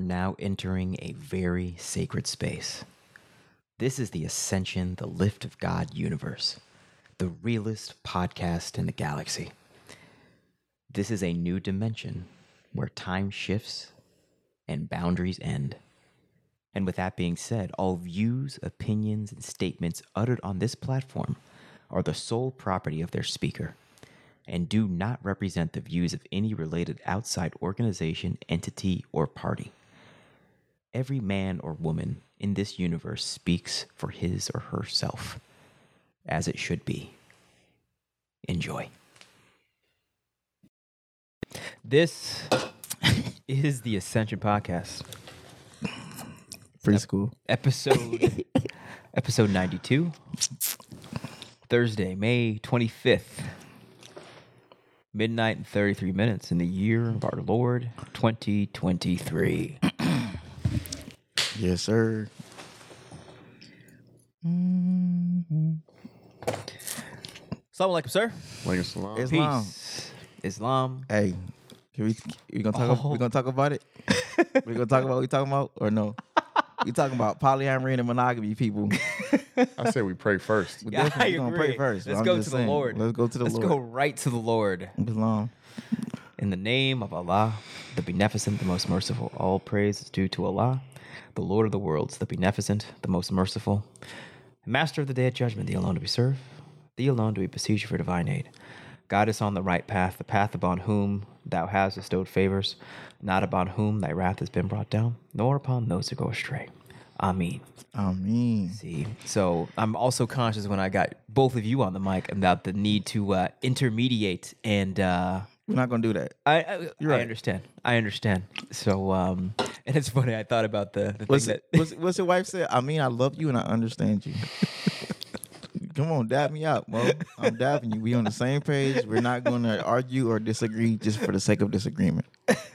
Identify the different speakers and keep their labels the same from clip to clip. Speaker 1: now entering a very sacred space. This is the Ascension, the Lift of God universe, the realest podcast in the galaxy. This is a new dimension where time shifts and boundaries end. And with that being said, all views, opinions, and statements uttered on this platform are the sole property of their speaker and do not represent the views of any related outside organization, entity, or party. Every man or woman in this universe speaks for his or herself, as it should be. Enjoy. This is the Ascension Podcast,
Speaker 2: preschool.
Speaker 1: episode episode 92, Thursday, May 25th, midnight and 33 minutes in the year of our Lord 2023.
Speaker 2: Yes, sir.
Speaker 1: Salam alaikum, sir.
Speaker 2: Islam.
Speaker 1: Peace. Islam.
Speaker 2: Hey, can we we gonna talk?
Speaker 1: Oh.
Speaker 2: We gonna talk about it? we gonna talk about what we talking about or no? We talking about polyamory and monogamy, people.
Speaker 3: I said we pray first.
Speaker 2: We
Speaker 1: Yeah,
Speaker 2: definitely
Speaker 1: I
Speaker 2: gonna
Speaker 1: agree.
Speaker 2: pray first.
Speaker 1: Let's
Speaker 2: I'm
Speaker 1: go
Speaker 2: just
Speaker 1: to the
Speaker 2: saying,
Speaker 1: Lord.
Speaker 2: Let's go to the
Speaker 1: Let's go
Speaker 2: Lord.
Speaker 1: right to the Lord.
Speaker 2: Islam.
Speaker 1: In the name of Allah, the Beneficent, the Most Merciful, all praise is due to Allah, the Lord of the worlds, the Beneficent, the Most Merciful, Master of the Day of Judgment, the alone do we serve, the alone do we beseech for divine aid. Guide us on the right path, the path upon whom thou hast bestowed favors, not upon whom thy wrath has been brought down, nor upon those who go astray. Ameen.
Speaker 2: I mean,
Speaker 1: See, so I'm also conscious when I got both of you on the mic about the need to uh, intermediate, and uh,
Speaker 2: we're not gonna do that.
Speaker 1: I I, I
Speaker 2: right.
Speaker 1: understand. I understand. So, um, and it's funny. I thought about the, the
Speaker 2: What's
Speaker 1: thing
Speaker 2: it,
Speaker 1: that
Speaker 2: what's, what's your wife said? I mean, I love you and I understand you. Come on, dab me out, bro. I'm dabbing you. We on the same page. We're not gonna argue or disagree just for the sake of disagreement.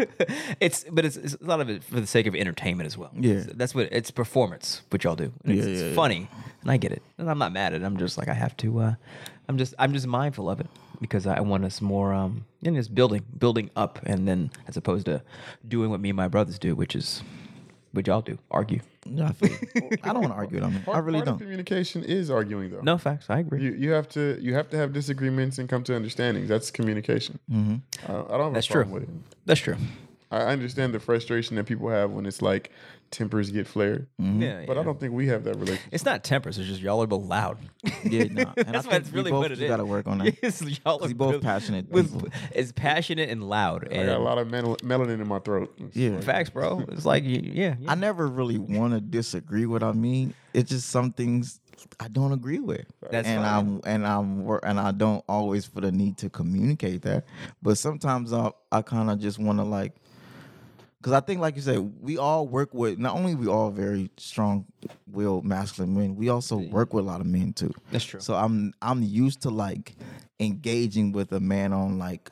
Speaker 1: it's, but it's, it's a lot of it for the sake of entertainment as well.
Speaker 2: Yeah.
Speaker 1: that's what it's performance, which y'all do. And it's
Speaker 2: Yeah,
Speaker 1: it's
Speaker 2: yeah, yeah.
Speaker 1: funny, and I get it, and I'm not mad at it. I'm just like I have to. Uh, I'm just I'm just mindful of it because I want us more um and it's building building up, and then as opposed to doing what me and my brothers do, which is what y'all do, argue.
Speaker 2: Yeah, I feel. you. I don't want to argue with him. I really
Speaker 3: Part of
Speaker 2: don't.
Speaker 3: communication is arguing though.
Speaker 1: No facts. I agree.
Speaker 3: You, you have to you have to have disagreements and come to understandings. That's communication. Mm-hmm. I, I don't have
Speaker 1: That's
Speaker 3: a problem
Speaker 1: true.
Speaker 3: with it.
Speaker 1: That's true.
Speaker 3: I I understand the frustration that people have when it's like tempers get flared,
Speaker 1: Yeah,
Speaker 3: but
Speaker 1: yeah.
Speaker 3: I don't think we have that relationship.
Speaker 1: It's not tempers. It's just y'all are both loud.
Speaker 2: Yeah, no.
Speaker 1: That's
Speaker 2: And I
Speaker 1: why
Speaker 2: think
Speaker 1: it's
Speaker 2: we
Speaker 1: really
Speaker 2: both
Speaker 1: what it
Speaker 2: just gotta work on that.
Speaker 1: Yes, y'all are
Speaker 2: we both passionate people.
Speaker 1: It's passionate and loud.
Speaker 3: I
Speaker 1: And
Speaker 3: got a lot of mel- melanin in my throat. It's
Speaker 2: Yeah.
Speaker 3: like,
Speaker 1: facts, bro. It's like you- yeah, yeah.
Speaker 2: I never really want to disagree with I mean. It's just some things I don't agree with.
Speaker 1: That's
Speaker 2: and
Speaker 1: fine.
Speaker 2: I'm and I'm wor- and I don't always feel the need to communicate that. But sometimes I I kind of just want to like cuz I think like you said we all work with not only we all very strong-willed masculine men, we also work with a lot of men too.
Speaker 1: That's true.
Speaker 2: So I'm I'm used to like engaging with a man on like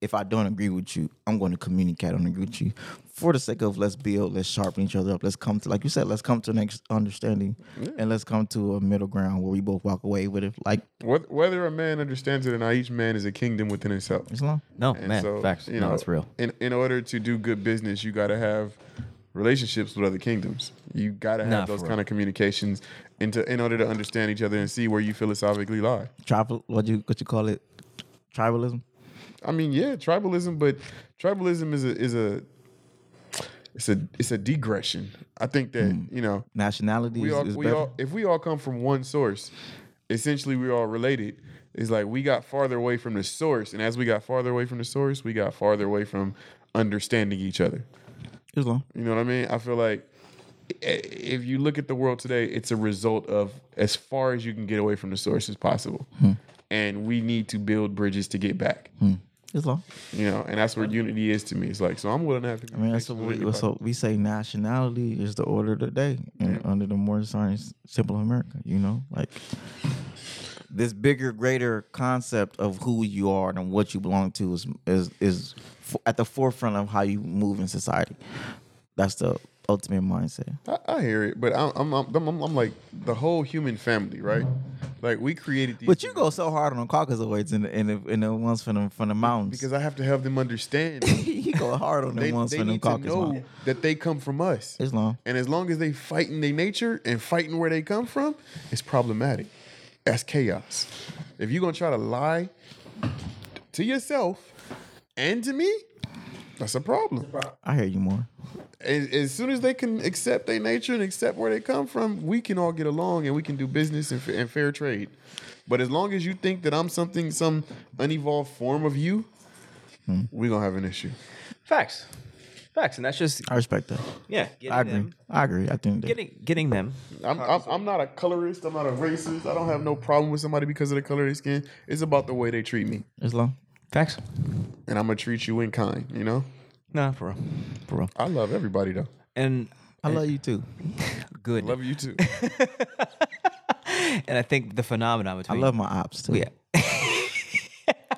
Speaker 2: if I don't agree with you, I'm going to communicate. I don't agree with you for the sake of let's build, let's sharpen each other up, let's come to like you said, let's come to an ex- understanding, and let's come to a middle ground where we both walk away with it like
Speaker 3: wheth- Whether a man understands it or not, each man is a kingdom within himself.
Speaker 2: Islam.
Speaker 1: no
Speaker 3: And
Speaker 1: man,
Speaker 3: Oh, so,
Speaker 1: facts. no,
Speaker 3: you know,
Speaker 1: that's real.
Speaker 3: In in order to do good business, you gotta have relationships with other kingdoms. You gotta have
Speaker 1: Nah,
Speaker 3: those
Speaker 1: for
Speaker 3: kind of communications into in order to understand each other and see where you philosophically lie.
Speaker 2: Tribal, what you what you call it? Tribalism.
Speaker 3: I mean, yeah, tribalism, but tribalism is a is a it's a it's a digression. I think that
Speaker 1: Hmm.
Speaker 3: you know
Speaker 2: Nationality
Speaker 3: we
Speaker 2: is,
Speaker 3: all
Speaker 2: is
Speaker 3: we
Speaker 2: better.
Speaker 3: all if we all come from one source, essentially we're all related. It's like we got farther away from the source, and as we got farther away from the source, we got farther away from understanding each other.
Speaker 2: Islam.
Speaker 3: You know what I mean? I feel like i- if you look at the world today, it's a result of as far as you can get away from the source as possible.
Speaker 2: Hmm.
Speaker 3: And we need to build bridges to get back.
Speaker 2: Islam.
Speaker 3: You know, and that's where unity is to me. It's like so I'm willing to have.
Speaker 2: I mean, that's what we, so we say nationality is the order of the day and under the modern science symbol of America, you know? Like this bigger, greater concept of who you are and what you belong to is is is f- at the forefront of how you move in society. That's the ultimate mindset.
Speaker 3: I, I hear it, but I'm I'm, I'm I'm I'm like the whole human family, right? Like we created these.
Speaker 2: But you go so hard on Caucasoids and and the, and the ones from the, from the mountains.
Speaker 3: because I have to have them understand.
Speaker 2: you go hard on them
Speaker 3: they
Speaker 2: ones
Speaker 3: they
Speaker 2: from the
Speaker 3: need to
Speaker 2: Caucasus.
Speaker 3: know
Speaker 2: mountains.
Speaker 3: that they come from us.
Speaker 2: It's long.
Speaker 3: And as long as they fighting their nature and fighting where they come from, it's problematic. That's chaos. If you're gonna try to lie to yourself and to me, that's a problem.
Speaker 2: I hear you more.
Speaker 3: As, as soon as they can accept their nature and accept where they come from, we can all get along and we can do business and, fa- and fair trade. But as long as you think that I'm something, some unevolved form of you, we're gonna have an issue.
Speaker 4: Facts. Facts. And that's just,
Speaker 2: I respect that.
Speaker 4: yeah, getting
Speaker 2: I agree.
Speaker 4: them.
Speaker 2: I agree. I think that
Speaker 4: Getting, getting them.
Speaker 3: I'm, I'm I'm not a colorist. I'm not a racist. I don't have no problem with somebody because of the color of their skin. It's about the way they treat me,
Speaker 2: it's long.
Speaker 4: Facts.
Speaker 3: and I'm gonna treat you in kind. You know,
Speaker 4: Nah, for real. For real.
Speaker 3: I love everybody though.
Speaker 4: And
Speaker 2: I love you too.
Speaker 4: good.
Speaker 3: Love you too.
Speaker 4: And I think the phenomenon
Speaker 2: I
Speaker 4: between.
Speaker 2: love my ops too.
Speaker 4: Yeah.
Speaker 3: I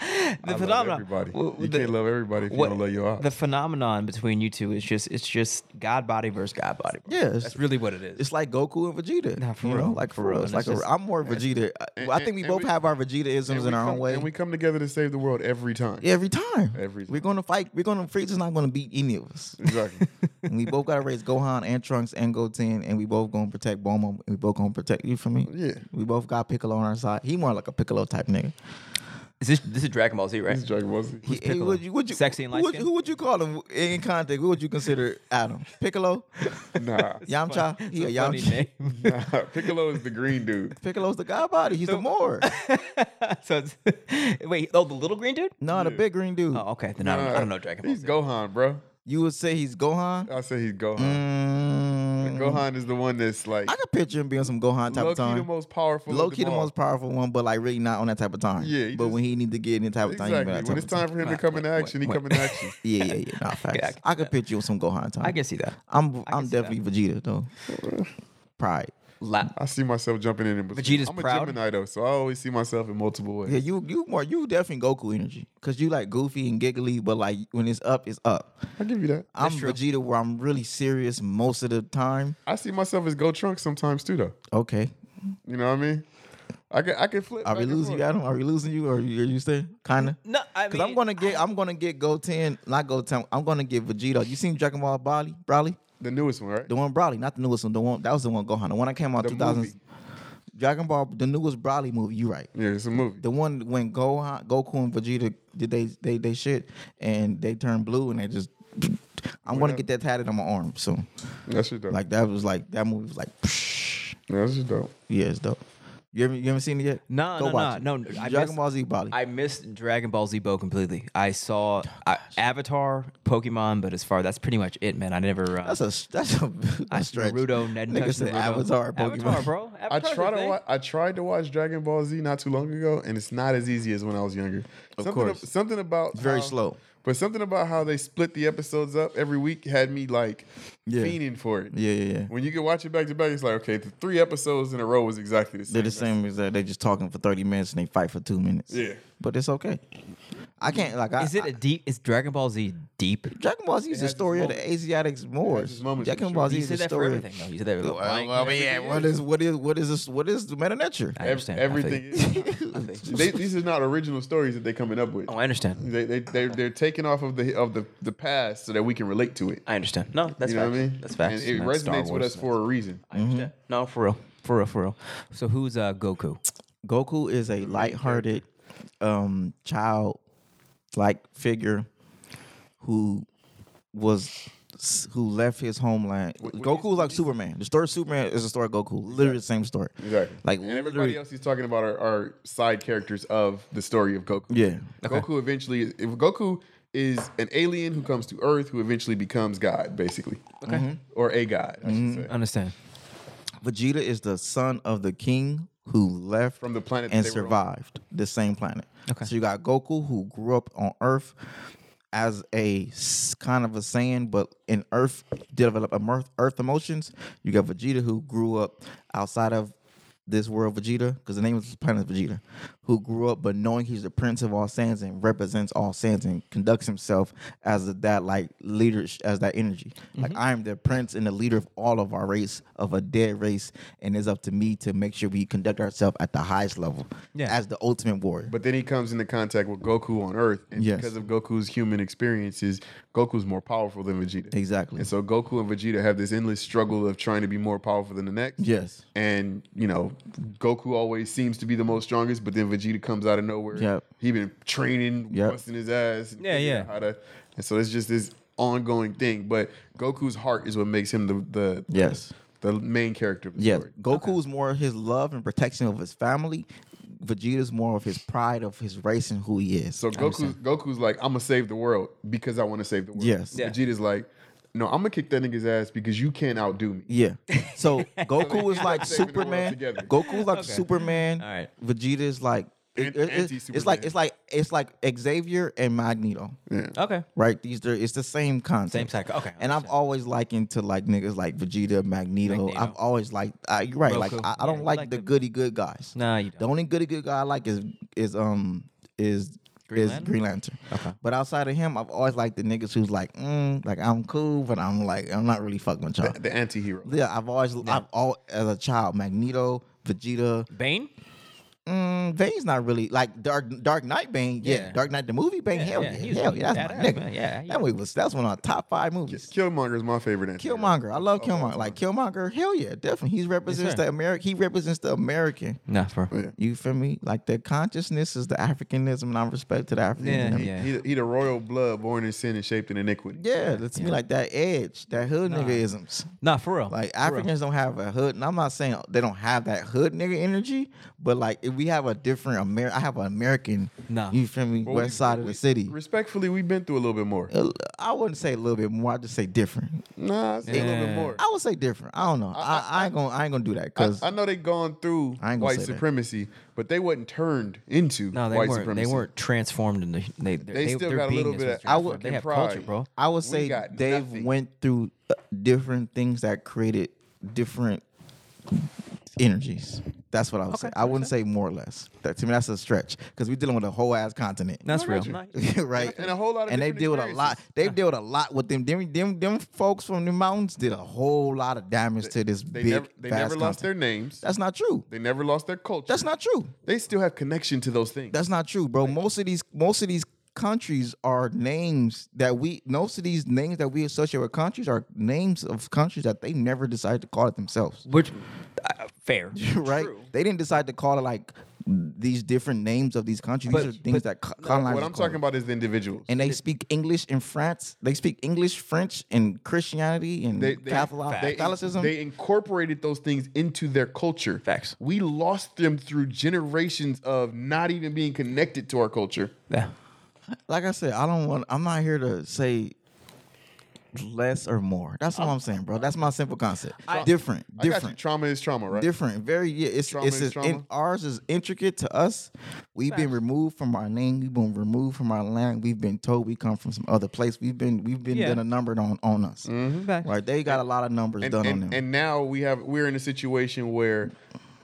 Speaker 4: the
Speaker 3: love
Speaker 4: phenomenon.
Speaker 3: everybody.
Speaker 4: w-
Speaker 3: you
Speaker 4: the-
Speaker 3: can't love everybody if
Speaker 4: what-
Speaker 3: you don't love your ops.
Speaker 4: The phenomenon between you two is just it's just God body versus God body. bro.
Speaker 2: Yeah, it's-
Speaker 4: that's really what it is.
Speaker 2: It's like Goku and Vegeta.
Speaker 4: Nah, for
Speaker 2: you
Speaker 4: real,
Speaker 2: know, like
Speaker 4: for
Speaker 2: for,
Speaker 4: real,
Speaker 2: real. It's
Speaker 4: and
Speaker 2: like
Speaker 4: it's
Speaker 2: a,
Speaker 4: just-
Speaker 2: I'm more Vegeta. I, well, I think we
Speaker 3: and
Speaker 2: both
Speaker 3: we-
Speaker 2: have our Vegetaisms
Speaker 3: we
Speaker 2: in our
Speaker 3: come,
Speaker 2: own way.
Speaker 3: and we come together to save the world every time.
Speaker 2: every time.
Speaker 3: Every time.
Speaker 2: We're gonna fight. We're gonna Frieza's not gonna beat any of us.
Speaker 3: Exactly.
Speaker 2: and we both gotta raise Gohan and Trunks and Goten, and we both gonna protect Bulma. And we both gonna protect you from me.
Speaker 3: Yeah.
Speaker 2: We both got Piccolo on our side. He more like a Piccolo type nigga.
Speaker 4: Is this this is Dragon Ball Z, right?
Speaker 3: This is Dragon Ball Z.
Speaker 2: He- he- would you- would you-
Speaker 4: Sexy and
Speaker 2: who would,
Speaker 4: light-skinned?
Speaker 2: who would you call him in context? Who would you consider Adam? Piccolo?
Speaker 3: Nah,
Speaker 2: Yamcha?
Speaker 4: It's
Speaker 2: He a
Speaker 4: a funny
Speaker 2: Yamcha.
Speaker 4: name.
Speaker 3: nah. Piccolo is the green dude.
Speaker 2: Piccolo's the god body. He's the more.
Speaker 4: so it's, wait, oh, the little green dude?
Speaker 2: No, the big green dude.
Speaker 4: Oh, okay. Then I, don't, I don't know Dragon Ball
Speaker 3: He's
Speaker 4: Z.
Speaker 3: Gohan, bro.
Speaker 2: You would say he's Gohan?
Speaker 3: I say he's Gohan.
Speaker 2: Mm,
Speaker 3: Gohan is the one that's like
Speaker 2: I could picture him being some Gohan type
Speaker 3: low
Speaker 2: of
Speaker 3: key the
Speaker 2: time.
Speaker 3: most powerful. of
Speaker 2: Low key, the
Speaker 3: them all.
Speaker 2: most powerful one, but like really not on that type of time.
Speaker 3: Yeah, he
Speaker 2: but
Speaker 3: just-
Speaker 2: when he need to get in that type of time, he
Speaker 3: Exactly.
Speaker 2: been on that
Speaker 3: When
Speaker 2: type
Speaker 3: it's
Speaker 2: of
Speaker 3: time for him to come in action, he come in action.
Speaker 2: Yeah, yeah, yeah. Nah, facts.
Speaker 4: I
Speaker 2: I,
Speaker 4: can
Speaker 2: could picture you with some Gohan time.
Speaker 4: I can see that.
Speaker 2: I'm I'm
Speaker 4: see that.
Speaker 2: definitely Vegeta though. Pride.
Speaker 4: La-
Speaker 3: I see myself jumping in. and-
Speaker 4: Vegeta's
Speaker 3: I'm
Speaker 4: proud.
Speaker 3: a Gemini though, so I always see myself in multiple ways.
Speaker 2: Yeah, you you more you definitely Goku energy because you like goofy and giggly, but like when it's up, it's up.
Speaker 3: I give you that.
Speaker 2: I'm Vegeta where I'm really serious most of the time.
Speaker 3: I see myself as Go Trunk sometimes too, though.
Speaker 2: Okay,
Speaker 3: You know what I mean? I can I can flip.
Speaker 2: are
Speaker 3: back
Speaker 2: we
Speaker 3: and
Speaker 2: losing you,
Speaker 3: forth.
Speaker 2: Adam? Are we losing you, or are you, are you still kind of?
Speaker 4: no, I mean,
Speaker 2: Because I'm gonna get, I'm gonna get Goten, not Goten. I'm gonna get Vegeta. You seen Dragon Ball Broly? Broly,
Speaker 3: The newest one, right?
Speaker 2: the one Broly, not the newest one. The one that was the one Gohan, the one that came out
Speaker 3: The
Speaker 2: 2000. Dragon Ball, the newest Broly movie. You right.
Speaker 3: yeah, it's a movie.
Speaker 2: The one when Gohan, Goku and Vegeta did they they they shit and they turned blue and they just. I'm gonna get that tatted on my arm soon.
Speaker 3: that shit dope.
Speaker 2: Like that was like that movie was like,
Speaker 3: that shit dope.
Speaker 2: yeah, it's dope. You ever you ever seen it yet?
Speaker 4: No,
Speaker 2: Go
Speaker 4: no,
Speaker 2: watch
Speaker 4: no,
Speaker 2: it.
Speaker 4: no, I
Speaker 2: Dragon
Speaker 4: missed-
Speaker 2: Ball Z Broly.
Speaker 4: I missed Dragon Ball Z Bo completely. I saw uh, Avatar, Pokemon, but as far that's pretty much it, man. I never. Uh,
Speaker 2: That's a that's a,
Speaker 4: I-
Speaker 2: that's stretch.
Speaker 4: Naruto, Ned
Speaker 2: Nigga said Avatar, Pokemon.
Speaker 4: Avatar, bro.
Speaker 3: I
Speaker 4: Avatar's
Speaker 3: tried
Speaker 4: a
Speaker 3: to
Speaker 4: thing.
Speaker 3: wa- I tried to watch Dragon Ball Z not too long ago, and it's not as easy as when I was younger. Of something
Speaker 2: course.
Speaker 3: ab- something about
Speaker 2: It's very
Speaker 3: how-
Speaker 2: slow.
Speaker 3: But something about how they split the episodes up every week had me like
Speaker 2: Yeah.
Speaker 3: fiending for it.
Speaker 2: Yeah, yeah, yeah.
Speaker 3: When you can watch it back to back, it's like okay, the three episodes in a row was exactly the same.
Speaker 2: They're the same as that. They just talking for thirty minutes and they fight for two minutes.
Speaker 3: Yeah.
Speaker 2: but it's okay. I can't like. I,
Speaker 4: Is it
Speaker 2: I-
Speaker 4: a deep? Is Dragon Ball Z deep?
Speaker 2: Dragon Ball Z is the
Speaker 3: has its
Speaker 2: story of the
Speaker 3: moments.
Speaker 2: Asiatics Moors.
Speaker 3: its moments for
Speaker 2: Dragon
Speaker 3: sure.
Speaker 2: Ball Z
Speaker 4: You
Speaker 2: is the
Speaker 4: said that for
Speaker 2: story.
Speaker 4: everything, though. You said that. Well,
Speaker 2: yeah, what is what is what is this, what is the meta nature?
Speaker 4: I understand. I feel
Speaker 3: Everything.
Speaker 4: you.
Speaker 3: is-
Speaker 4: I feel you.
Speaker 3: they, these are not original stories that they're coming up with.
Speaker 4: Oh, I understand.
Speaker 3: They they they're, they're taking off of the of the, the past so that we can relate to it.
Speaker 4: I understand. No, that's
Speaker 3: you know
Speaker 4: facts.
Speaker 3: what I mean?
Speaker 4: That's facts.
Speaker 3: And it
Speaker 4: That's Star
Speaker 3: resonates with
Speaker 4: Wars,
Speaker 3: us for a reason.
Speaker 4: I understand. No, for real, for real, for real. So who's uh, Goku?
Speaker 2: Goku is
Speaker 3: Mm-hmm.
Speaker 2: a lighthearted um child like figure who was who left his homeland. Goku is like Superman. The story of Superman is the story of Goku. Literally the same story.
Speaker 3: Exactly.
Speaker 2: Like
Speaker 3: and everybody
Speaker 2: literally-
Speaker 3: else he's talking about are, are side characters of the story of Goku.
Speaker 2: Yeah.
Speaker 3: Goku eventually if Goku is an alien who comes to Earth who eventually becomes God, basically. Okay. Or a god, I
Speaker 4: Mm-hmm.
Speaker 3: should say.
Speaker 4: Understand.
Speaker 2: Vegeta is the son of the king who left
Speaker 3: From the planet that
Speaker 2: and
Speaker 3: they were on.
Speaker 2: survived the same planet.
Speaker 4: Okay.
Speaker 2: So you got Goku who grew up on Earth as a s- kind of a Saiyan, but in um, Earth develop Earth, Earth emotions. You got Vegeta who grew up outside of this world Vegeta, because the name of this planet is Vegeta, who grew up but knowing he's the prince of all Saiyans and represents all Saiyans and conducts himself as a, that like leader as that energy. Like
Speaker 3: Mm-hmm.
Speaker 2: I am the prince and the leader of all of our race of a dead race, and it's up to me to make sure we conduct ourselves at the highest level
Speaker 4: Yeah.
Speaker 2: as the ultimate warrior.
Speaker 3: But then he comes into contact with Goku on Earth, and
Speaker 2: Yes.
Speaker 3: because of Goku's human experiences, Goku's more powerful than Vegeta.
Speaker 2: Exactly.
Speaker 3: And so Goku and Vegeta have this endless struggle of trying to be more powerful than the next.
Speaker 2: Yes.
Speaker 3: And you know, Goku always seems to be the most strongest, but then Vegeta comes out of nowhere.
Speaker 2: Yep.
Speaker 3: He been training,
Speaker 2: Yep.
Speaker 3: busting his ass. and
Speaker 4: Yeah,
Speaker 3: figuring
Speaker 4: yeah.
Speaker 3: out How to, and so it's just this ongoing thing. But Goku's heart is what makes him the the
Speaker 2: Yes.
Speaker 3: the main character. Of the
Speaker 2: Yes,
Speaker 3: story.
Speaker 2: Goku is more his love and protection of his family. Vegeta's more of his pride of his race and who he is.
Speaker 3: So Goku, Goku's like, I'm gonna save the world because I want to save the world.
Speaker 2: Yes.
Speaker 4: Yeah.
Speaker 3: Vegeta's like, No, I'm gonna kick that nigga's ass because you can't outdo me.
Speaker 2: Yeah. So Goku is like
Speaker 3: Saving the world
Speaker 2: Superman.
Speaker 3: together.
Speaker 2: Goku's like
Speaker 4: Okay.
Speaker 2: Superman.
Speaker 4: All right.
Speaker 2: Vegeta is like
Speaker 3: An-
Speaker 2: it- it- it- it's like
Speaker 3: anti-Superman.
Speaker 2: it's like it's like Xavier and Magneto.
Speaker 4: Okay.
Speaker 2: Right? These are it's the same concept.
Speaker 4: Same cycle. Okay.
Speaker 2: And I've always likened to like niggas like Vegeta, Magneto.
Speaker 4: Magneto.
Speaker 2: I've always liked I, you're right. Like
Speaker 4: Goku.
Speaker 2: I, I don't
Speaker 4: Yeah, you
Speaker 2: like,
Speaker 4: like
Speaker 2: the
Speaker 4: the-
Speaker 2: goody good guys.
Speaker 4: Nah, you
Speaker 2: The
Speaker 4: don't.
Speaker 2: only goody good guy I like is is um is
Speaker 4: Green
Speaker 2: is
Speaker 4: Lantern?
Speaker 2: Green Lantern.
Speaker 4: Okay.
Speaker 2: But outside of him, I've always liked the niggas who's like, mm, like I'm cool, but I'm like I'm not really fucking with y'all.
Speaker 3: The anti-hero.
Speaker 2: Yeah, I've always I've all as a child, Magneto, Vegeta.
Speaker 4: Bane?
Speaker 2: Mm, Bane's not really like Dark Dark Knight Bane. Yeah,
Speaker 4: Yeah.
Speaker 2: Dark Knight the movie Bane.
Speaker 4: Yeah,
Speaker 2: hell
Speaker 4: yeah,
Speaker 2: yeah,
Speaker 4: he's
Speaker 2: hell yeah, that's
Speaker 4: badass,
Speaker 2: my nigga.
Speaker 4: man. Yeah, yeah.
Speaker 2: that movie was that's one of our top five movies.
Speaker 3: Killmonger is my favorite. Anti-hero.
Speaker 2: Killmonger, I love Killmonger. Like Killmonger, hell yeah, definitely. He represents
Speaker 4: sir.
Speaker 2: the American. He represents the American.
Speaker 4: Nah, for.
Speaker 2: You feel me? Like the consciousness is the Africanism, and I respect to the African.
Speaker 4: Yeah.
Speaker 2: and
Speaker 3: He,
Speaker 4: Yeah.
Speaker 3: he, he the royal blood, born in sin and shaped in iniquity.
Speaker 2: Yeah, to me, like that edge, that hood nigga isms.
Speaker 4: Nah, for real.
Speaker 2: Like
Speaker 4: For real.
Speaker 2: Africans don't have a hood, and I'm not saying they don't have that hood nigga energy, but like if we have a different Amer, I have an American.
Speaker 4: Nah.
Speaker 2: you feel me?
Speaker 3: Well, we-
Speaker 2: west side of
Speaker 3: we-
Speaker 2: the city.
Speaker 3: Respectfully, we've been through a little bit more.
Speaker 2: A l- I wouldn't say a little bit more. I just say different.
Speaker 3: Nah, I'd say a little bit
Speaker 4: Yeah.
Speaker 3: more.
Speaker 2: I would say different. I don't know. I, I, ain't gonna I ain't gonna do that
Speaker 3: I,
Speaker 2: because
Speaker 3: I know they gone through
Speaker 2: I ain't gonna
Speaker 3: white
Speaker 2: say that.
Speaker 3: supremacy, but they wasn't turned into
Speaker 4: No, they
Speaker 3: white
Speaker 4: weren't.
Speaker 3: supremacy.
Speaker 4: They weren't transformed into. They, they,
Speaker 3: They still
Speaker 4: their
Speaker 3: got a little
Speaker 4: beingness
Speaker 3: bit
Speaker 4: was
Speaker 3: of
Speaker 4: transformed.
Speaker 3: African
Speaker 4: They have culture,
Speaker 3: pride.
Speaker 4: bro.
Speaker 2: I would
Speaker 3: We
Speaker 2: say
Speaker 3: got
Speaker 2: they've
Speaker 3: nothing.
Speaker 2: went through uh, different things that created different energies. That's what I would say. I wouldn't say more or less. That, to me, that's a stretch because we're dealing with a whole ass continent.
Speaker 4: That's real.
Speaker 2: right?
Speaker 3: And a whole lot of
Speaker 2: and they
Speaker 3: different
Speaker 2: deal with a lot.
Speaker 3: experiences.
Speaker 2: They deal with a lot with them. Them, them, them folks from the mountains did a whole lot of damage to this
Speaker 3: They
Speaker 2: big.
Speaker 3: never, they never
Speaker 2: vast
Speaker 3: lost their
Speaker 2: continent.
Speaker 3: names.
Speaker 2: That's not true.
Speaker 3: They never lost their culture.
Speaker 2: That's not true.
Speaker 3: They still have connection to those things.
Speaker 2: That's not true, bro. Most of these most of these countries are names that we most of these names that we associate with countries are names of countries that they never decided to call it themselves.
Speaker 4: Which, uh, fair.
Speaker 2: Right? They didn't decide to call it like these different names of these countries.
Speaker 4: But-
Speaker 2: these are things that co- colonizers
Speaker 3: what I'm
Speaker 2: called it.
Speaker 3: talking about is the individuals.
Speaker 2: And they speak English in France. They speak English, French, and Christianity and
Speaker 3: they, they,
Speaker 2: Catholic,
Speaker 3: they-
Speaker 2: Catholicism.
Speaker 3: They incorporated those things into their culture.
Speaker 4: Facts.
Speaker 3: We lost them through generations of not even being connected to our culture.
Speaker 4: Yeah.
Speaker 2: like I said, I don't want. I'm not here to say less or more. That's all I'm saying, bro. That's my simple concept. different,
Speaker 3: Oh. I got you.
Speaker 2: different,
Speaker 3: Trauma is trauma, right?
Speaker 2: different. Very. Yeah, it's
Speaker 3: Trauma
Speaker 2: it's
Speaker 3: is
Speaker 2: as
Speaker 3: trauma.
Speaker 2: in, ours is intricate to us. We've been removed from our name. We've been removed from our land. We've been told we come from some other place. We've been we've been
Speaker 4: Yeah.
Speaker 2: done a number on on us.
Speaker 4: Facts.
Speaker 2: Right? They got a lot of numbers
Speaker 3: Mm-hmm. and,
Speaker 2: done
Speaker 3: and,
Speaker 2: on them.
Speaker 3: and now we have we're in a situation where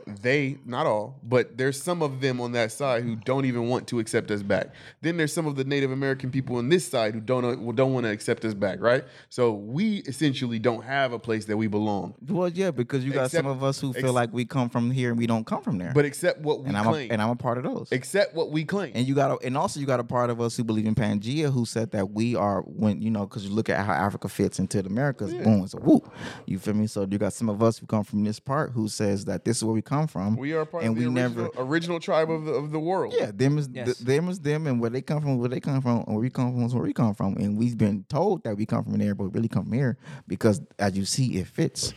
Speaker 3: they not all but there's some of them on that side who don't even want to accept us back then there's some of the native american people on this side who don't don't want to accept us back right so we essentially don't have a place that we belong
Speaker 2: well, yeah, because you got
Speaker 3: Except-
Speaker 2: some of us who feel
Speaker 3: ex-
Speaker 2: like we come from here and we don't come from there.
Speaker 3: but except what we
Speaker 2: and I'm a,
Speaker 3: claim
Speaker 2: and I'm a part of those.
Speaker 3: except what we claim
Speaker 2: And you got, a, and also you got a part of us who believe in Pangea, who said that we are when you know, because you look at how Africa fits into the Americas, boom, it's a whoop. You feel me? So you got some of us who come from this part who says that this is where we come from.
Speaker 3: we are part
Speaker 2: and
Speaker 3: of the
Speaker 2: we
Speaker 3: original,
Speaker 2: never,
Speaker 3: original tribe of the, of the world
Speaker 2: yeah, them is th-
Speaker 4: Yes.
Speaker 2: them is them, and where they come from, is where they come from, and where we come from is where we come from. And we've been told that we come from there, but we really come from here because, as you see, it fits.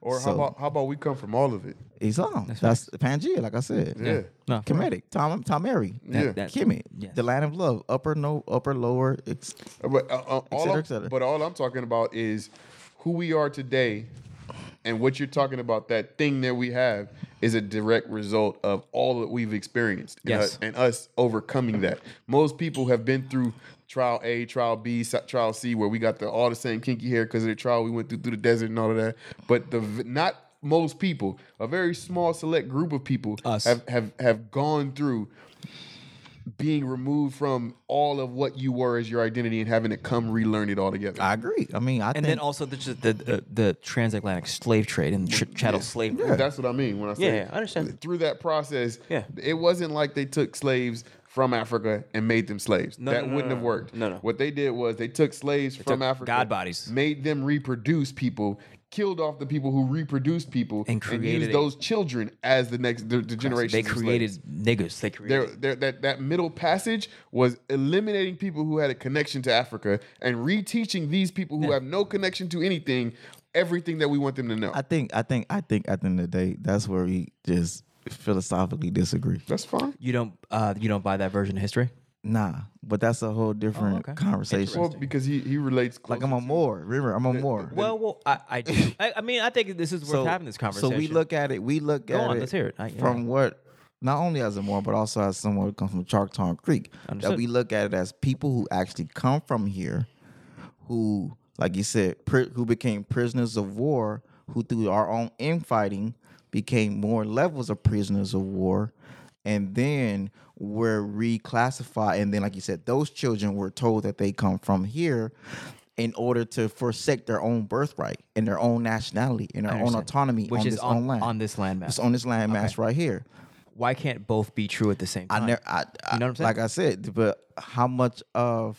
Speaker 3: or how
Speaker 2: So-
Speaker 3: about how about we come from all of it
Speaker 2: Islam, that's, Pangea, like I said.
Speaker 3: yeah,
Speaker 4: No. for real.
Speaker 2: Kemetic, Tom, Tomeri,
Speaker 3: Yeah.
Speaker 4: That-
Speaker 2: Kemet,
Speaker 4: yes.
Speaker 2: the land of love, upper, no, upper, lower. It's,
Speaker 3: But, uh, uh, all
Speaker 2: cetera,
Speaker 3: I'm-
Speaker 2: et cetera.
Speaker 3: but all I'm talking about is who we are today and what you're talking about, that thing that we have, is a direct result of all that we've experienced and,
Speaker 4: Yes.
Speaker 3: us, and us overcoming that. Most people have been through trial A, trial B, s- trial C, where we got the, all the same kinky hair because of the trial we went through through the desert and all of that. But the v- not most people, a very small select group of people
Speaker 5: Us.
Speaker 3: have have have gone through being removed from all of what you were as your identity and having to come relearn it all together.
Speaker 2: I agree. I mean, I
Speaker 1: And
Speaker 2: think
Speaker 1: then also the just the, the the transatlantic slave trade and tr- chattel slavery.
Speaker 3: That's what I mean when I say
Speaker 1: Yeah, yeah, I understand.
Speaker 3: through that process.
Speaker 1: Yeah.
Speaker 3: it wasn't like they took slaves from Africa and made them slaves. that
Speaker 1: no, no,
Speaker 3: wouldn't
Speaker 1: no,
Speaker 3: have
Speaker 1: no.
Speaker 3: worked.
Speaker 1: No, no.
Speaker 3: What they did was they took slaves from
Speaker 1: took
Speaker 3: Africa,
Speaker 1: God bodies.
Speaker 3: made them reproduce people. Killed off the people who reproduced people
Speaker 1: And created
Speaker 3: used
Speaker 1: a-
Speaker 3: those children as the next the, the generation.
Speaker 1: They created niggas. They
Speaker 3: there,
Speaker 1: created
Speaker 3: there, that that middle passage was eliminating people who had a connection to Africa and reteaching these people who have no connection to anything everything that we want them to know.
Speaker 2: I think I think I think at the end of the day, that's where we just philosophically disagree.
Speaker 3: That's fine.
Speaker 1: you don't uh, you don't buy that version of history.
Speaker 2: Nah, but that's a whole different
Speaker 1: Oh, okay.
Speaker 2: conversation.
Speaker 3: Well, because he he relates
Speaker 2: Like I'm a Moor. Remember, I'm a Moor.
Speaker 1: Well, well, I I, do. I I mean I think this is worth having this conversation.
Speaker 2: So we look at it. We look at
Speaker 1: on,
Speaker 2: it.
Speaker 1: let's hear it. I- yeah.
Speaker 2: from what, not only as a Moor, but also as someone who comes from Choctaw Creek, that
Speaker 1: Understood.
Speaker 2: we look at it as people who actually come from here, who, like you said, pri- who became prisoners of war, who through our own infighting became more levels of prisoners of war. And then were reclassified, and then, like you said, those children were told that they come from here, in order to forsake their own birthright and their own nationality and their own
Speaker 1: understand.
Speaker 2: autonomy
Speaker 1: Which
Speaker 2: on
Speaker 1: is
Speaker 2: this
Speaker 1: on-
Speaker 2: own land.
Speaker 1: on this landmass.
Speaker 2: It's on this landmass right here.
Speaker 1: Why can't both be true at the same
Speaker 2: I
Speaker 1: time?
Speaker 2: never, I, I
Speaker 1: You know what I'm saying?
Speaker 2: like I said, but how much of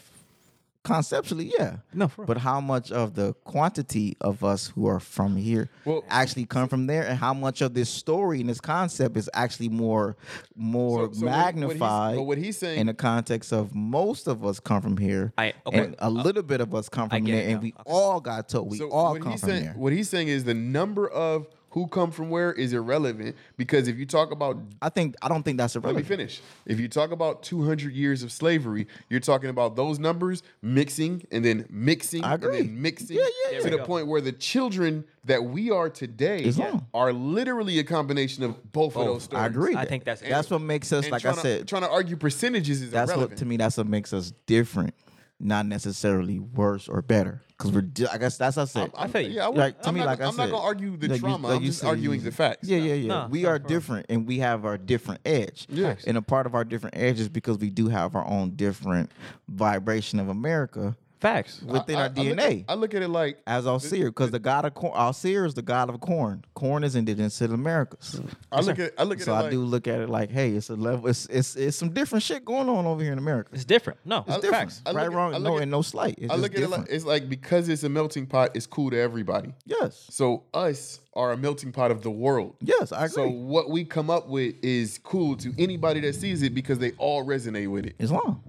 Speaker 2: conceptually, yeah,
Speaker 1: No, for real.
Speaker 2: but how much of the quantity of us who are from here
Speaker 3: Well-
Speaker 2: actually come from there, and how much of this story and this concept is actually more, more
Speaker 3: So- so what- what he's-
Speaker 2: magnified?
Speaker 3: but what he's saying-
Speaker 2: in the context of most of us come from here,
Speaker 1: I- okay. uh,
Speaker 2: and a little bit of us come from
Speaker 1: get
Speaker 2: there,
Speaker 1: it
Speaker 2: and
Speaker 1: now.
Speaker 2: we all got told we all come
Speaker 3: he's
Speaker 2: from
Speaker 3: saying,
Speaker 2: there.
Speaker 3: What he's saying is the number of who come from where is irrelevant because if you talk about
Speaker 2: I think I don't think that's
Speaker 3: let me
Speaker 2: irrelevant.
Speaker 3: finish. If you talk about 200 years of slavery, you're talking about those numbers mixing and then mixing
Speaker 2: I agree.
Speaker 3: and then mixing
Speaker 2: Yeah, yeah,
Speaker 3: to
Speaker 2: yeah.
Speaker 3: the point where the children that we are today
Speaker 2: wrong.
Speaker 3: are literally a combination of both, of those stories.
Speaker 2: I agree.
Speaker 1: I
Speaker 2: that-
Speaker 1: think that's-
Speaker 2: that's what makes us,
Speaker 3: And
Speaker 2: like I
Speaker 3: trying
Speaker 2: said,
Speaker 3: trying to argue percentages is
Speaker 2: that's
Speaker 3: irrelevant.
Speaker 2: what to me that's what makes us different, not necessarily worse or better. Because we're, di- I guess that's what I said.
Speaker 1: I feel you.
Speaker 3: Yeah, I would,
Speaker 2: like to
Speaker 3: I'm
Speaker 2: me,
Speaker 3: not,
Speaker 2: like I
Speaker 3: I'm
Speaker 2: said,
Speaker 3: not gonna argue the
Speaker 2: like you-
Speaker 3: trauma.
Speaker 2: like
Speaker 3: I'm
Speaker 2: you
Speaker 3: just
Speaker 2: said,
Speaker 3: arguing
Speaker 2: you-
Speaker 3: the facts.
Speaker 2: Yeah, yeah, yeah.
Speaker 1: No,
Speaker 2: we
Speaker 1: no
Speaker 2: are
Speaker 1: problem.
Speaker 2: different, and we have our different edge.
Speaker 3: Yes.
Speaker 2: And a part of our different edge is because we do have our own different vibration of America
Speaker 1: Facts.
Speaker 2: within
Speaker 3: I-
Speaker 2: our
Speaker 3: I
Speaker 2: DNA
Speaker 3: look at- I look at it like
Speaker 2: as our seer, because the god of corn, our seer is the god of corn. Corn is indigenous to the Americas.
Speaker 3: I look at I look at
Speaker 2: So
Speaker 3: it
Speaker 2: I
Speaker 3: like,
Speaker 2: do look at it like, hey, it's a level, it's it's, it's some different shit going on over here in America. It's
Speaker 1: It's different. No, it's
Speaker 2: different,
Speaker 1: facts.
Speaker 3: I look
Speaker 2: right,
Speaker 3: at-
Speaker 2: wrong,
Speaker 3: I
Speaker 2: no,
Speaker 3: look at-
Speaker 2: and no slight. It's
Speaker 3: I
Speaker 2: just
Speaker 3: look at it like
Speaker 2: different.
Speaker 3: it's like because it's a melting pot, it's cool to everybody.
Speaker 2: yes,
Speaker 3: So us are a melting pot of the world.
Speaker 2: yes, I agree.
Speaker 3: So what we come up with is cool to anybody that sees it because they all resonate with it.
Speaker 2: Islam,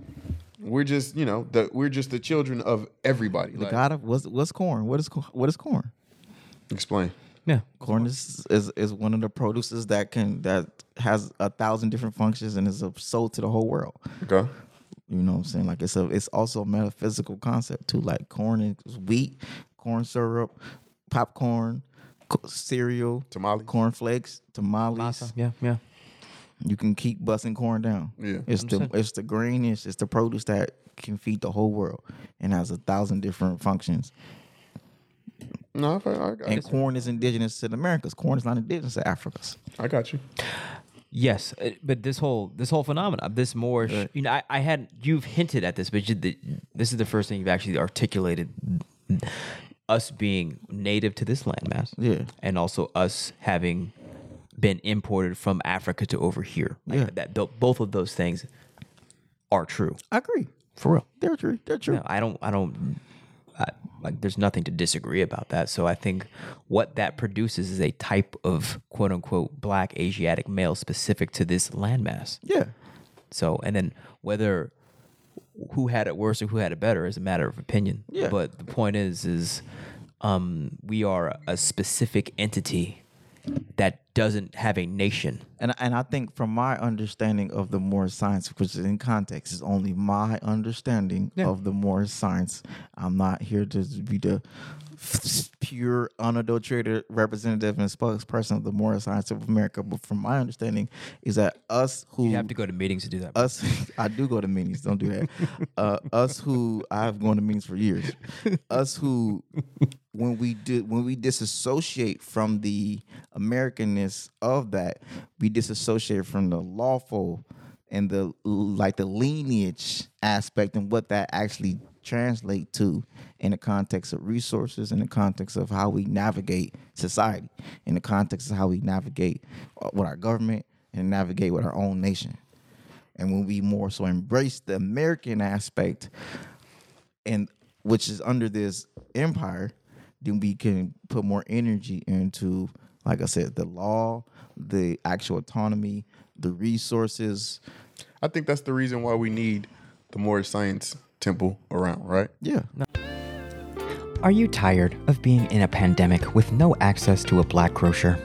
Speaker 3: We're just, you know, the we're just the children of everybody.
Speaker 2: the
Speaker 3: Like,
Speaker 2: god of what's what's corn? What is co- what is corn?
Speaker 3: explain.
Speaker 1: Yeah.
Speaker 2: Corn is, is is one of the produces that can that has a thousand different functions and is of sold to the whole world.
Speaker 3: Okay.
Speaker 2: You know what I'm saying? Like it's a it's also a metaphysical concept too. Like corn is wheat, corn syrup, popcorn, co- cereal,
Speaker 3: Tamales.
Speaker 2: corn flakes, tamales.
Speaker 1: Yeah, yeah.
Speaker 2: You can keep busting corn down.
Speaker 3: Yeah.
Speaker 2: It's the it's the greenish, it's the produce that can feed the whole world and has a thousand different functions.
Speaker 3: No, I, I, I,
Speaker 2: And corn is indigenous to the Americas. Corn is not indigenous to Africa's.
Speaker 3: I got you.
Speaker 1: Yes, uh, but this whole this whole phenomenon, this Moorish, you know, I, I had you've hinted at this, but you, the, this is the first thing you've actually articulated us being native to this landmass,
Speaker 2: Yeah.
Speaker 1: and also us having been imported from Africa to over here. Like
Speaker 2: Yeah.
Speaker 1: that tho- both of those things are true.
Speaker 2: I agree.
Speaker 1: For real.
Speaker 2: They're true. They're true.
Speaker 1: No, I don't. I don't. I, like, there's nothing to disagree about that. So I think what that produces is a type of quote unquote black Asiatic male specific to this landmass.
Speaker 2: Yeah.
Speaker 1: So, and then whether who had it worse or who had it better is a matter of opinion.
Speaker 2: Yeah.
Speaker 1: But the point is, is um, we are a specific entity that doesn't have a nation.
Speaker 2: and and I think from my understanding of the Morris science, which is in context, is only my understanding of the Morris science. I'm not here to be the pure, unadulterated representative and spokesperson of the Morris science of America. But from my understanding, is that us who
Speaker 1: You have to go to meetings to do that.
Speaker 2: us I do go to meetings, don't do that. Uh, us who I've gone to meetings for years. Us who when we do when we disassociate from the Americanness of that, we disassociate from the lawful and the like the lineage aspect and what that actually translate to in the context of resources in the context of how we navigate society in the context of how we navigate uh, with our government and navigate with our own nation and when we more so embrace the American aspect, and which is under this empire, then we can put more energy into, like I said, the law, the actual autonomy, the resources.
Speaker 3: I think that's the reason why we need the Morris Science Temple around, right?
Speaker 2: Yeah,
Speaker 1: Are you tired of being in a pandemic with no access to a black grocer?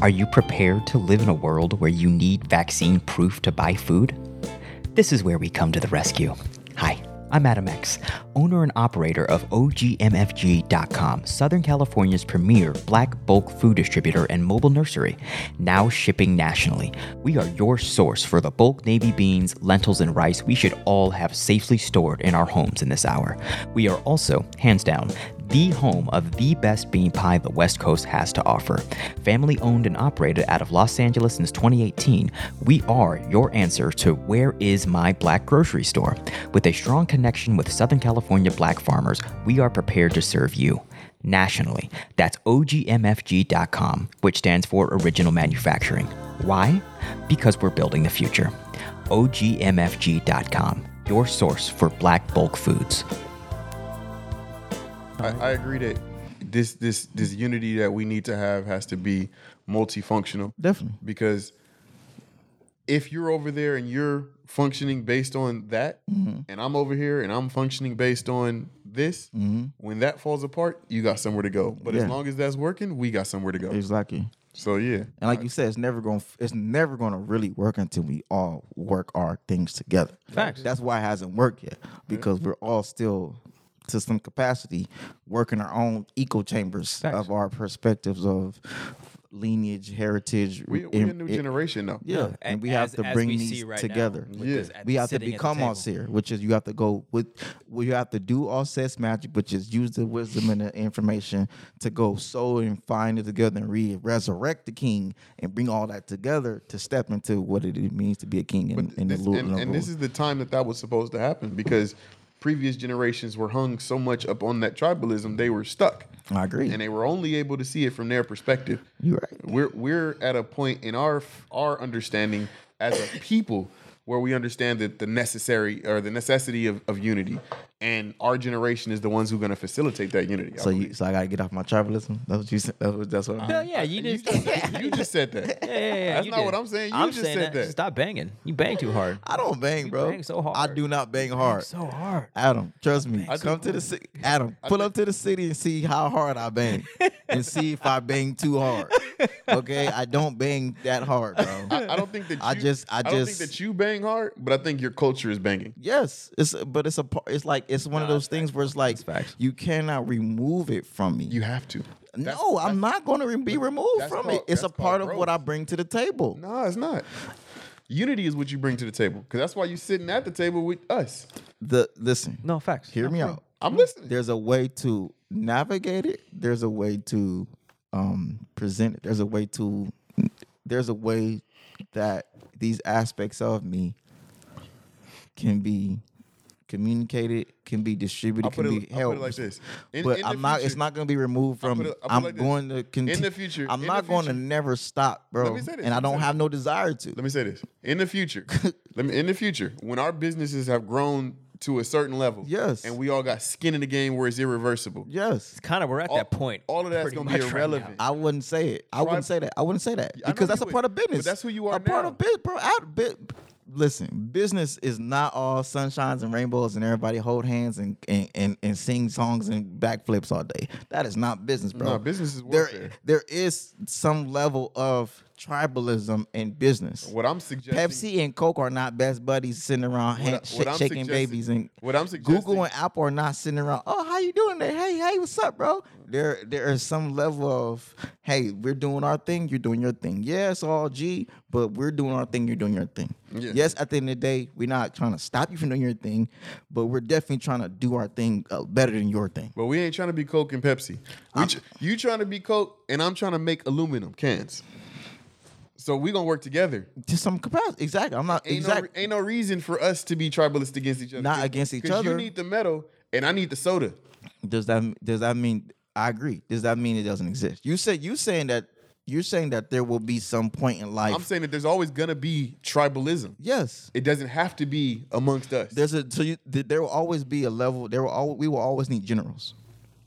Speaker 1: Are you prepared to live in a world where you need vaccine proof to buy food? This is where we come to the rescue. Hi, I'm Adam X, owner and operator of OGMFG.com, Southern California's premier black bulk food distributor and mobile nursery, now shipping nationally. We are your source for the bulk navy beans, lentils, and rice we should all have safely stored in our homes in this hour. We are also, hands down, the home of the best bean pie the West Coast has to offer. Family owned and operated out of Los Angeles since 2018, we are your answer to where is my black grocery store? With a strong connection with Southern California black farmers, we are prepared to serve you. Nationally, that's OGMFG.com, which stands for Original Manufacturing. Why? Because we're building the future. OGMFG.com, your source for black bulk foods.
Speaker 3: I, I agree that this this this unity that we need to have has to be multifunctional.
Speaker 2: definitely.
Speaker 3: because if you're over there and you're functioning based on that
Speaker 2: Mm-hmm.
Speaker 3: and i'm over here and i'm functioning based on this when that falls apart you got somewhere to go but as
Speaker 2: Mm-hmm. Yeah.
Speaker 3: long as that's working we got somewhere to go
Speaker 2: Exactly.
Speaker 3: so yeah
Speaker 2: And like you said, it's never going. to It's never going to really work until we all work our things together. Facts. That's why it hasn't worked yet because we're all still, to some capacity, working our own echo chambers of our perspectives of lineage, heritage.
Speaker 3: we,
Speaker 2: in-
Speaker 3: we're a new
Speaker 2: in-
Speaker 3: generation though
Speaker 2: Yeah, and, we have to bring these together.
Speaker 3: Yeah.
Speaker 2: We have to become all seer, which is you have to go with well, you have to do all sets magic, which is use the wisdom and the information to go sow and find it together and re- resurrect the king and bring all that together to step into what it means to be a king in, in
Speaker 3: This-
Speaker 2: the Lord.
Speaker 3: and, and this is the time that that was supposed to happen because previous generations were hung so much up on that tribalism they were stuck
Speaker 2: I agree.
Speaker 3: and they were only able to see it from their perspective
Speaker 2: You're right.
Speaker 3: we're we're at a point in our our understanding as a people where we understand that the necessary or the necessity of, of unity and our generation is the ones who are going to facilitate that unity I
Speaker 2: so
Speaker 3: believe.
Speaker 2: you, so I gotta get off my tribalism. That's what you said. That's what, that's what I'm.
Speaker 6: yeah, you
Speaker 3: you,
Speaker 6: just.
Speaker 3: just, you just said that
Speaker 6: Yeah, yeah, yeah,
Speaker 3: that's
Speaker 6: you
Speaker 3: not
Speaker 6: did.
Speaker 3: what i'm saying you
Speaker 6: I'm
Speaker 3: just
Speaker 6: saying
Speaker 3: said that,
Speaker 6: Stop banging. You bang too hard.
Speaker 2: I don't bang, bro.
Speaker 6: bang so hard.
Speaker 2: I do not bang hard.
Speaker 6: so hard.
Speaker 2: Adam, trust me.
Speaker 3: I
Speaker 2: come
Speaker 3: think-
Speaker 2: to the city. Adam, pull up to the city and see how hard I bang, and see if I bang too hard. Okay, I don't bang that hard, bro.
Speaker 3: I, I don't think that you,
Speaker 2: I just- I
Speaker 3: don't
Speaker 2: just-
Speaker 3: think that you bang hard but i think your culture is banging
Speaker 2: yes, it's but it's a par- it's like it's one of those things where it's like
Speaker 6: facts.
Speaker 2: you cannot remove it from me.
Speaker 3: you have to That's-
Speaker 2: no, I'm not going to re- be removed
Speaker 3: that's
Speaker 2: from
Speaker 3: called-
Speaker 2: it. It's a
Speaker 3: that's
Speaker 2: part
Speaker 3: called
Speaker 2: of what I
Speaker 3: growth.
Speaker 2: bring to the table.
Speaker 3: no it's not unity is what you bring to the table because that's why you're sitting at the table with us
Speaker 2: The listen,
Speaker 6: No facts.
Speaker 2: hear me out.
Speaker 3: i'm listening
Speaker 2: There's a way to navigate it. There's a way to um, present it. There's a way to. There's a way that these aspects of me can be communicated, can be distributed,
Speaker 3: I'll
Speaker 2: can
Speaker 3: put it,
Speaker 2: be
Speaker 3: I'll
Speaker 2: held.
Speaker 3: put it like this In-
Speaker 2: but
Speaker 3: in the
Speaker 2: I'm not. It's
Speaker 3: future-
Speaker 2: not going to be removed from.
Speaker 3: put
Speaker 2: me.
Speaker 3: it- I'll put it
Speaker 2: I'm
Speaker 3: like this.
Speaker 2: going to continue.
Speaker 3: In the future,
Speaker 2: I'm
Speaker 3: in
Speaker 2: not
Speaker 3: the
Speaker 2: going to
Speaker 3: future-
Speaker 2: never stop, bro.
Speaker 3: me say this,
Speaker 2: and I
Speaker 3: let me
Speaker 2: don't
Speaker 3: say
Speaker 2: have no desire to.
Speaker 3: let me say this in the future let me in the future when our businesses have grown to a certain level
Speaker 2: Yes.
Speaker 3: and we all got skin in the game where it's irreversible
Speaker 2: yes,
Speaker 6: Kind of, we're at that point.
Speaker 3: all of that's
Speaker 6: pretty
Speaker 3: gonna be
Speaker 6: much right now.
Speaker 3: irrelevant
Speaker 2: I wouldn't say it. I wouldn't say that. I wouldn't say that
Speaker 3: know
Speaker 2: because that's
Speaker 3: you
Speaker 2: a part of
Speaker 3: wouldn't, but
Speaker 2: business.
Speaker 3: that's who you are
Speaker 2: A part
Speaker 3: now.
Speaker 2: of business, bro. Out, bu- listen, business is not all sunshines and rainbows and everybody hold hands and and, and, and sing songs and backflips all day. That is not business, bro.
Speaker 3: No, business is
Speaker 2: there
Speaker 3: warfare.
Speaker 2: there is some level of tribalism in business.
Speaker 3: What I'm suggesting.
Speaker 2: Pepsi and Coke are not best buddies sitting around
Speaker 3: I-
Speaker 2: hand,
Speaker 3: what I'm
Speaker 2: shaking
Speaker 3: suggesting-
Speaker 2: babies and
Speaker 3: what I'm
Speaker 2: Google
Speaker 3: suggesting-
Speaker 2: and Apple are not sitting around. Oh, how you doing? There? Hey, hey, what's up, bro? There, there is some level of hey, we're doing our thing. You're doing your thing. Yeah, it's all G, but we're doing our thing. You're doing your thing.
Speaker 3: Yeah.
Speaker 2: Yes, at the end of the day, we're not trying to stop you from doing your thing, but we're definitely trying to do our thing uh, better than your thing.
Speaker 3: But we ain't trying to be Coke and Pepsi. We tr- you trying to be Coke, and I'm trying to make aluminum cans. So we gonna work together.
Speaker 2: To some capacity, exactly. I'm not
Speaker 3: Ain't,
Speaker 2: exactly.
Speaker 3: no, ain't no reason for us to be tribalist against each other.
Speaker 2: Not
Speaker 3: 'Cause-
Speaker 2: against each
Speaker 3: 'cause
Speaker 2: other.
Speaker 3: You need the metal, and I need the soda.
Speaker 2: does that does that mean I agree? Does that mean it doesn't exist? You said you saying that you're saying that there will be some point in life.
Speaker 3: I'm saying that there's always gonna be tribalism.
Speaker 2: yes.
Speaker 3: It doesn't have to be amongst us
Speaker 2: There's a so you, th- there will always be a level. There will always, we will always need generals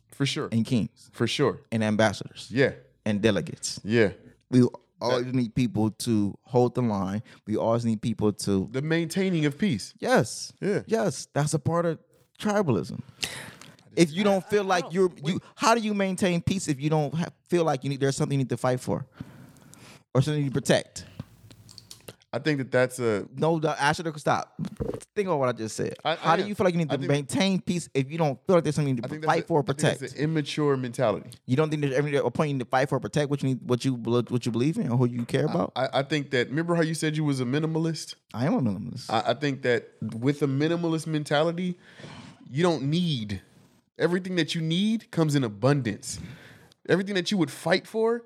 Speaker 3: for sure.
Speaker 2: and kings
Speaker 3: For sure.
Speaker 2: and ambassadors
Speaker 3: Yeah.
Speaker 2: and delegates.
Speaker 3: Yeah.
Speaker 2: We will always need people to hold the line. We always need people to
Speaker 3: The maintaining of peace.
Speaker 2: yes,
Speaker 3: Yeah.
Speaker 2: yes. That's a part of tribalism. If you don't feel like you're you, how do you maintain peace if you don't ha feel like you need there's something you need to fight for or something you need to protect?
Speaker 3: I think that that's a
Speaker 2: No, the- I should have stop. Think about what I just said.
Speaker 3: I- I
Speaker 2: How do
Speaker 3: am.
Speaker 2: you feel like you need
Speaker 3: I
Speaker 2: to
Speaker 3: think-
Speaker 2: maintain peace if you don't feel like there's something you need
Speaker 3: I
Speaker 2: to
Speaker 3: think that's
Speaker 2: fight
Speaker 3: a-
Speaker 2: for or
Speaker 3: I think
Speaker 2: protect?
Speaker 3: that's an immature mentality.
Speaker 2: You don't think there's every a point you need to fight for, protect what you need, what you bel- what you believe in, or who you care about. I,
Speaker 3: I, I think that remember how you said you was a minimalist?
Speaker 2: am a minimalist.
Speaker 3: I, I think that with a minimalist mentality, you don't need everything that you need comes in abundance. Everything that you would fight for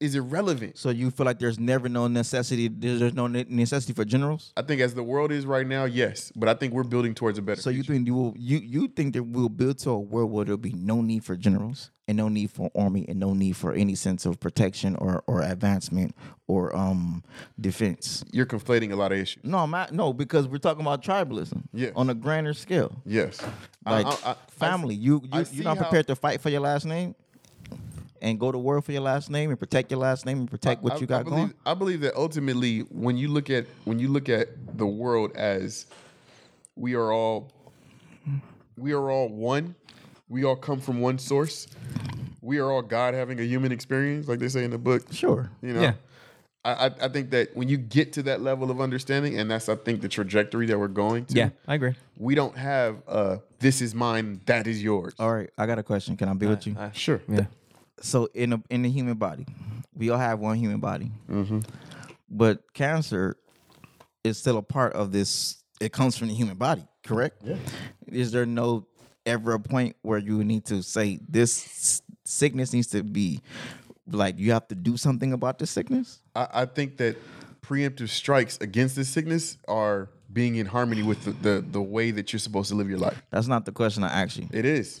Speaker 3: is irrelevant.
Speaker 2: so you feel like there's never no necessity. There's, there's no ne- necessity for generals.
Speaker 3: I think as the world is right now, yes, but I think we're building towards a better.
Speaker 2: So you think you will you you think that we'll build to a world where there'll be no need for generals and no need for army and no need for any sense of protection or or advancement or um defense.
Speaker 3: you're conflating a lot of issues.
Speaker 2: No, I'm not, no, because we're talking about tribalism.
Speaker 3: Yes.
Speaker 2: On a grander scale.
Speaker 3: Yes, I-
Speaker 2: Like
Speaker 3: I- I- I-
Speaker 2: family, you,
Speaker 3: I
Speaker 2: you
Speaker 3: see
Speaker 2: you're not
Speaker 3: how-
Speaker 2: prepared to fight for your last name, and go to war for your last name, and protect your last name, and protect what
Speaker 3: I-
Speaker 2: you got
Speaker 3: I believe,
Speaker 2: going.
Speaker 3: I believe that ultimately, when you look at when you look at the world as we are all we are all one, we all come from one source, we are all God having a human experience, like they say in the book.
Speaker 2: Sure.
Speaker 3: You know,
Speaker 7: Yeah.
Speaker 3: I, I I think that when you get to that level of understanding, and that's I think the trajectory that we're going to.
Speaker 7: Yeah, I agree.
Speaker 3: we don't have uh, this is mine, that is yours.
Speaker 2: All right, I got a question. Can I be with you?
Speaker 3: Sure.
Speaker 7: Yeah.
Speaker 2: so in a, in the human body, we all have one human body, but cancer is still a part of this. It comes from the human body, correct? Yeah. Is there no ever a point where you need to say this sickness needs to be like you have to do something about this sickness?
Speaker 3: I, I think that preemptive strikes against this sickness are being in harmony with the, the, the way that you're supposed to live your life.
Speaker 2: That's not the question I asked you.
Speaker 3: It is.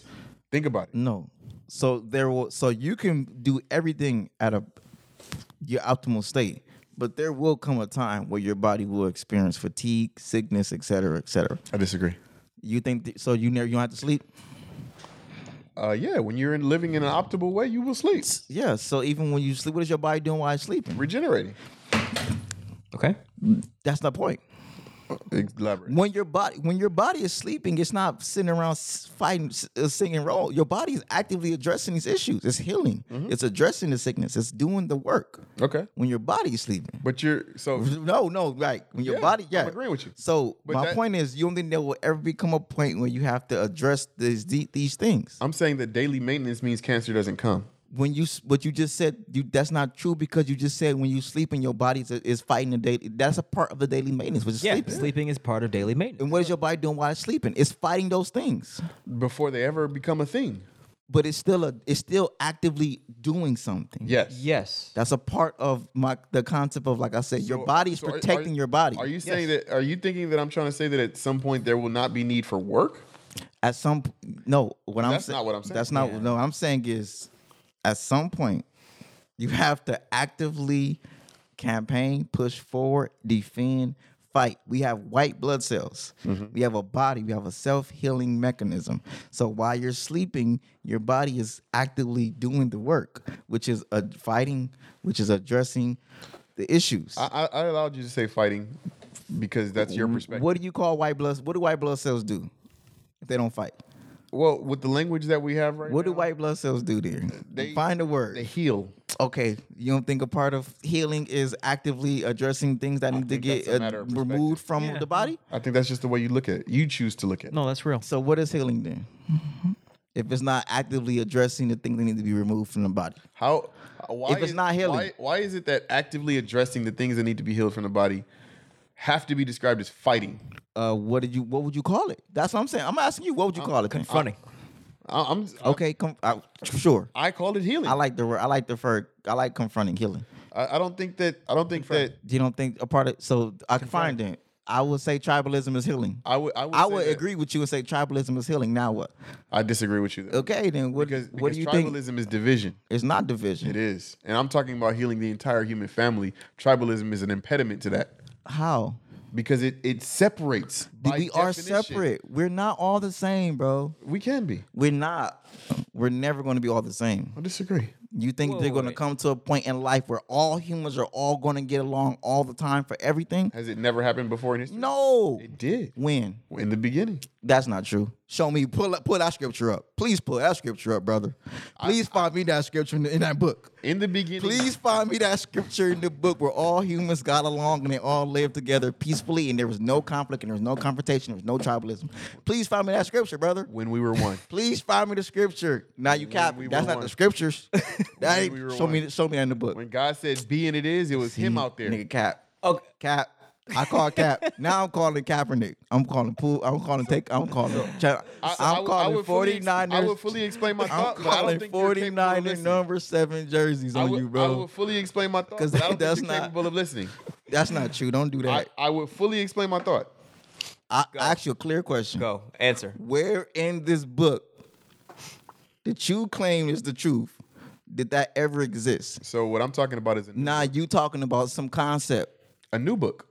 Speaker 3: Think about it.
Speaker 2: No. So there will so you can do everything at a your optimal state, but there will come a time where your body will experience fatigue, sickness, et cetera, et cetera.
Speaker 3: I disagree.
Speaker 2: You think th- so you never you don't have to sleep?
Speaker 3: Uh, yeah, when you're in, living in an optimal way, you will sleep,
Speaker 2: Yeah. So even when you sleep, what is your body doing while it's sleeping?
Speaker 3: regenerating.
Speaker 7: Okay.
Speaker 2: That's the point.
Speaker 3: Elaborate.
Speaker 2: When your body when your body is sleeping, it's not sitting around s- fighting s- uh, singing role. Your body is actively addressing these issues. It's healing. It's addressing the sickness. It's doing the work.
Speaker 3: Okay.
Speaker 2: When your body is sleeping.
Speaker 3: But you're so
Speaker 2: No, no, like when your
Speaker 3: Yeah,
Speaker 2: body,
Speaker 3: I'm
Speaker 2: yeah.
Speaker 3: agreeing with you.
Speaker 2: So
Speaker 3: But
Speaker 2: my
Speaker 3: that-
Speaker 2: point is, you don't think there will ever become a point where you have to address these the- these things.
Speaker 3: I'm saying that daily maintenance means cancer doesn't come.
Speaker 2: When you s- what you just said, you that's not true because you just said when you sleep and your body is, is fighting the daily. That's a part of the daily maintenance, which is
Speaker 7: Yeah,
Speaker 2: sleeping.
Speaker 7: sleeping is part of daily
Speaker 2: And
Speaker 7: maintenance.
Speaker 2: what is your body doing while it's sleeping? It's fighting those things,
Speaker 3: Before they ever become a thing.
Speaker 2: but it's still a it's still actively doing something.
Speaker 3: Yes.
Speaker 7: Yes.
Speaker 2: That's a part of my the concept of like I said, your
Speaker 3: So-
Speaker 2: body is
Speaker 3: so are- are-
Speaker 2: protecting your body.
Speaker 3: Are you saying that? Are you thinking that I'm trying to say that at some point there will not be need for work?
Speaker 2: at some p- no what I'm
Speaker 3: That's
Speaker 2: sa-
Speaker 3: not what I'm saying.
Speaker 2: That's not no. I'm saying is at some point you have to actively campaign, push forward, defend, fight. We have white blood cells.
Speaker 3: Mm-hmm.
Speaker 2: We have a body. We have a self healing mechanism. So while you're sleeping, your body is actively doing the work, which is a fighting, which is addressing the issues.
Speaker 3: I, I, I allowed you to say fighting because that's your perspective.
Speaker 2: What do you call white blood? What do white blood cells do if they don't fight?
Speaker 3: Well, with the language that we have right
Speaker 2: What do
Speaker 3: now,
Speaker 2: white blood cells do there?
Speaker 3: They-
Speaker 2: Find a word.
Speaker 3: they heal.
Speaker 2: okay, you don't think a part of healing is actively addressing things that need to
Speaker 3: think
Speaker 2: get
Speaker 3: that's a
Speaker 2: uh,
Speaker 3: matter of perspective.
Speaker 2: removed from the body?
Speaker 3: I think that's just the way you look at it. You choose to look at it.
Speaker 7: No, that's real.
Speaker 2: So what is healing then? If it's not actively addressing the things that need to be removed from the body,
Speaker 3: How? Why
Speaker 2: If it's
Speaker 3: is-
Speaker 2: not healing.
Speaker 3: why, why is it that actively addressing the things that need to be healed from the body have to be described as fighting?
Speaker 2: uh, what did you? What would you call it? That's what I'm saying. I'm asking you. What would you call it?
Speaker 7: Confronting.
Speaker 3: I, I'm
Speaker 2: Okay, com- uh, sure.
Speaker 3: I called it healing.
Speaker 2: I like the word. I like the word. I like confronting healing.
Speaker 3: I, I don't think that. I don't think that.
Speaker 2: You don't think a part of so I can find it. I would say tribalism is healing.
Speaker 3: I would. I would,
Speaker 2: I
Speaker 3: say
Speaker 2: would
Speaker 3: that-
Speaker 2: agree with you and say tribalism is healing. Now what?
Speaker 3: I disagree with you. Though.
Speaker 2: Okay, then what?
Speaker 3: Because,
Speaker 2: what do you
Speaker 3: because
Speaker 2: think?
Speaker 3: tribalism is division.
Speaker 2: It's not division.
Speaker 3: It is, and I'm talking about healing the entire human family. Tribalism is an impediment to that
Speaker 2: How?
Speaker 3: because it it separates. by
Speaker 2: we are
Speaker 3: definition.
Speaker 2: separate. We're not all the same, bro.
Speaker 3: We can be.
Speaker 2: We're not. We're never going to be all the same.
Speaker 3: I disagree.
Speaker 2: You think they're
Speaker 7: Whoa,
Speaker 2: going to
Speaker 7: wait.
Speaker 2: come to a point in life where all humans are all going to get along all the time for everything?
Speaker 3: Has it never happened before in history?
Speaker 2: No.
Speaker 3: it did
Speaker 2: When?
Speaker 3: in the beginning.
Speaker 2: That's not true. Show me. Pull up. Pull that scripture up. Please pull that scripture up, brother. Please find me that scripture in, the- in that book.
Speaker 3: In the beginning,
Speaker 2: Please find me that scripture in the book where all humans got along and they all lived together peacefully and there was no conflict and there was no confrontation, there was no tribalism. Please find me that scripture, brother.
Speaker 3: when we were one.
Speaker 2: Please find me the scripture. Now you cap.
Speaker 3: we
Speaker 2: That's
Speaker 3: were
Speaker 2: not
Speaker 3: one.
Speaker 2: the scriptures. that ain't,
Speaker 3: we were
Speaker 2: show me.
Speaker 3: one.
Speaker 2: Show me that in the book.
Speaker 3: When God said be and it is, it was him out there.
Speaker 2: Nigga, cap.
Speaker 7: Okay.
Speaker 2: Cap. I call Cap. now I'm calling Kaepernick. I'm calling Pool. I'm calling Take. I'm calling. Cha-
Speaker 3: I- I
Speaker 2: I'm
Speaker 3: would- I
Speaker 2: calling
Speaker 3: would fully
Speaker 2: Forty
Speaker 3: ex-
Speaker 2: 49ers.
Speaker 3: I would fully explain my
Speaker 2: I'm
Speaker 3: thought, but I don't
Speaker 2: calling
Speaker 3: think you're capable of
Speaker 2: 49er
Speaker 3: listening.
Speaker 2: number seven jerseys
Speaker 3: I
Speaker 2: on
Speaker 3: would,
Speaker 2: you,
Speaker 3: I
Speaker 2: bro.
Speaker 3: would fully explain my thought.
Speaker 2: 'Cause
Speaker 3: But I don't
Speaker 2: that's
Speaker 3: think you're
Speaker 2: not-
Speaker 3: capable of listening.
Speaker 2: That's not true. Don't do
Speaker 3: I,
Speaker 2: that.
Speaker 3: I would fully explain my thought.
Speaker 2: I, I ask you a clear question.
Speaker 7: Go. Answer.
Speaker 2: Where in this book that you claim is the truth did that ever exist?
Speaker 3: So what I'm talking about is a new,
Speaker 2: Now you talking about some concept.
Speaker 3: a new book.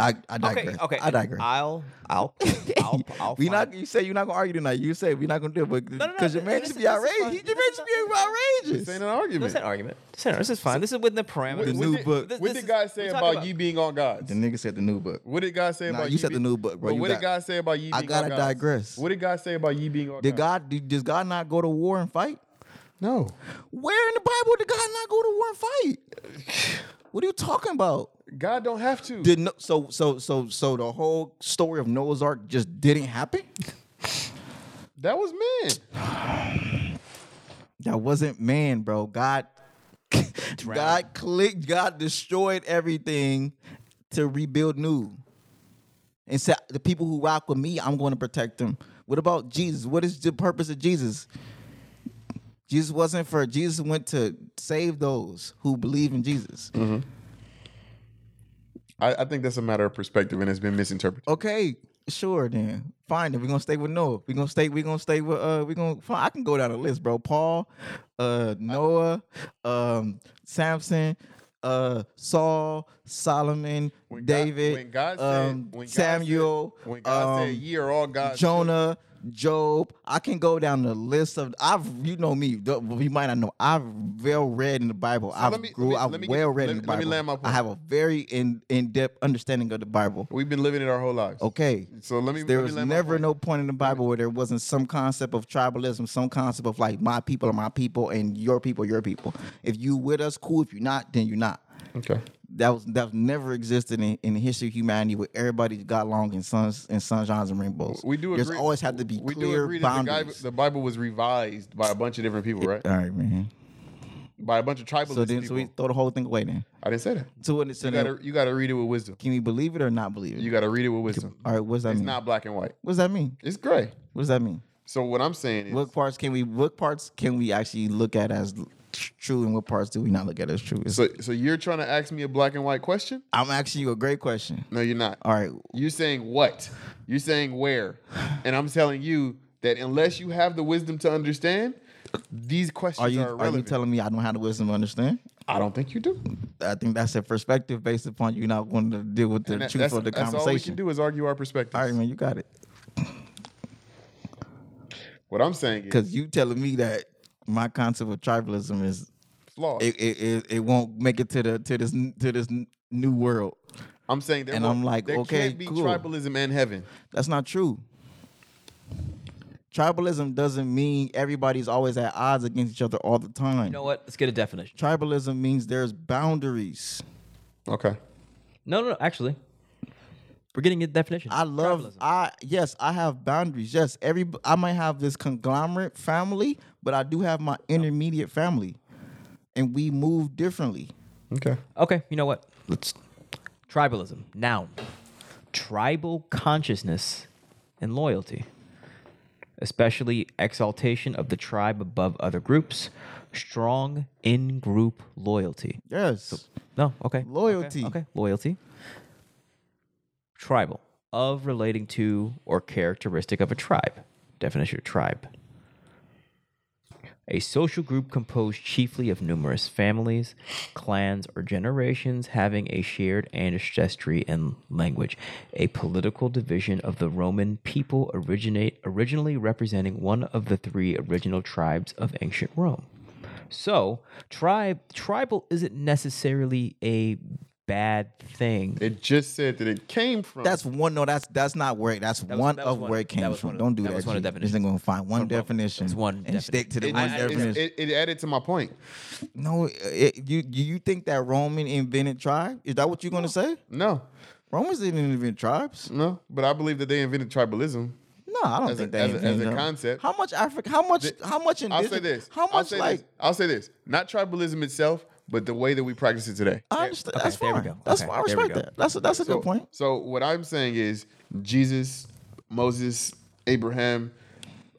Speaker 2: I, I
Speaker 7: Okay.
Speaker 2: digress.
Speaker 7: Okay.
Speaker 2: I digress.
Speaker 7: I'll. I'll. I'll. I'll
Speaker 2: we
Speaker 7: find-
Speaker 2: not you say you're not gonna argue tonight. You say we're not gonna do it, but
Speaker 7: no,
Speaker 2: because your man
Speaker 7: this
Speaker 2: should
Speaker 7: is-
Speaker 2: be
Speaker 7: this is
Speaker 2: outrageous.
Speaker 7: fine.
Speaker 2: He- Your
Speaker 7: This
Speaker 2: man
Speaker 7: is
Speaker 2: should be
Speaker 3: This ain't
Speaker 2: outrageous.
Speaker 3: an
Speaker 7: This
Speaker 3: argument.
Speaker 7: is an argument. This is, this is fine. This is within the parameters.
Speaker 3: What,
Speaker 2: The new
Speaker 3: did,
Speaker 2: book.
Speaker 7: This-
Speaker 3: what
Speaker 7: this
Speaker 3: did
Speaker 7: is-
Speaker 3: God
Speaker 7: we
Speaker 3: say
Speaker 7: talk
Speaker 3: about,
Speaker 7: about-
Speaker 3: you being on God's?
Speaker 2: The nigga said the new book.
Speaker 3: What did God say
Speaker 2: Nah,
Speaker 3: about
Speaker 2: you said the new book, bro.
Speaker 3: But
Speaker 2: You
Speaker 3: what
Speaker 2: got-
Speaker 3: did God say about you?
Speaker 2: I
Speaker 3: being
Speaker 2: gotta
Speaker 3: on God's?
Speaker 2: digress.
Speaker 3: What did God say about you being on
Speaker 2: Did
Speaker 3: God's?
Speaker 2: God did- does God not go to war and fight?
Speaker 3: No.
Speaker 2: Where in the Bible did God not go to war and fight? What are you talking about?
Speaker 3: God don't have to.
Speaker 2: Did no, so so so so the whole story of Noah's Ark just didn't happen?
Speaker 3: that was man.
Speaker 2: That wasn't man, bro. God God clicked, God destroyed everything to rebuild new. And said the people who rock with me, I'm going to protect them. What about Jesus? What is the purpose of Jesus? Jesus wasn't for Jesus went to save those who believe in Jesus.
Speaker 3: I, I think that's a matter of perspective and it's been misinterpreted.
Speaker 2: Okay, sure then. Fine. Then we're gonna stay with Noah. We're gonna stay, we're gonna stay with uh we're gonna fine. I can go down the list, bro. Paul, uh Noah, um Samson, uh Saul, Solomon,
Speaker 3: When God-
Speaker 2: David,
Speaker 3: when God said,
Speaker 2: um,
Speaker 3: when God
Speaker 2: Samuel,
Speaker 3: said, when God
Speaker 2: um,
Speaker 3: said, "Ye are all God's children."
Speaker 2: Jonah, Job. I can go down the list of I've you know me. though- You might not know. I've well read in the Bible. I've
Speaker 3: me-
Speaker 2: grew.
Speaker 3: let me-
Speaker 2: I've
Speaker 3: let me get-
Speaker 2: well read
Speaker 3: let
Speaker 2: in
Speaker 3: me-
Speaker 2: the
Speaker 3: let me
Speaker 2: Bible.
Speaker 3: land my point.
Speaker 2: I have a very in in depth understanding of the Bible.
Speaker 3: We've been living it our whole lives.
Speaker 2: Okay.
Speaker 3: So let me.
Speaker 2: There
Speaker 3: let me
Speaker 2: was
Speaker 3: land my
Speaker 2: never
Speaker 3: point.
Speaker 2: no point in the Bible where there wasn't some concept of tribalism, some concept of like my people are my people and your people are your people. If you with us, cool. If you're not, then you're not.
Speaker 3: Okay.
Speaker 2: That was that never existed in, in the history of humanity where everybody got along in suns and sunshines and rainbows.
Speaker 3: We do
Speaker 2: There's
Speaker 3: agree.
Speaker 2: always had to be
Speaker 3: we
Speaker 2: clear
Speaker 3: do agree That the, guy,
Speaker 2: boundaries.
Speaker 3: the Bible was revised by a bunch of different people, right?
Speaker 2: All right, man.
Speaker 3: By a bunch of tribalist
Speaker 2: So then,
Speaker 3: people.
Speaker 2: so we throw the whole thing away then.
Speaker 3: I didn't say that.
Speaker 2: So what? So
Speaker 3: You
Speaker 2: then,
Speaker 3: gotta, you gotta read it with wisdom.
Speaker 2: can we believe it or not believe it?
Speaker 3: You gotta read it with wisdom.
Speaker 2: All right, what's that
Speaker 3: It's
Speaker 2: mean?
Speaker 3: not black and white.
Speaker 2: What does that mean?
Speaker 3: It's gray.
Speaker 2: What does that mean?
Speaker 3: So what I'm saying is,
Speaker 2: What parts can we? What parts can we actually look at as tr- true, and what parts do we not look at as true? It's-
Speaker 3: so so you're trying to ask me a black and white question?
Speaker 2: I'm asking you a great question.
Speaker 3: No, you're not.
Speaker 2: All right,
Speaker 3: You're saying what? You're saying where? And I'm telling you that unless you have the wisdom to understand, these questions
Speaker 2: are
Speaker 3: are,
Speaker 2: you are, you
Speaker 3: irrelevant.
Speaker 2: telling me I don't have the wisdom to understand?
Speaker 3: I don't think you do.
Speaker 2: I think that's a perspective based upon you not wanting to deal with the
Speaker 3: And that-
Speaker 2: truth of the
Speaker 3: that's
Speaker 2: conversation.
Speaker 3: all we can do is argue our perspectives.
Speaker 2: All right, man, you got it.
Speaker 3: What I'm saying is
Speaker 2: Because you telling me that my concept of tribalism is
Speaker 3: flawed.
Speaker 2: it, it, it, it won't make it to the to this to this n- new world.
Speaker 3: I'm saying there
Speaker 2: And
Speaker 3: will-
Speaker 2: I'm like,
Speaker 3: there
Speaker 2: okay,
Speaker 3: can't be
Speaker 2: cool.
Speaker 3: tribalism and heaven.
Speaker 2: That's not true. Tribalism doesn't mean everybody's always at odds against each other all the time.
Speaker 1: You know what? Let's get a definition.
Speaker 2: Tribalism means there's boundaries.
Speaker 3: Okay.
Speaker 1: No, no, no. Actually, we're getting a definition.
Speaker 2: I love
Speaker 1: Tribalism.
Speaker 2: I yes, I have boundaries. Yes, every I might have this conglomerate family, but I do have my intermediate family. And we move differently.
Speaker 3: Okay.
Speaker 1: Okay, you know what? Let's tribalism noun. Tribal consciousness and loyalty, especially exaltation of the tribe above other groups, strong in-group loyalty.
Speaker 2: Yes.
Speaker 1: No, okay.
Speaker 2: Loyalty.
Speaker 1: Okay, loyalty. Tribal of relating to or characteristic of a tribe. Definition of tribe. A social group composed chiefly of numerous families, clans, or generations having a shared ancestry and language. A political division of the Roman people originate originally representing one of the three original tribes of ancient Rome. So, tribe tribal isn't necessarily a bad thing.
Speaker 3: It just said that it came from.
Speaker 2: That's one. No, that's that's not where. That's
Speaker 1: was-
Speaker 2: one
Speaker 1: that was
Speaker 2: of
Speaker 1: one-
Speaker 2: where it
Speaker 1: that
Speaker 2: came
Speaker 1: was
Speaker 2: from.
Speaker 1: one of-
Speaker 2: Don't do
Speaker 1: that
Speaker 2: that.
Speaker 1: was one of
Speaker 2: G.
Speaker 1: the
Speaker 2: This ain't gonna find one definition.
Speaker 1: It's one
Speaker 2: and
Speaker 1: definition.
Speaker 2: stick to the
Speaker 3: it,
Speaker 2: one
Speaker 3: it-
Speaker 2: definition.
Speaker 3: it, it added to my point.
Speaker 2: no, it, you you you think that Roman invented tribe? Is that what you're gonna say?
Speaker 3: No,
Speaker 2: Romans didn't invent tribes.
Speaker 3: no. But I believe that they invented tribalism.
Speaker 2: No, I don't
Speaker 3: As a-
Speaker 2: think they
Speaker 3: as a-
Speaker 2: invented
Speaker 3: as a
Speaker 2: them.
Speaker 3: concept.
Speaker 2: How much Africa? How much? how much?
Speaker 3: I'll
Speaker 2: indigenous-
Speaker 3: say this.
Speaker 2: How much
Speaker 3: I'll say
Speaker 2: like?
Speaker 3: This. I'll say this. Not tribalism itself, but the way that we practice it today.
Speaker 2: I understand.
Speaker 1: Okay,
Speaker 2: that's
Speaker 1: there
Speaker 2: fine.
Speaker 1: we go.
Speaker 2: That's
Speaker 1: Okay,
Speaker 2: fine. I
Speaker 1: there we
Speaker 2: respect
Speaker 1: go.
Speaker 2: that. That's a, that's a
Speaker 3: so,
Speaker 2: good point.
Speaker 3: So what I'm saying is Jesus, Moses, Abraham,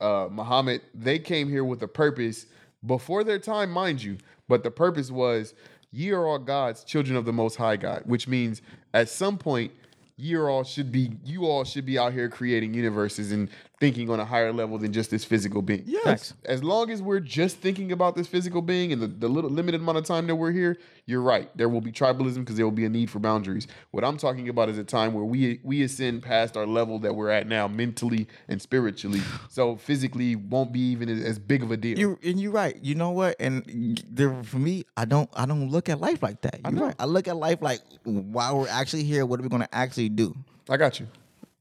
Speaker 3: uh, Muhammad, they came here with a purpose before their time, mind you. But the purpose was, ye are all God's children of the Most High God, which means at some point. You all should be you all should be out here creating universes and thinking on a higher level than just this physical being.
Speaker 2: Yes.
Speaker 1: Facts.
Speaker 3: As long as we're just thinking about this physical being and the, the little limited amount of time that we're here, you're right. There will be tribalism because there will be a need for boundaries. What I'm talking about is a time where we we ascend past our level that we're at now mentally and spiritually. So physically won't be even as, as big of a deal.
Speaker 2: You and you're right. You know what? And y- there, for me, I don't I don't look at life like that. You're right. I look at life like while we're actually here, what are we gonna actually do?
Speaker 3: I got you.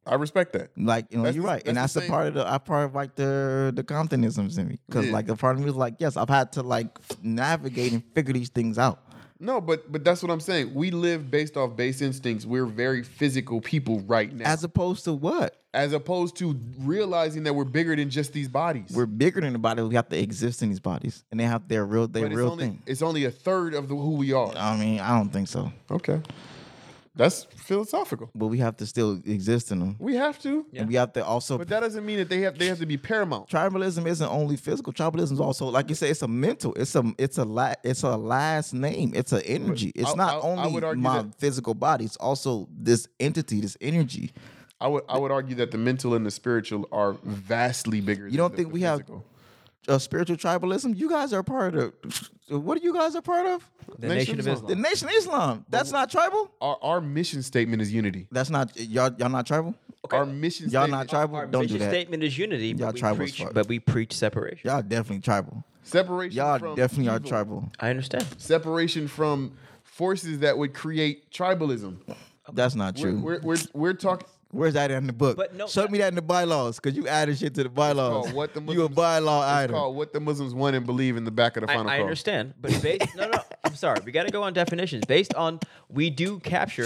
Speaker 3: I respect that.
Speaker 2: Like you know,
Speaker 3: That's
Speaker 2: you're
Speaker 3: the-
Speaker 2: right, and
Speaker 3: that's
Speaker 2: that's
Speaker 3: the
Speaker 2: a
Speaker 3: same-
Speaker 2: part of the I part of like the the Comptonisms in me because
Speaker 3: Yeah.
Speaker 2: like a part of me is like, yes, I've had to like f- navigate and figure these things out.
Speaker 3: No, but but that's what I'm saying. We live based off base instincts. We're very physical people right now.
Speaker 2: As opposed to what
Speaker 3: as opposed to realizing that we're bigger than just these bodies.
Speaker 2: we're bigger than the body, we have to exist in these bodies, and they have their real their
Speaker 3: but it's
Speaker 2: real
Speaker 3: only
Speaker 2: thing.
Speaker 3: it's only a third of the, who we are.
Speaker 2: I mean, I don't think so,
Speaker 3: Okay. That's philosophical.
Speaker 2: but we have to still exist in them,
Speaker 3: We have to.
Speaker 2: and we have to also.
Speaker 3: But that doesn't mean that they have they have to be paramount.
Speaker 2: Tribalism isn't only physical. Tribalism is also, like you said, it's a mental. It's a it's a la, it's a last name. It's an energy. It's
Speaker 3: I-
Speaker 2: not
Speaker 3: I- I
Speaker 2: only
Speaker 3: would argue
Speaker 2: my
Speaker 3: that-
Speaker 2: physical body. It's also this entity, this energy.
Speaker 3: I would I would argue that the mental and the spiritual are vastly bigger.
Speaker 2: You don't think we have uh, spiritual tribalism? You guys are part of. What are you guys a part of?
Speaker 1: The Nation, of Islam.
Speaker 2: The Nation of Islam. That's not tribal.
Speaker 3: Our our mission statement is unity.
Speaker 2: That's not y'all. Y'all not tribal.
Speaker 3: Our mission
Speaker 2: Y'all
Speaker 3: statement,
Speaker 2: not tribal.
Speaker 1: Our
Speaker 2: Don't
Speaker 1: mission
Speaker 2: do that.
Speaker 1: statement is unity,
Speaker 2: Y'all
Speaker 1: but we,
Speaker 2: tribal as
Speaker 1: preach,
Speaker 2: fuck.
Speaker 1: but we preach separation.
Speaker 2: Y'all definitely tribal.
Speaker 3: separation
Speaker 2: Y'all
Speaker 3: from
Speaker 2: definitely are
Speaker 3: evil,
Speaker 2: tribal.
Speaker 1: I understand.
Speaker 3: Separation from forces that would create tribalism.
Speaker 2: That's not
Speaker 3: We're
Speaker 2: true.
Speaker 3: we're we're, we're talking
Speaker 2: Where's that in the book?
Speaker 1: But no-
Speaker 2: Show me that in the bylaws, cause you added shit to the bylaws.
Speaker 3: called what the
Speaker 2: Uh, you a
Speaker 3: Muslims-
Speaker 2: bylaw
Speaker 3: it's
Speaker 2: item.
Speaker 3: called what the Muslims want and believe in the back of the
Speaker 1: I,
Speaker 3: final
Speaker 1: I
Speaker 3: call.
Speaker 1: understand, but based no, no, I'm sorry. We got to go on definitions. Based on we do capture,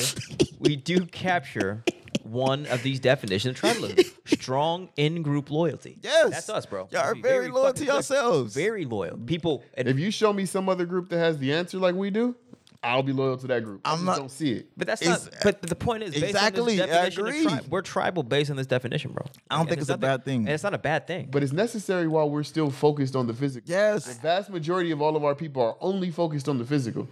Speaker 1: we do capture one of these definitions of tribalism: strong in-group loyalty.
Speaker 2: Yes,
Speaker 1: that's us, bro.
Speaker 2: Y'all
Speaker 1: Let's
Speaker 2: are
Speaker 1: be
Speaker 2: very, loyal
Speaker 1: fucking
Speaker 2: to
Speaker 1: clear.
Speaker 2: yourselves.
Speaker 1: Very loyal people. And,
Speaker 3: If you show me some other group that has the answer like we do, I'll be loyal to that group. I
Speaker 2: I'm
Speaker 3: just
Speaker 2: not-
Speaker 3: don't see it.
Speaker 1: but that's
Speaker 2: it's-
Speaker 1: not. But the point is, based
Speaker 2: Exactly, I
Speaker 1: On this definition of
Speaker 2: agree.
Speaker 1: tri- we're tribal based on this definition, bro.
Speaker 2: I don't
Speaker 1: And
Speaker 2: think it's a
Speaker 1: nothing-
Speaker 2: bad thing.
Speaker 1: and it's not a bad thing.
Speaker 3: But it's necessary while we're still focused on the physical. The
Speaker 2: Yes.
Speaker 3: vast majority of all of our people are only focused on the physical.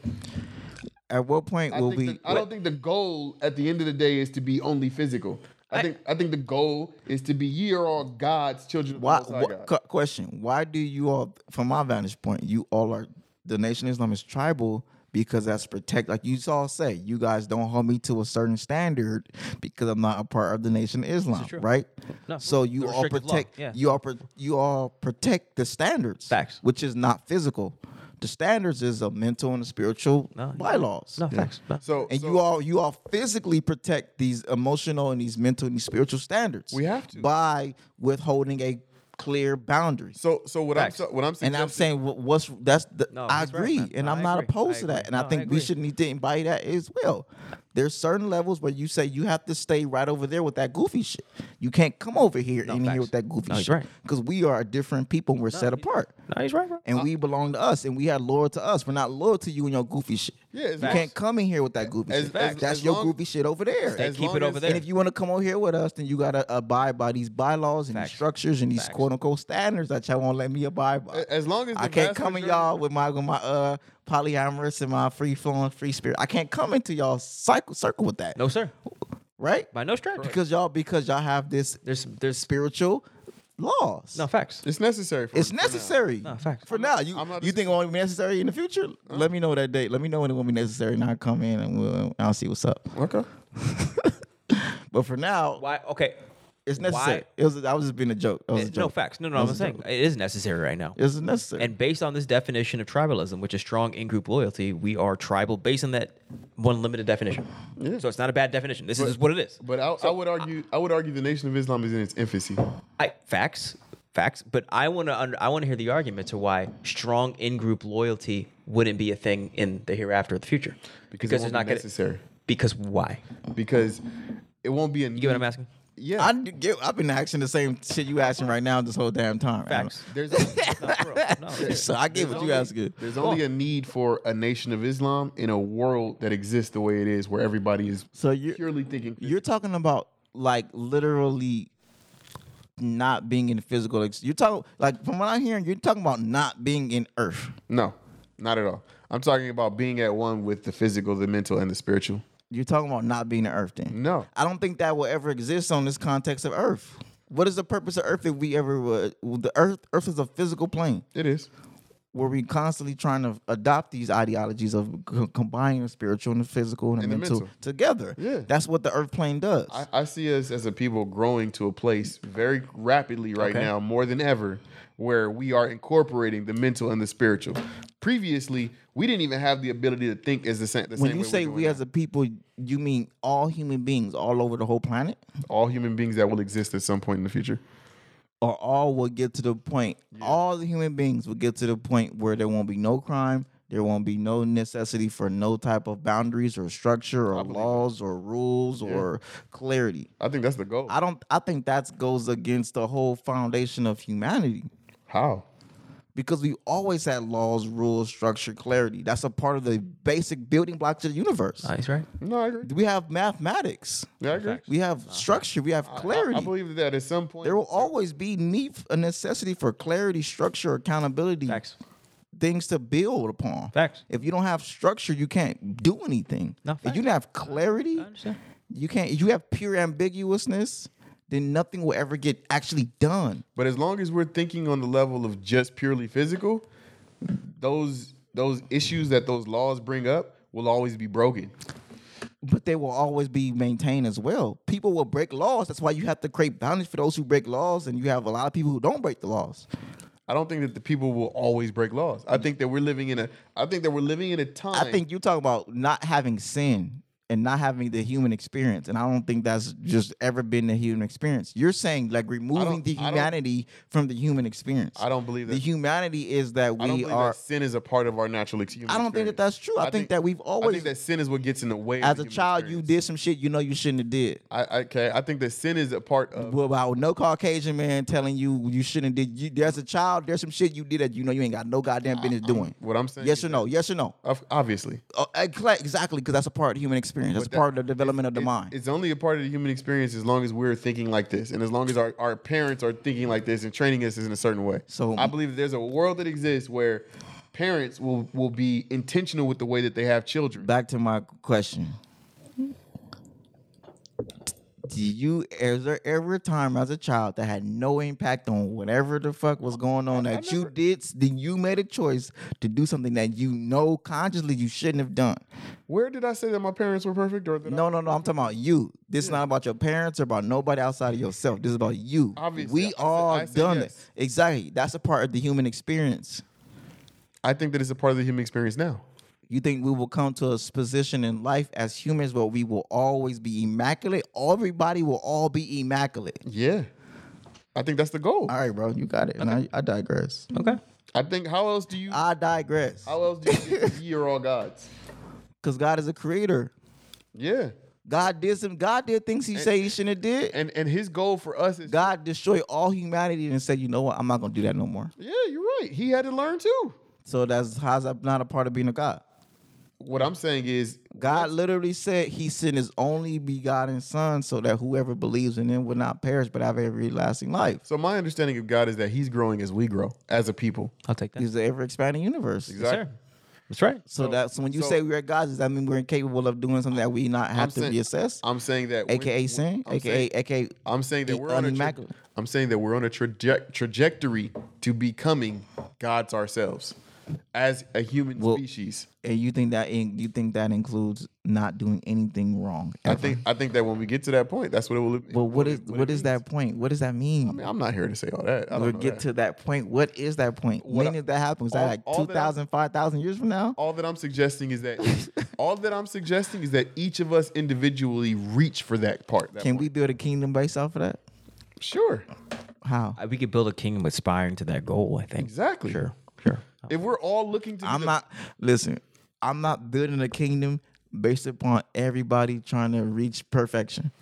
Speaker 2: At what point
Speaker 3: I,
Speaker 2: will
Speaker 3: think
Speaker 2: we?
Speaker 3: the- I don't think the goal at the end of the day is to be only physical. I,
Speaker 1: I-
Speaker 3: think I think the goal is to be ye are all God's children. of the
Speaker 2: Why?
Speaker 3: Most High
Speaker 2: wha-
Speaker 3: God.
Speaker 2: cu- question: Why do you all, from my vantage point, you all are the Nation of Islam is tribal because that's protect. Like you all say, you guys don't hold me to a certain standard because I'm not a part of the Nation of Islam, right?
Speaker 1: No,
Speaker 2: so you
Speaker 1: the
Speaker 2: all
Speaker 1: restrictive law,
Speaker 2: protect.
Speaker 1: yeah.
Speaker 2: You all pro- you all protect the standards,
Speaker 1: Facts.
Speaker 2: which is not physical. The standards is a mental and a spiritual bylaws.
Speaker 1: No, facts. No.
Speaker 3: So
Speaker 2: and
Speaker 3: so-
Speaker 2: you all you all physically protect these emotional and these mental and these spiritual standards.
Speaker 3: We have to.
Speaker 2: by withholding a clear boundary.
Speaker 3: So so what
Speaker 1: Facts.
Speaker 3: I'm so, what I'm saying
Speaker 2: and I'm saying wh- what's that's the,
Speaker 1: No,
Speaker 2: I
Speaker 1: he's right,
Speaker 2: agree,
Speaker 1: man.
Speaker 2: and
Speaker 1: No,
Speaker 2: I'm
Speaker 1: I
Speaker 2: not
Speaker 1: agree.
Speaker 2: opposed
Speaker 1: I
Speaker 2: to that,
Speaker 1: agree.
Speaker 2: and
Speaker 1: No,
Speaker 2: I
Speaker 1: I
Speaker 2: think we
Speaker 1: agree.
Speaker 2: should need to embody that as well. There's certain levels where you say you have to stay right over there with that goofy shit. You can't come over here in here
Speaker 1: facts.
Speaker 2: with that goofy
Speaker 1: No, he's
Speaker 2: shit
Speaker 1: right.
Speaker 2: because we are different people. and We're set apart,
Speaker 1: No, Uh, he's right, bro.
Speaker 2: and we belong to us, and we are loyal to us. We're not loyal to you and your goofy shit.
Speaker 3: Yeah, as
Speaker 2: you
Speaker 3: long-
Speaker 2: can't come in here with that goofy
Speaker 3: As-
Speaker 2: shit.
Speaker 3: as-
Speaker 2: That's
Speaker 3: as
Speaker 2: your
Speaker 3: long-
Speaker 2: goofy shit over there.
Speaker 1: They
Speaker 3: as
Speaker 1: keep
Speaker 3: long
Speaker 1: it over
Speaker 3: as-
Speaker 1: there.
Speaker 2: And if you want to come over here with us, then you gotta abide by these bylaws and
Speaker 1: Facts.
Speaker 2: these structures and these quote unquote standards that y'all won't let me abide by.
Speaker 3: A- as long as
Speaker 2: I
Speaker 3: the
Speaker 2: can't
Speaker 3: vast
Speaker 2: come in
Speaker 3: majority-
Speaker 2: y'all with my with my uh polyamorous and my free flowing free spirit. I can't come into y'all cycle circle with that.
Speaker 1: No, sir.
Speaker 2: Right?
Speaker 1: By no stretch.
Speaker 2: Because y'all because y'all have this
Speaker 1: There's there's
Speaker 2: spiritual laws.
Speaker 1: no facts.
Speaker 3: it's necessary. For
Speaker 2: It's
Speaker 3: for now.
Speaker 2: necessary.
Speaker 1: No, facts.
Speaker 2: For now, you
Speaker 3: I'm not
Speaker 2: you think it won't be necessary in the future? Let me know that date. Let me know when it won't be necessary, and I'll come in and we'll, I'll see what's up.
Speaker 3: Okay.
Speaker 2: But for now,
Speaker 1: Why? Okay.
Speaker 2: it's necessary.
Speaker 1: why- Eh,
Speaker 2: It was I was just being a joke. That was a
Speaker 1: No
Speaker 2: joke.
Speaker 1: facts. No, no. I'm
Speaker 2: was a
Speaker 1: saying
Speaker 2: joke.
Speaker 1: it is necessary right now.
Speaker 2: It's necessary.
Speaker 1: And based on this definition of tribalism, which is strong in group loyalty, we are tribal based on that one limited definition. So it's not a bad definition. This is just what it is.
Speaker 3: But I, I would argue I would argue the Nation of Islam is in its infancy.
Speaker 1: I, facts, facts. But I want to under, I want to hear the argument to why strong in group loyalty wouldn't be a thing in the hereafter, or the future,
Speaker 3: Because,
Speaker 1: it's
Speaker 3: it won't
Speaker 1: not
Speaker 3: be
Speaker 1: gonna-
Speaker 3: necessary.
Speaker 1: Because why?
Speaker 3: Because it won't be a
Speaker 1: You get what I'm asking?
Speaker 3: Yeah.
Speaker 2: I d- get, I've been asking the same shit you asking right now this whole damn time. Adam.
Speaker 1: Facts.
Speaker 3: there's
Speaker 1: No, for real. No,
Speaker 2: So I get what you asking.
Speaker 3: there's only a need for a nation of Islam in a world that exists the way it is, where everybody is
Speaker 2: So you're
Speaker 3: purely thinking.
Speaker 2: you're talking about like literally not being in physical. Ex- you're talking like from what I'm hearing, you're talking about not being in Earth.
Speaker 3: no, not at all. I'm talking about being at one with the physical, the mental, and the spiritual.
Speaker 2: You're talking about not being in Earth. Then
Speaker 3: No.
Speaker 2: I don't think that will ever exist on this context of Earth. What is the purpose of Earth if we ever would? The Earth Earth is a physical plane.
Speaker 3: It is.
Speaker 2: where we constantly trying to adopt these ideologies of c- combining the spiritual and the physical and the,
Speaker 3: And the
Speaker 2: mental,
Speaker 3: mental.
Speaker 2: together.
Speaker 3: Yeah.
Speaker 2: That's what the earth plane does.
Speaker 3: I, I see us as a people growing to a place very rapidly right now, more than ever, where we are incorporating the mental and the spiritual. Previously, we didn't even have the ability to think as the same. The
Speaker 2: when
Speaker 3: same
Speaker 2: you
Speaker 3: way
Speaker 2: say
Speaker 3: we're doing
Speaker 2: we
Speaker 3: now.
Speaker 2: as a people, you mean all human beings all over the whole planet?
Speaker 3: all human beings that will exist at some point in the future.
Speaker 2: Or all will get to the point, all the human beings will get to the point where there won't be no crime, there won't be no necessity for no type of boundaries or structure or laws or rules or clarity.
Speaker 3: I think that's the goal.
Speaker 2: I don't I think that goes against the whole foundation of humanity.
Speaker 3: How?
Speaker 2: because we've always had laws, rules, structure, clarity. That's a part of the basic building blocks of the universe.
Speaker 1: He's right.
Speaker 3: No, I agree.
Speaker 2: We have mathematics.
Speaker 3: Yeah, I agree.
Speaker 2: We
Speaker 1: Uh-huh.
Speaker 2: have structure. We have clarity.
Speaker 3: I, I believe that at some point
Speaker 2: there will always be need a necessity for clarity, structure, accountability,
Speaker 1: Facts.
Speaker 2: things to build upon.
Speaker 1: Facts.
Speaker 2: If you don't have structure, you can't do anything.
Speaker 1: No,
Speaker 2: if
Speaker 1: facts.
Speaker 2: you don't have clarity,
Speaker 1: understand.
Speaker 2: you can't. If you have pure ambiguousness, then nothing will ever get actually done.
Speaker 3: But as long as we're thinking on the level of just purely physical, those those issues that those laws bring up will always be broken.
Speaker 2: but they will always be maintained as well. People will break laws. That's why you have to create boundaries for those who break laws, and you have a lot of people who don't break the laws.
Speaker 3: I don't think that the people will always break laws. I think that we're living in a I think that we're living in a time
Speaker 2: I think you talk about not having sin and not having the human experience, and I don't think that's just ever been the human experience. You're saying like removing the
Speaker 3: I don't-
Speaker 2: humanity from the human experience.
Speaker 3: I don't believe
Speaker 2: The
Speaker 3: that-
Speaker 2: humanity is that
Speaker 3: I don't
Speaker 2: we
Speaker 3: believe
Speaker 2: are.
Speaker 3: that sin is a part of our natural ex- human
Speaker 2: I don't think that that's
Speaker 3: experience.
Speaker 2: true. I think that we've
Speaker 3: I
Speaker 2: always-
Speaker 3: think that sin is what gets in the way. of
Speaker 2: As
Speaker 3: the
Speaker 2: a
Speaker 3: human
Speaker 2: child,
Speaker 3: experience.
Speaker 2: you did some shit you know you shouldn't have did.
Speaker 3: I, okay, I think that sin is a part of
Speaker 2: Well, about no Caucasian man telling you you shouldn't did. You, there's a child. There's some shit you did that you know you ain't got no goddamn business doing.
Speaker 3: Uh-uh. what I'm saying
Speaker 2: Yes or
Speaker 3: is
Speaker 2: no? Yes or no?
Speaker 3: of- obviously.
Speaker 2: Uh, exa- exactly, because that's a part of human experience. That's
Speaker 3: But that-
Speaker 2: part of the development of the
Speaker 3: It's-
Speaker 2: mind.
Speaker 3: It's only a part of the human experience as long as we're thinking like this, and as long as our, our parents are thinking like this and training us in a certain way.
Speaker 2: So-
Speaker 3: I believe there's a world that exists where parents will will be intentional with the way that they have children.
Speaker 2: Back to my question. Do you is there ever a time as a child that had no impact on whatever the fuck was going on that you did? Then you made a choice to do something that you know consciously you shouldn't have done.
Speaker 3: Where did I say that my parents were perfect? Or that I-
Speaker 2: No, no, no. I'm talking about you. This is not about your parents or about nobody outside of yourself. This is about you.
Speaker 3: Obviously, I
Speaker 2: we
Speaker 3: said-
Speaker 2: all
Speaker 3: I said
Speaker 2: done
Speaker 3: yes.
Speaker 2: it. Exactly. That's a part of the human experience.
Speaker 3: I think that it's a part of the human experience now.
Speaker 2: You think we will come to a position in life as humans where we will always be immaculate? Everybody will all be immaculate.
Speaker 3: Yeah. I think that's the goal.
Speaker 2: All right, bro, you got it. And I, I digress.
Speaker 1: Okay.
Speaker 3: I think how else do you
Speaker 2: I digress.
Speaker 3: how else do you think ye are all gods?
Speaker 2: Because God is a creator.
Speaker 3: Yeah.
Speaker 2: God did some. God did things He say He shouldn't have did.
Speaker 3: And and his goal for us is
Speaker 2: God destroyed all humanity and said, you know what? I'm not gonna do that no more.
Speaker 3: Yeah, you're right. He had to learn too.
Speaker 2: So that's how's that not a part of being a God?
Speaker 3: What I'm saying is
Speaker 2: God literally said He sent His only begotten Son so that whoever believes in Him will not perish but have everlasting life.
Speaker 3: so my understanding of God is that he's growing as we grow as a people.
Speaker 1: I'll take that.
Speaker 2: He's the ever expanding universe.
Speaker 3: Exactly.
Speaker 1: That's right.
Speaker 2: So, that's when you
Speaker 3: so-
Speaker 2: say we're gods, does that mean we're incapable of doing something that we not have to
Speaker 3: saying-
Speaker 2: be assessed?
Speaker 3: I'm saying that we're-
Speaker 2: AKA sin,
Speaker 3: I'm
Speaker 2: AKA
Speaker 3: saying-
Speaker 2: AKA
Speaker 3: I'm saying that
Speaker 2: the
Speaker 3: we're on a tra-
Speaker 2: unimmaculate.
Speaker 3: I'm saying that we're on a traje- trajectory to becoming gods ourselves as a human
Speaker 2: Well,
Speaker 3: species.
Speaker 2: and you think that in, you think that includes not doing anything wrong.
Speaker 3: I
Speaker 2: ever?
Speaker 3: think I think that when we get to that point, that's what it will.
Speaker 2: But what
Speaker 3: it-
Speaker 2: is
Speaker 3: it
Speaker 2: what is
Speaker 3: means.
Speaker 2: that point? What does that mean?
Speaker 3: I mean, I'm not here to say all that. I don't
Speaker 2: we'll
Speaker 3: know
Speaker 2: get
Speaker 3: that.
Speaker 2: to that point. What is that point?
Speaker 3: What
Speaker 2: when
Speaker 3: I-
Speaker 2: did that happen? Was that
Speaker 3: all-
Speaker 2: like
Speaker 3: all that I-
Speaker 2: 2,000, 5,000 years from now?
Speaker 3: all that I'm suggesting is that all that I'm suggesting is that each of us individually reach for that part. that
Speaker 2: Can
Speaker 3: point.
Speaker 2: we build a kingdom based off of that?
Speaker 3: Sure,
Speaker 2: How?
Speaker 1: I- We could build a kingdom aspiring to that goal, I think.
Speaker 3: exactly.
Speaker 1: Sure. Sure.
Speaker 3: If we're all looking to, be
Speaker 2: I'm
Speaker 3: the-
Speaker 2: not listen, I'm not building a kingdom based upon everybody trying to reach perfection.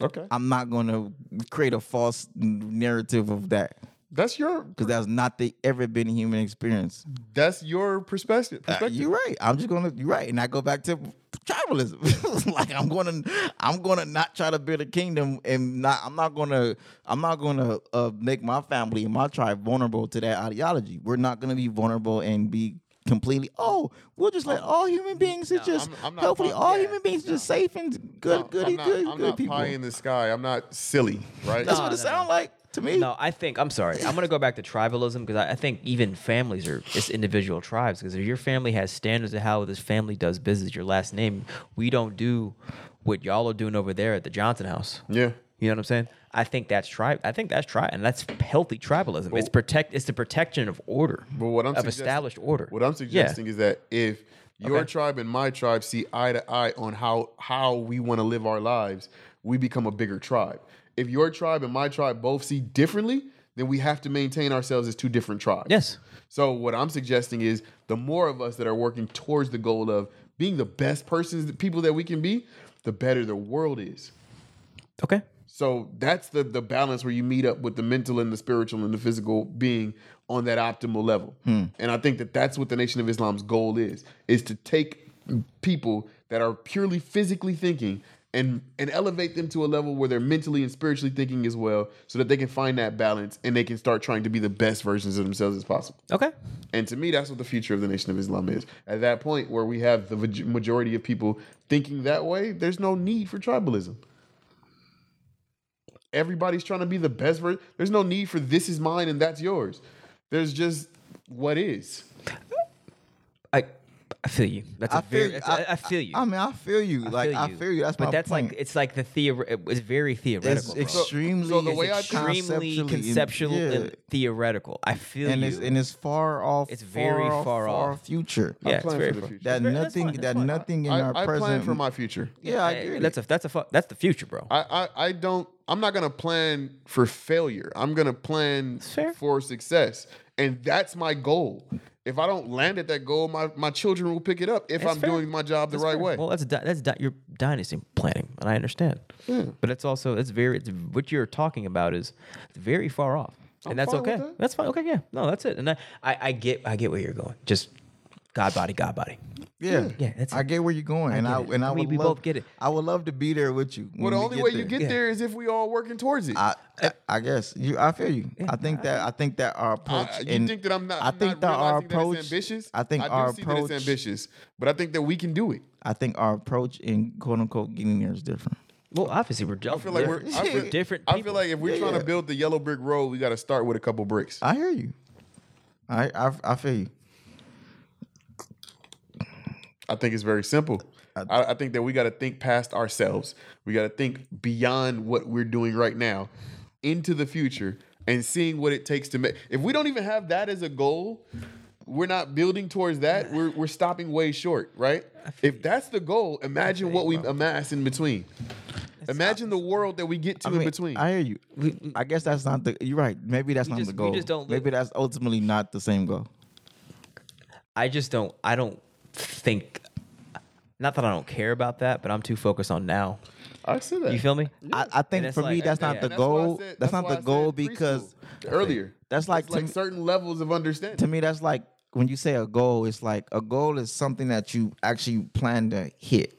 Speaker 3: okay.
Speaker 2: I'm not gonna create a false n- narrative of that.
Speaker 3: That's your
Speaker 2: Because that's not the ever been human experience.
Speaker 3: that's your perspective.
Speaker 2: Uh,
Speaker 3: Perspective.
Speaker 2: You're right. I'm just gonna. You're right, and I go back to tribalism. like I'm gonna, I'm gonna not try to build a kingdom, and not. I'm not gonna. I'm not gonna uh, make my family and my tribe vulnerable to that ideology. We're not gonna be vulnerable and be completely. Oh, we'll just let all human beings are just.
Speaker 3: I'm- I'm not
Speaker 2: hopefully,
Speaker 3: fine-
Speaker 2: all
Speaker 3: yeah,
Speaker 2: human beings are just safe and good,
Speaker 3: I'm
Speaker 2: goody,
Speaker 3: not,
Speaker 2: good,
Speaker 3: I'm
Speaker 2: good
Speaker 3: not
Speaker 2: people.
Speaker 3: pie in the sky. I'm not silly, right?
Speaker 2: That's what it
Speaker 1: no,
Speaker 2: sounds like to me.
Speaker 1: No, I think I'm sorry. I'm gonna go back to tribalism because I, I think even families are it's individual tribes. Because if your family has standards of how this family does business, your last name, we don't do what y'all are doing over there at the Johnson House.
Speaker 3: yeah.
Speaker 1: You know what I'm saying? I think that's tribe. I think that's tribe, and that's healthy tribalism. it's protect. It's the protection of order.
Speaker 3: But what I'm
Speaker 1: of
Speaker 3: suggesting-
Speaker 1: established order.
Speaker 3: What I'm suggesting is that if your
Speaker 1: Okay.
Speaker 3: tribe and my tribe see eye to eye on how how we want to live our lives, we become a bigger tribe. If your tribe and my tribe both see differently, then we have to maintain ourselves as two different tribes.
Speaker 1: Yes.
Speaker 3: So what I'm suggesting is the more of us that are working towards the goal of being the best persons, the people that we can be, the better the world is.
Speaker 1: Yeah. Okay.
Speaker 3: So that's the the balance where you meet up with the mental and the spiritual and the physical being on that optimal level. And I think that that's what the Nation of Islam's goal is: is to take people that are purely physically thinking and and elevate them to a level where they're mentally and spiritually thinking as well, so that they can find that balance and they can start trying to be the best versions of themselves as possible.
Speaker 1: Okay.
Speaker 3: And to me, that's what the future of the Nation of Islam is. At that point, where we have the vaj- majority of people thinking that way, there's no need for tribalism. Everybody's trying to be the best version. There's no need for this is mine and that's yours. There's just what is.
Speaker 1: I I feel you. That's a
Speaker 2: I feel
Speaker 1: very.
Speaker 2: you.
Speaker 1: that's a- I, feel you.
Speaker 2: I mean, I feel you. like I feel you. That's
Speaker 1: but
Speaker 2: my
Speaker 1: that's
Speaker 2: point.
Speaker 1: like it's like the theory. It's very theoretical.
Speaker 2: it's
Speaker 1: bro.
Speaker 2: extremely
Speaker 3: so the way I-
Speaker 1: extremely
Speaker 2: conceptually-
Speaker 1: conceptual
Speaker 2: yeah.
Speaker 1: and theoretical. I feel
Speaker 2: and
Speaker 1: you.
Speaker 2: it's and it's far off.
Speaker 1: It's very
Speaker 2: off,
Speaker 1: far off.
Speaker 2: future.
Speaker 1: yeah, it's
Speaker 3: plan
Speaker 1: very
Speaker 3: for the
Speaker 1: fu-
Speaker 3: future.
Speaker 2: That
Speaker 1: That's
Speaker 2: nothing.
Speaker 1: fine, that's
Speaker 2: that
Speaker 1: fine.
Speaker 2: nothing in
Speaker 3: I,
Speaker 2: our
Speaker 3: I
Speaker 2: present.
Speaker 3: plan for my future.
Speaker 2: yeah, I
Speaker 1: Hey,
Speaker 2: agree.
Speaker 1: That's a that's a fu- that's the future, bro.
Speaker 3: I, I, I don't I'm not gonna plan for failure. I'm gonna plan
Speaker 1: Fair.
Speaker 3: for success. And that's my goal. If I don't land at that goal, my, my children will pick it up if
Speaker 1: That's
Speaker 3: I'm
Speaker 1: fair.
Speaker 3: doing my job the
Speaker 1: That's
Speaker 3: right
Speaker 1: fair.
Speaker 3: way.
Speaker 1: Well, that's di- that's di- your dynasty planning, and I understand. But it's also it's very it's what you're talking about is it's very far off, and that's
Speaker 3: fine with
Speaker 1: okay.
Speaker 3: that.
Speaker 1: That's fine. Okay, yeah, no, that's it. And I, I I get I get where you're going. Just God body, God body.
Speaker 2: yeah,
Speaker 1: Yeah, that's
Speaker 2: I
Speaker 1: it.
Speaker 2: get where you're going,
Speaker 1: I
Speaker 2: and
Speaker 1: get
Speaker 2: I
Speaker 1: it.
Speaker 2: and I
Speaker 1: We-
Speaker 2: would
Speaker 1: we
Speaker 2: love,
Speaker 1: both get it.
Speaker 2: I would love to be there with you.
Speaker 3: Well,
Speaker 2: when
Speaker 3: the
Speaker 2: we
Speaker 3: only way you
Speaker 2: there.
Speaker 3: get there is if we all working towards it.
Speaker 2: I, I, I guess you. I feel you. I think that. I think that our approach.
Speaker 3: I- you
Speaker 2: and
Speaker 3: think that I'm not?
Speaker 2: I
Speaker 3: I'm
Speaker 2: think
Speaker 3: not
Speaker 2: that our
Speaker 3: realizing that
Speaker 2: approach.
Speaker 3: it's ambitious.
Speaker 2: I think
Speaker 3: I do
Speaker 2: our
Speaker 3: see
Speaker 2: approach.
Speaker 3: that it's ambitious, but I think that we can do it.
Speaker 2: I think our approach in quote unquote getting there is different.
Speaker 1: Well, obviously we're
Speaker 3: I feel like we're, I feel,
Speaker 1: different.
Speaker 3: I
Speaker 1: people.
Speaker 3: feel like if we're
Speaker 2: Yeah,
Speaker 3: trying
Speaker 2: yeah.
Speaker 3: to build the yellow brick road, we got to start with a couple bricks.
Speaker 2: I hear you. I I, I feel you.
Speaker 3: I think it's very simple. I, I think that we got to think past ourselves. We got to think beyond what we're doing right now into the future and seeing what it takes to make. If we don't even have that as a goal, we're not building towards that. We're we're stopping way short, right? If that's the goal, imagine what we amass in between. Imagine the world that we get to
Speaker 2: I
Speaker 3: in
Speaker 2: mean,
Speaker 3: between.
Speaker 2: I hear you. We- I guess that's not the. You're right. Maybe that's not
Speaker 1: just-
Speaker 2: the
Speaker 1: we
Speaker 2: goal.
Speaker 1: just don't
Speaker 2: Maybe
Speaker 1: live-
Speaker 2: that's ultimately not the same goal.
Speaker 1: I just don't. I don't think. Not that I don't care about that, but I'm too focused on now.
Speaker 3: I see that.
Speaker 1: You feel me?
Speaker 2: I, I think
Speaker 1: it's
Speaker 2: for me
Speaker 1: like-
Speaker 2: that's
Speaker 1: and-
Speaker 2: not
Speaker 1: and
Speaker 2: the
Speaker 3: that's why I
Speaker 2: goal.
Speaker 3: said-
Speaker 2: that's not
Speaker 3: why
Speaker 2: the
Speaker 3: I
Speaker 2: goal
Speaker 3: said preschool
Speaker 2: because
Speaker 3: earlier.
Speaker 2: that's like
Speaker 3: It's
Speaker 2: to
Speaker 3: like
Speaker 2: me-
Speaker 3: certain levels of understanding.
Speaker 2: to me that's like when you say a goal it's like a goal is something that you actually plan to hit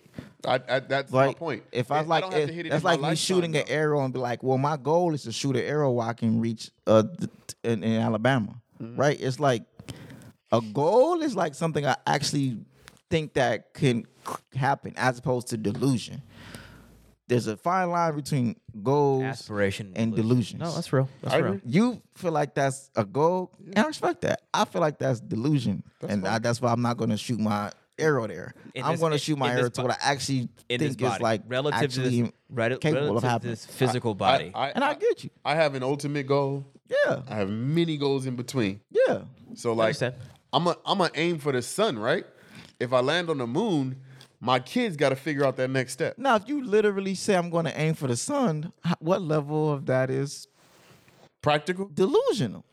Speaker 3: I, I, that's
Speaker 2: like
Speaker 3: my point.
Speaker 2: if i
Speaker 3: don't
Speaker 2: like
Speaker 3: have to
Speaker 2: if-
Speaker 3: hit it
Speaker 2: that's
Speaker 3: in my
Speaker 2: like me
Speaker 3: lifetime,
Speaker 2: shooting an
Speaker 3: though.
Speaker 2: arrow and be like well my goal is to shoot an arrow where i can reach uh th- t- in, in alabama
Speaker 3: Mm-hmm.
Speaker 2: right it's like a goal is like something i actually think that can c- happen as opposed to delusion there's a fine line between goals
Speaker 1: Aspiration
Speaker 2: and
Speaker 1: delusion.
Speaker 2: delusions
Speaker 1: No, that's real. That's
Speaker 3: I
Speaker 1: real.
Speaker 3: agree.
Speaker 2: you feel like that's a goal, and I respect that. I feel like that's delusion, and I, that's why I'm not going to shoot my arrow there.
Speaker 1: In
Speaker 2: I'm
Speaker 1: this-
Speaker 2: going to
Speaker 1: in-
Speaker 2: shoot my
Speaker 1: in this
Speaker 2: arrow to what I actually
Speaker 1: In
Speaker 2: think
Speaker 1: this
Speaker 2: is
Speaker 1: body,
Speaker 2: like
Speaker 1: relative
Speaker 2: actually
Speaker 1: to this, rel-
Speaker 2: capable
Speaker 1: relative
Speaker 2: of
Speaker 1: to
Speaker 2: happening.
Speaker 1: this physical
Speaker 3: I,
Speaker 1: body.
Speaker 3: I,
Speaker 2: and I get you.
Speaker 3: I have an ultimate goal.
Speaker 2: Yeah,
Speaker 3: I have many goals in between.
Speaker 2: yeah.
Speaker 3: So like,
Speaker 1: understand.
Speaker 3: I'm a I'm a aim for the sun, right? If I land on the moon, my kids got to figure out that next step.
Speaker 2: Now, if you literally say I'm going to aim for the sun, h- what level of that is
Speaker 3: Practical?
Speaker 2: delusional?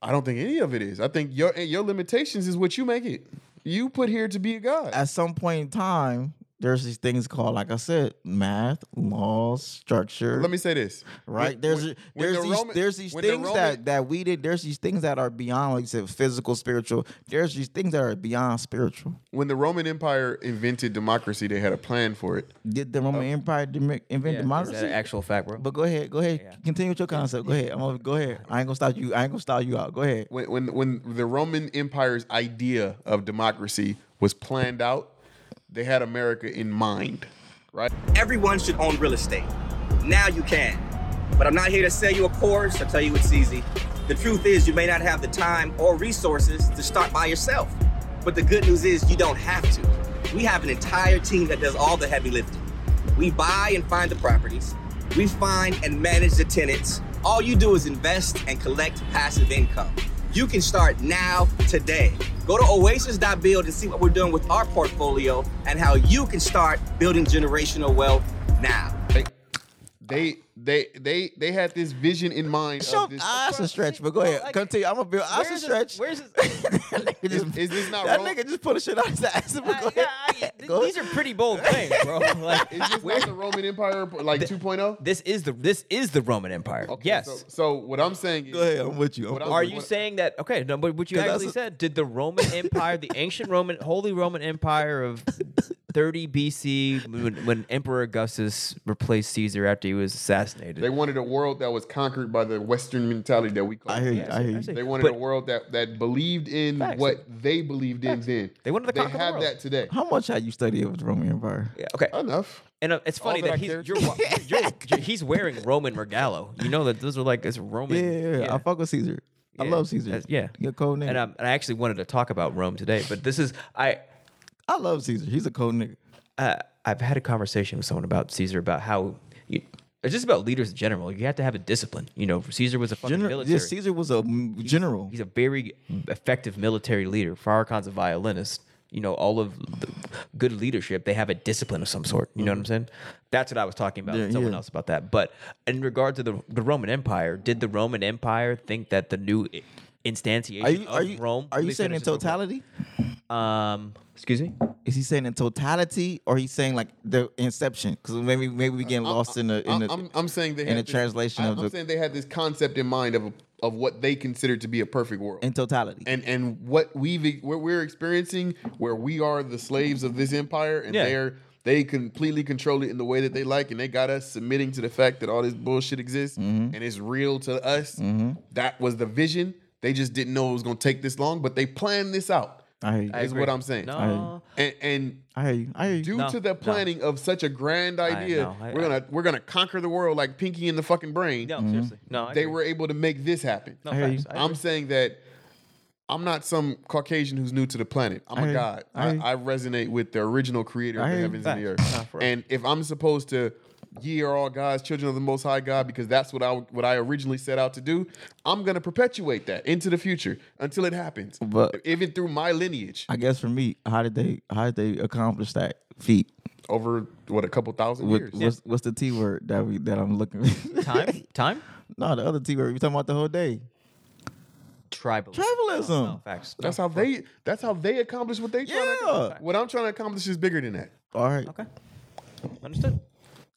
Speaker 3: I don't think any of it is. I think your and your limitations is what you make it. You put here to be a god.
Speaker 2: At some point in time, there's these things called, like I said, math, laws, structure.
Speaker 3: Let me say this.
Speaker 2: right?
Speaker 3: When-
Speaker 2: there's
Speaker 3: when- when
Speaker 2: there's
Speaker 3: the
Speaker 2: these
Speaker 3: Roman-
Speaker 2: there's these
Speaker 3: when the
Speaker 2: things
Speaker 3: Roman-
Speaker 2: that that we did. There's these things that are beyond like you said, physical, spiritual. There's these things that are beyond spiritual.
Speaker 3: when the Roman Empire invented democracy, they had a plan for it.
Speaker 2: Did the Roman Empire dem- invent
Speaker 1: Yeah, Is
Speaker 2: democracy?
Speaker 1: that an actual fact, bro?
Speaker 2: but go ahead, go ahead, continue with your concept. Go ahead, I'm gonna, go ahead. I ain't gonna stop you. I ain't gonna stop you out. Go ahead.
Speaker 3: When when when the Roman Empire's idea of democracy was planned out, they had America in mind, right?
Speaker 8: everyone should own real estate. Now you can. But I'm not here to sell you a course or tell you it's easy. The truth is, you may not have the time or resources to start by yourself. But the good news is, you don't have to. We have an entire team that does all the heavy lifting. We buy and find the properties, we find and manage the tenants. All you do is invest and collect passive income. You can start now, today. Go to oasis.build and see what we're doing with our portfolio and how you can start building generational wealth now.
Speaker 3: They they they they, they had this vision in mind.
Speaker 2: Show,
Speaker 3: of this,
Speaker 2: ah, that's a stretch, but go
Speaker 1: bro,
Speaker 2: ahead.
Speaker 1: like,
Speaker 2: continue. I'm gonna build. That's a
Speaker 1: Where's
Speaker 2: stretch.
Speaker 1: this- Where's this?
Speaker 2: that nigga just,
Speaker 3: Is this not
Speaker 2: that
Speaker 3: Rome?
Speaker 2: nigga just pulled the shit out of his ass. But go
Speaker 1: Uh, yeah, I-
Speaker 2: ahead.
Speaker 1: th-
Speaker 2: Go
Speaker 1: these are pretty bold claims, bro. Like,
Speaker 3: is this not the Roman Empire like 2.0?
Speaker 1: this is the this is the Roman Empire.
Speaker 3: Okay,
Speaker 1: yes.
Speaker 3: So, so what I'm saying is,
Speaker 2: Go ahead. I'm with you. I'm
Speaker 3: What
Speaker 2: with
Speaker 3: I'm-
Speaker 1: Are
Speaker 3: what-
Speaker 1: you saying that? Okay, no, but what you
Speaker 2: 'Cause that's
Speaker 1: actually
Speaker 2: a-
Speaker 1: said? Did the Roman Empire, the ancient Roman, Holy Roman Empire of 30 BC, when, when Emperor Augustus replaced Caesar after he was assassinated?
Speaker 3: They wanted a world that was conquered by the Western mentality that we call.
Speaker 2: I hear
Speaker 3: it.
Speaker 2: you. I hear you.
Speaker 1: Actually,
Speaker 3: They wanted
Speaker 1: but
Speaker 3: a world that that believed in
Speaker 1: Facts.
Speaker 3: what they believed in then.
Speaker 1: They wanted to
Speaker 3: They
Speaker 1: conquer the
Speaker 3: have
Speaker 1: world.
Speaker 3: that today.
Speaker 2: How much have you studied of the Roman Empire?
Speaker 1: Yeah, okay,
Speaker 3: Enough.
Speaker 1: and uh, it's funny
Speaker 3: that
Speaker 1: that,
Speaker 3: I
Speaker 1: he's
Speaker 3: cared
Speaker 1: you're, wa- you're, you're- he's wearing Roman regalo. You know that those are like it's Roman.
Speaker 2: Yeah, yeah, yeah. I fuck with Caesar. I
Speaker 1: Yeah.
Speaker 2: love Caesar.
Speaker 1: That's- yeah.
Speaker 2: Your cold nigga.
Speaker 1: and, um, and I actually wanted to talk about Rome today, but this is I
Speaker 2: I love Caesar. He's a cold nigga.
Speaker 1: uh, I've had a conversation with someone about Caesar about how you, it's just about leaders in general. You have to have a discipline. You know, Caesar was a fucking
Speaker 2: General,
Speaker 1: military.
Speaker 2: yeah, Caesar was a m- general.
Speaker 1: He's a very effective military leader. Farrakhan's a violinist. You know, all of the good leadership, they have a discipline of some sort. You know what I'm saying? That's what I was talking about.
Speaker 2: Yeah,
Speaker 1: someone
Speaker 2: yeah.
Speaker 1: else about that. But in regard to the, the Roman Empire, did the Roman Empire think that the new i- instantiation
Speaker 2: are you
Speaker 1: of
Speaker 2: are you
Speaker 1: Rome?
Speaker 2: are
Speaker 1: Let
Speaker 2: you
Speaker 1: me
Speaker 2: saying in
Speaker 1: finish this real quick.
Speaker 2: totality?
Speaker 1: Um, excuse me.
Speaker 2: Is he saying in totality, or he's saying like the inception? Because maybe maybe we getting lost in the in
Speaker 3: I'm,
Speaker 2: the.
Speaker 3: I'm, I'm saying they
Speaker 2: in
Speaker 3: had
Speaker 2: the
Speaker 3: this-
Speaker 2: translation
Speaker 3: I-
Speaker 2: of
Speaker 3: I'm
Speaker 2: the-
Speaker 3: saying they had this concept in mind of of what they considered to be a perfect world.
Speaker 2: in totality.
Speaker 3: and and what we've what we're experiencing where we are the slaves of this empire and
Speaker 1: Yeah.
Speaker 3: they're they completely control it in the way that they like and they got us submitting to the fact that all this bullshit exists
Speaker 1: Mm-hmm.
Speaker 3: and it's real to us that was the vision they just didn't know it was going to take this long but they planned this out
Speaker 2: I hear you.
Speaker 3: is what i'm saying
Speaker 1: No.
Speaker 3: and and
Speaker 2: I hear you. I hear you.
Speaker 3: due
Speaker 1: No,
Speaker 3: to the
Speaker 1: no.
Speaker 3: planning of such a grand idea
Speaker 1: know. I-
Speaker 3: we're gonna we're gonna conquer the world like pinky in the fucking brain
Speaker 1: No, seriously. No, I
Speaker 3: they
Speaker 1: agree.
Speaker 3: were able to make this happen
Speaker 1: No,
Speaker 2: I hear
Speaker 1: facts.
Speaker 2: you.
Speaker 1: I
Speaker 3: I'm saying that I'm not some Caucasian who's new to the planet. I'm
Speaker 2: I-
Speaker 3: a god.
Speaker 2: I-
Speaker 3: I, I resonate with the original creator of
Speaker 2: I-
Speaker 3: the heavens and the
Speaker 2: Facts.
Speaker 3: earth. And if I'm supposed to ye are all God's children of the Most High God, because that's what I what I originally set out to do. I'm gonna perpetuate that into the future until it happens,
Speaker 2: But-
Speaker 3: even through my lineage
Speaker 2: I guess for me, how did they how did they accomplish that feat?
Speaker 3: over what a couple thousand
Speaker 2: What,
Speaker 3: years.
Speaker 2: what's, what's the T word that we that I'm looking?
Speaker 1: Time? Time?
Speaker 2: no, the other T word. We talking about the whole day.
Speaker 1: Tribalism.
Speaker 2: Tribalism.
Speaker 1: No, facts.
Speaker 3: That's how they. That's how they accomplish what they. Trying to,
Speaker 2: Yeah.
Speaker 3: accomplish. what I'm trying to accomplish is bigger than that.
Speaker 2: All right.
Speaker 1: Okay. Understood.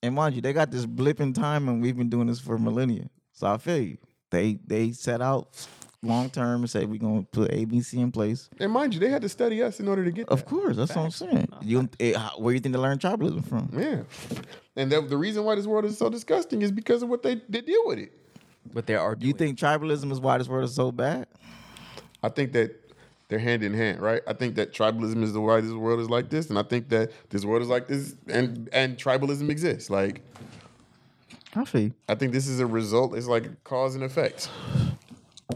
Speaker 2: And mind you, they got this blip in time, and we've been doing this for millennia. So I feel you. They they set out long term and say we're gonna put ABC in place.
Speaker 3: And mind you, they had to study us in order to get.
Speaker 2: Of
Speaker 3: that.
Speaker 2: course, that's what I'm saying. You it, how- where you think they learn tribalism from?
Speaker 3: Yeah. And that, the reason why this world is so disgusting is because of what they, they deal with it.
Speaker 1: But there are.
Speaker 2: You think tribalism is why this world is so bad?
Speaker 3: I think that they're hand in hand, right? I think that tribalism is the why this world is like this, and I think that this world is like this, and and tribalism exists. Like
Speaker 2: I feel.
Speaker 3: I think this is a result. It's like cause and effect.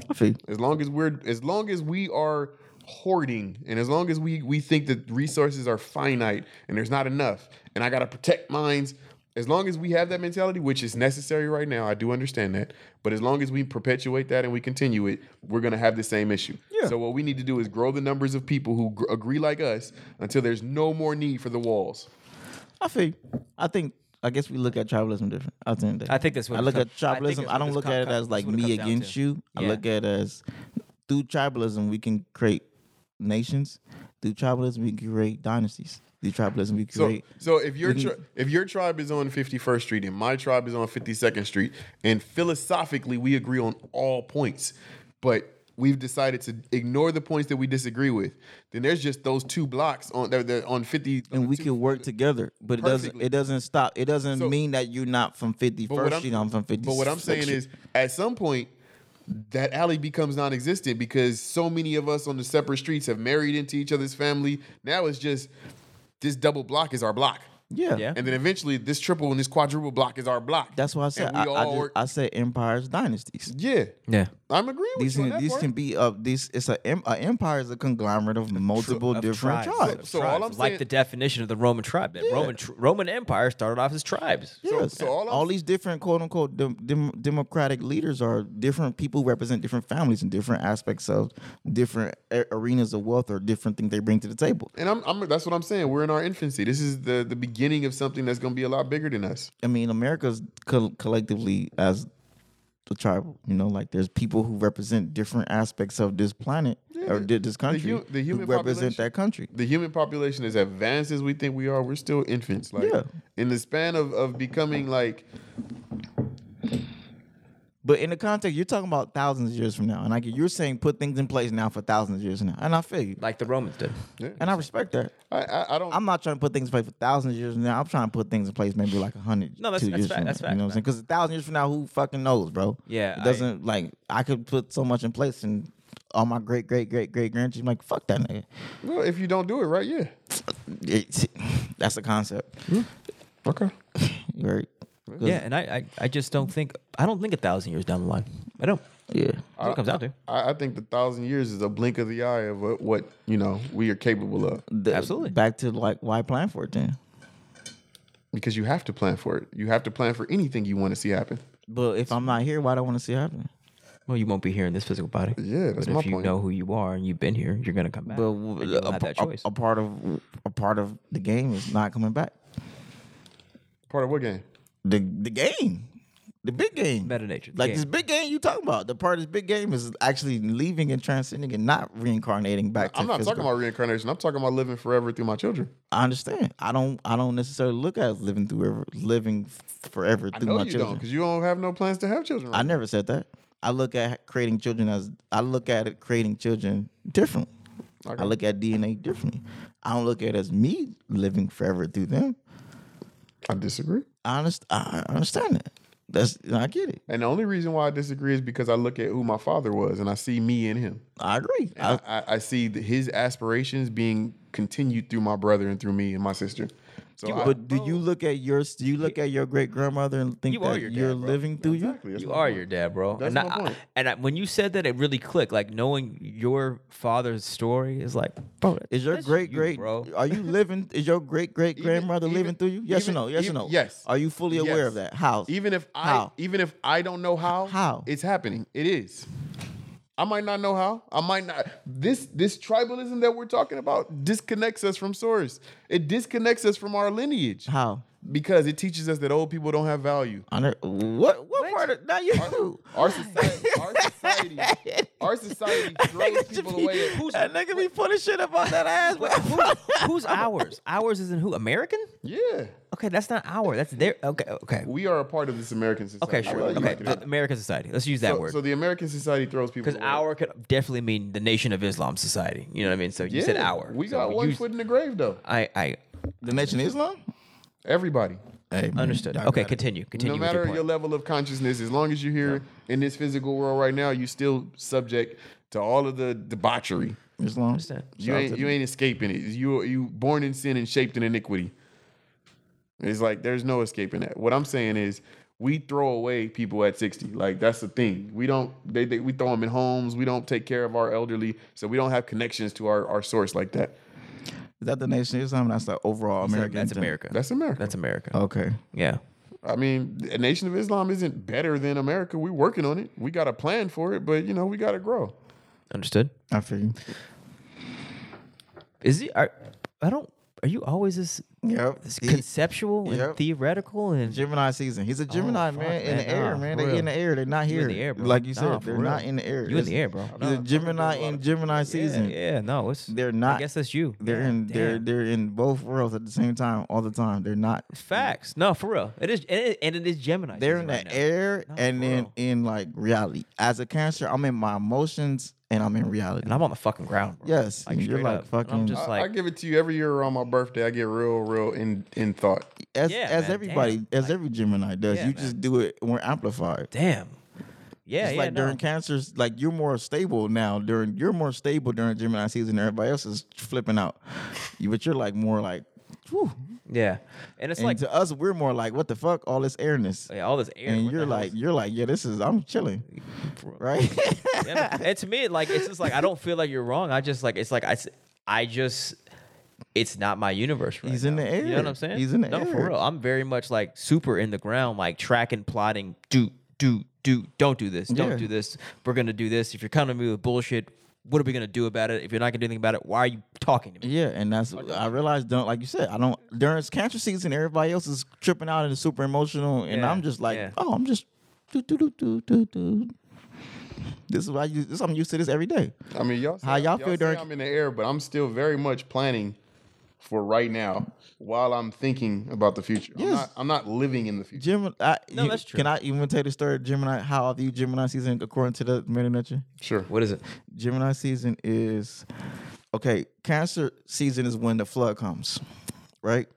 Speaker 2: I feel.
Speaker 3: As long as we're, as long as we are hoarding, and as long as we we think that resources are finite and there's not enough, and I gotta protect mines. As long as we have that mentality, which is necessary right now, I do understand that. But as long as we perpetuate that and we continue it, we're gonna have the same issue.
Speaker 2: Yeah.
Speaker 3: So what we need to do is grow the numbers of people who gr- agree like us until there's no more need for the walls.
Speaker 2: I feel. I think. I guess we look at tribalism different. I think. That,
Speaker 1: I think that's what
Speaker 2: I
Speaker 1: it
Speaker 2: look
Speaker 1: come- I
Speaker 2: at
Speaker 1: think
Speaker 2: tribalism.
Speaker 1: that's
Speaker 2: I,
Speaker 1: what
Speaker 2: don't
Speaker 1: this
Speaker 2: look
Speaker 1: come-
Speaker 2: at it as
Speaker 1: that's
Speaker 2: like
Speaker 1: what it
Speaker 2: me
Speaker 1: comes down
Speaker 2: against
Speaker 1: to.
Speaker 2: you. I
Speaker 1: Yeah.
Speaker 2: look at it as through tribalism we can create nations. Through tribalism we can create dynasties. Through tribalism we
Speaker 3: So,
Speaker 2: create.
Speaker 3: so if your tri- if your tribe is on 51st Street and my tribe is on 52nd Street, and philosophically we agree on all points, but we've decided to ignore the points that we disagree with, then there's just those two blocks on they're, they're on 50.
Speaker 2: and we
Speaker 3: two-
Speaker 2: can work together, but it doesn't.
Speaker 3: Perfectly.
Speaker 2: It doesn't stop. It doesn't
Speaker 3: So-
Speaker 2: mean that you're not from 51st
Speaker 3: but what I'm-
Speaker 2: Street. I'm from 50.
Speaker 3: But what I'm saying is, at some point, that alley becomes non-existent because so many of us on the separate streets have married into each other's family. Now it's just this double block is our block.
Speaker 2: yeah,
Speaker 1: Yeah.
Speaker 3: And then eventually, this triple and this quadruple block is our block.
Speaker 2: That's why I said
Speaker 3: And
Speaker 2: I,
Speaker 3: we
Speaker 2: I,
Speaker 3: all
Speaker 2: just,
Speaker 3: work-
Speaker 2: I said empires, dynasties.
Speaker 3: Yeah,
Speaker 1: Yeah.
Speaker 3: I'm agreeing with
Speaker 2: These
Speaker 3: you. on
Speaker 2: can,
Speaker 3: that
Speaker 2: these
Speaker 3: part.
Speaker 2: can be of these. It's a em- a empire is a conglomerate of multiple
Speaker 1: of
Speaker 2: different
Speaker 1: tribes.
Speaker 2: tribes.
Speaker 1: Of
Speaker 3: So
Speaker 1: tribes.
Speaker 3: all I'm
Speaker 1: like
Speaker 3: saying-
Speaker 1: the definition of the Roman tribe. That Roman tr- Roman Empire started off as tribes.
Speaker 2: Yes.
Speaker 3: So- so all I'm-
Speaker 2: these different quote unquote dem- dem- democratic leaders are different people who represent different families and different aspects of different a- arenas of wealth or different things they bring to the table.
Speaker 3: and I'm, I'm that's what I'm saying. We're in our infancy. This is the the beginning of something that's going to be a lot bigger than us.
Speaker 2: I mean, America's co- collectively as the tribal, you know, like there's people who represent different aspects of this planet or
Speaker 3: the-
Speaker 2: di- this
Speaker 3: the
Speaker 2: country
Speaker 3: hu- the human
Speaker 2: who represent
Speaker 3: population.
Speaker 2: that country.
Speaker 3: The human population is advanced as we think we are. We're still infants. Like
Speaker 2: Yeah.
Speaker 3: in the span of of becoming like
Speaker 2: But in the context, you're talking about thousands of years from now, and like you're saying, put things in place now for thousands of years now, and I feel you,
Speaker 1: Like the Romans did.
Speaker 2: and I respect that.
Speaker 3: I I, I don't.
Speaker 2: I'm not trying to put things in place for thousands of years from now. I'm trying to put things in place maybe like a hundred.
Speaker 1: No, that's-
Speaker 2: two
Speaker 1: that's
Speaker 2: years
Speaker 1: fact,
Speaker 2: From now,
Speaker 1: that's
Speaker 2: You
Speaker 1: fact,
Speaker 2: know what I'm saying? Because a thousand years from now, who fucking knows, bro?
Speaker 1: Yeah,
Speaker 2: it doesn't like I could put so much in place and all my great great great great grandchildren like fuck that nigga.
Speaker 3: well, if you don't do it right, yeah.
Speaker 2: It's- that's a concept,
Speaker 3: Okay.
Speaker 2: right? 'Cause-
Speaker 1: Yeah, and I, I, I just don't think I don't think a thousand years down the line. I don't.
Speaker 2: yeah.
Speaker 1: That's what it comes out to.
Speaker 3: I, I think the thousand years is a blink of the eye of what, what you know we are capable of
Speaker 2: The-
Speaker 1: Absolutely.
Speaker 2: Back to like why plan for it then?
Speaker 3: because you have to plan for it. You have to plan for anything you want to see happen.
Speaker 2: But if I'm not here, why do I want to see it happen?
Speaker 1: Well, you won't be here in this physical body.
Speaker 3: Yeah, that's
Speaker 1: but
Speaker 3: my
Speaker 1: if you
Speaker 3: point.
Speaker 1: know who you are and you've been here, you're gonna come back.
Speaker 2: But
Speaker 1: and
Speaker 2: w-
Speaker 1: you don't
Speaker 2: a,
Speaker 1: have that
Speaker 2: a-
Speaker 1: choice.
Speaker 2: a part of a part of the game is not coming back.
Speaker 3: Part of what game?
Speaker 2: the the game, the big game,
Speaker 1: Meta nature, the
Speaker 2: Like
Speaker 1: game.
Speaker 2: this big game you talking about. The part of this big game is actually leaving and transcending and not reincarnating back. To
Speaker 3: I'm not talking
Speaker 2: physical.
Speaker 3: about reincarnation. I'm talking about living forever through my children.
Speaker 2: I understand. I don't. I don't necessarily look at living through ever, living f- forever
Speaker 3: I
Speaker 2: through
Speaker 3: know
Speaker 2: my
Speaker 3: you don't
Speaker 2: children.
Speaker 3: because you don't have no plans to have children. Right
Speaker 2: I never said that. I look at creating children as I look at it creating children differently. I look at DNA differently. I don't look at it as me living forever through them.
Speaker 3: I disagree.
Speaker 2: I underst- I I understand that. That's I get it.
Speaker 3: And the only reason why I disagree is because I look at who my father was and I see me in him.
Speaker 2: I agree. I,
Speaker 3: I, I, I see th- his aspirations being continued through my brother and through me and my sister. So
Speaker 2: You
Speaker 3: I-
Speaker 2: but do you look at your do you look at your great grandmother and think
Speaker 1: You are
Speaker 2: that
Speaker 1: your dad,
Speaker 2: you're
Speaker 1: bro.
Speaker 2: living through you?
Speaker 3: Exactly, that's
Speaker 1: You
Speaker 3: my
Speaker 1: are
Speaker 3: point.
Speaker 1: your dad, bro.
Speaker 3: That's
Speaker 1: and I-
Speaker 3: my point.
Speaker 1: and I, when you said that, it really clicked. Like knowing your father's story is like, bro,
Speaker 2: Is your
Speaker 1: that's
Speaker 2: great
Speaker 1: you,
Speaker 2: great
Speaker 1: bro.
Speaker 2: are you living? Is your great great grandmother
Speaker 3: even-
Speaker 2: living through you? Yes
Speaker 3: even-
Speaker 2: or no? Yes
Speaker 3: even-
Speaker 2: or no?
Speaker 3: yes.
Speaker 2: Are you fully aware
Speaker 3: Yes.
Speaker 2: of that? How?
Speaker 3: Even if I e
Speaker 2: How?
Speaker 3: even if I don't know how,
Speaker 2: How?
Speaker 3: it's happening. It is. I might not know how. I might not. This this tribalism that we're talking about disconnects us from source. It disconnects us from our lineage.
Speaker 2: how?
Speaker 3: Because it teaches us that old people don't have value.
Speaker 2: I ne- what what part of now you?
Speaker 3: Our society, our society, our society throws people away. At,
Speaker 1: Who's
Speaker 2: That nigga be funny shit about that ass.
Speaker 1: wait, who, who's ours? Ours isn't who American?
Speaker 3: yeah,
Speaker 1: Okay, that's not our. That's their. Okay, okay,
Speaker 3: we are a part of this American society.
Speaker 1: okay, sure.
Speaker 3: Well, you
Speaker 1: Okay,
Speaker 3: like it
Speaker 1: the
Speaker 3: or not.
Speaker 1: American society. Let's use that
Speaker 3: so,
Speaker 1: word.
Speaker 3: so the American society throws people
Speaker 1: Because
Speaker 3: away.
Speaker 1: our could definitely mean the Nation of Islam society. You know what I mean? So you said our.
Speaker 3: We
Speaker 1: So
Speaker 3: got one
Speaker 1: you-
Speaker 3: foot in the grave though.
Speaker 1: I I
Speaker 2: The Nation of Islam.
Speaker 3: Everybody.
Speaker 2: Hey, man,
Speaker 1: understood.
Speaker 2: y'all
Speaker 1: Okay,
Speaker 2: got it.
Speaker 1: continue. Continue.
Speaker 3: no
Speaker 1: with
Speaker 3: matter
Speaker 1: your
Speaker 3: your,
Speaker 1: point.
Speaker 3: level of consciousness, as long as you're here in this physical world right now, you still subject to all of the debauchery.
Speaker 2: Islam.
Speaker 3: You ain't you ain't escaping it. You you born in sin and shaped in iniquity. It's like there's no escaping that. What I'm saying is we throw away people at 60. Like that's the thing. We don't they, they we throw them in homes. We don't take care of our elderly, so we don't have connections to our, our source like that.
Speaker 2: Is that the Nation of Islam? That's the overall American.
Speaker 1: That's
Speaker 2: thing.
Speaker 1: America.
Speaker 3: That's America.
Speaker 1: That's America.
Speaker 2: Okay.
Speaker 1: Yeah.
Speaker 3: I mean, the Nation of Islam isn't better than America. We're working on it. We got a plan for it, but you know, we got to grow.
Speaker 1: Understood.
Speaker 2: I feel you.
Speaker 1: Is he? Are, I don't. Are you always this,
Speaker 2: Yep.
Speaker 1: this
Speaker 2: He-
Speaker 1: conceptual and
Speaker 2: Yep.
Speaker 1: theoretical and
Speaker 2: Gemini season. He's a Gemini
Speaker 1: Oh, fuck,
Speaker 2: man, in
Speaker 1: man.
Speaker 2: the air,
Speaker 1: Nah, for
Speaker 2: man. They
Speaker 1: real.
Speaker 2: in the air. They're not
Speaker 1: You
Speaker 2: here.
Speaker 1: in the air, bro.
Speaker 2: Like you
Speaker 1: Nah,
Speaker 2: said,
Speaker 1: for
Speaker 2: they're
Speaker 1: real.
Speaker 2: not in the air.
Speaker 1: You in the
Speaker 2: It's-
Speaker 1: air, bro.
Speaker 2: He's a Gemini in Gemini
Speaker 1: Yeah,
Speaker 2: season.
Speaker 1: yeah, no, it's
Speaker 2: They're not.
Speaker 1: I guess that's you.
Speaker 2: They're in. They're
Speaker 1: Damn.
Speaker 2: they're in both worlds at the same time, all the time. They're not.
Speaker 1: facts. No, for real, it is, and it, and it is Gemini.
Speaker 2: They're in
Speaker 1: season right
Speaker 2: the
Speaker 1: now.
Speaker 2: air
Speaker 1: Nah,
Speaker 2: and
Speaker 1: for
Speaker 2: then
Speaker 1: real.
Speaker 2: in like reality. As a Cancer, I'm in my emotions and I'm in reality.
Speaker 1: and I'm on the fucking ground. Bro.
Speaker 2: yes,
Speaker 1: Like,
Speaker 2: you're
Speaker 1: straight
Speaker 2: like
Speaker 1: up.
Speaker 2: fucking.
Speaker 1: I'm just
Speaker 3: I, I
Speaker 1: like,
Speaker 3: give it to you every year around my birthday. I get real, real in in thought.
Speaker 2: as
Speaker 1: Yeah,
Speaker 2: as
Speaker 1: man,
Speaker 2: everybody,
Speaker 1: damn.
Speaker 2: as
Speaker 1: Like-
Speaker 2: every Gemini does.
Speaker 1: Yeah,
Speaker 2: you just do it more amplified.
Speaker 1: damn. Yeah,
Speaker 2: it's
Speaker 1: yeah.
Speaker 2: like
Speaker 1: no.
Speaker 2: during cancers, like you're more stable now. During you're more stable during Gemini season. Everybody else is flipping out, You- but you're like more like, whew.
Speaker 1: yeah, and it's
Speaker 2: and
Speaker 1: like Oh,
Speaker 2: to us, we're more like, what the fuck, all this airness,
Speaker 1: yeah, all this air.
Speaker 2: and
Speaker 1: what
Speaker 2: you're
Speaker 1: the hell
Speaker 2: like,
Speaker 1: is-
Speaker 2: you're like, yeah, this is I'm chilling, right?
Speaker 1: Yeah, no. and to me, like it's just like I don't feel like you're wrong. I just like it's like I, s- I just it's not my universe. Right
Speaker 2: He's in
Speaker 1: now.
Speaker 2: the
Speaker 1: You know
Speaker 2: air.
Speaker 1: what I'm saying?
Speaker 2: He's in the
Speaker 1: no, for
Speaker 2: air.
Speaker 1: real. I'm very much like super in the ground, like tracking, plotting. Do do do. Don't do this. Don't
Speaker 2: Yeah.
Speaker 1: do this. We're gonna do this. If you're coming to me with bullshit, what are we gonna do about it? If you're not gonna do anything about it, why are you talking to me?
Speaker 2: yeah, and that's I realized don't like you said I don't during cancer season. Everybody else is tripping out and super emotional, and
Speaker 1: Yeah,
Speaker 2: I'm just like,
Speaker 1: yeah.
Speaker 2: oh, I'm just do do do do do do. This is why you. This I'm used to this every day.
Speaker 3: I mean, y'all. Say,
Speaker 2: How y'all feel
Speaker 3: say
Speaker 2: during-
Speaker 3: I'm in the air, but I'm still very much planning for right now while I'm thinking about the future. I'm,
Speaker 2: Yes.
Speaker 3: not, I'm not living in the future.
Speaker 2: Gemini. I,
Speaker 1: No,
Speaker 2: you-
Speaker 1: that's true.
Speaker 2: Can I even tell the story of Gemini? How I view Gemini season according to the meta nature?
Speaker 3: Sure.
Speaker 1: What is it?
Speaker 2: Gemini season is okay. Cancer season is when the flood comes, right?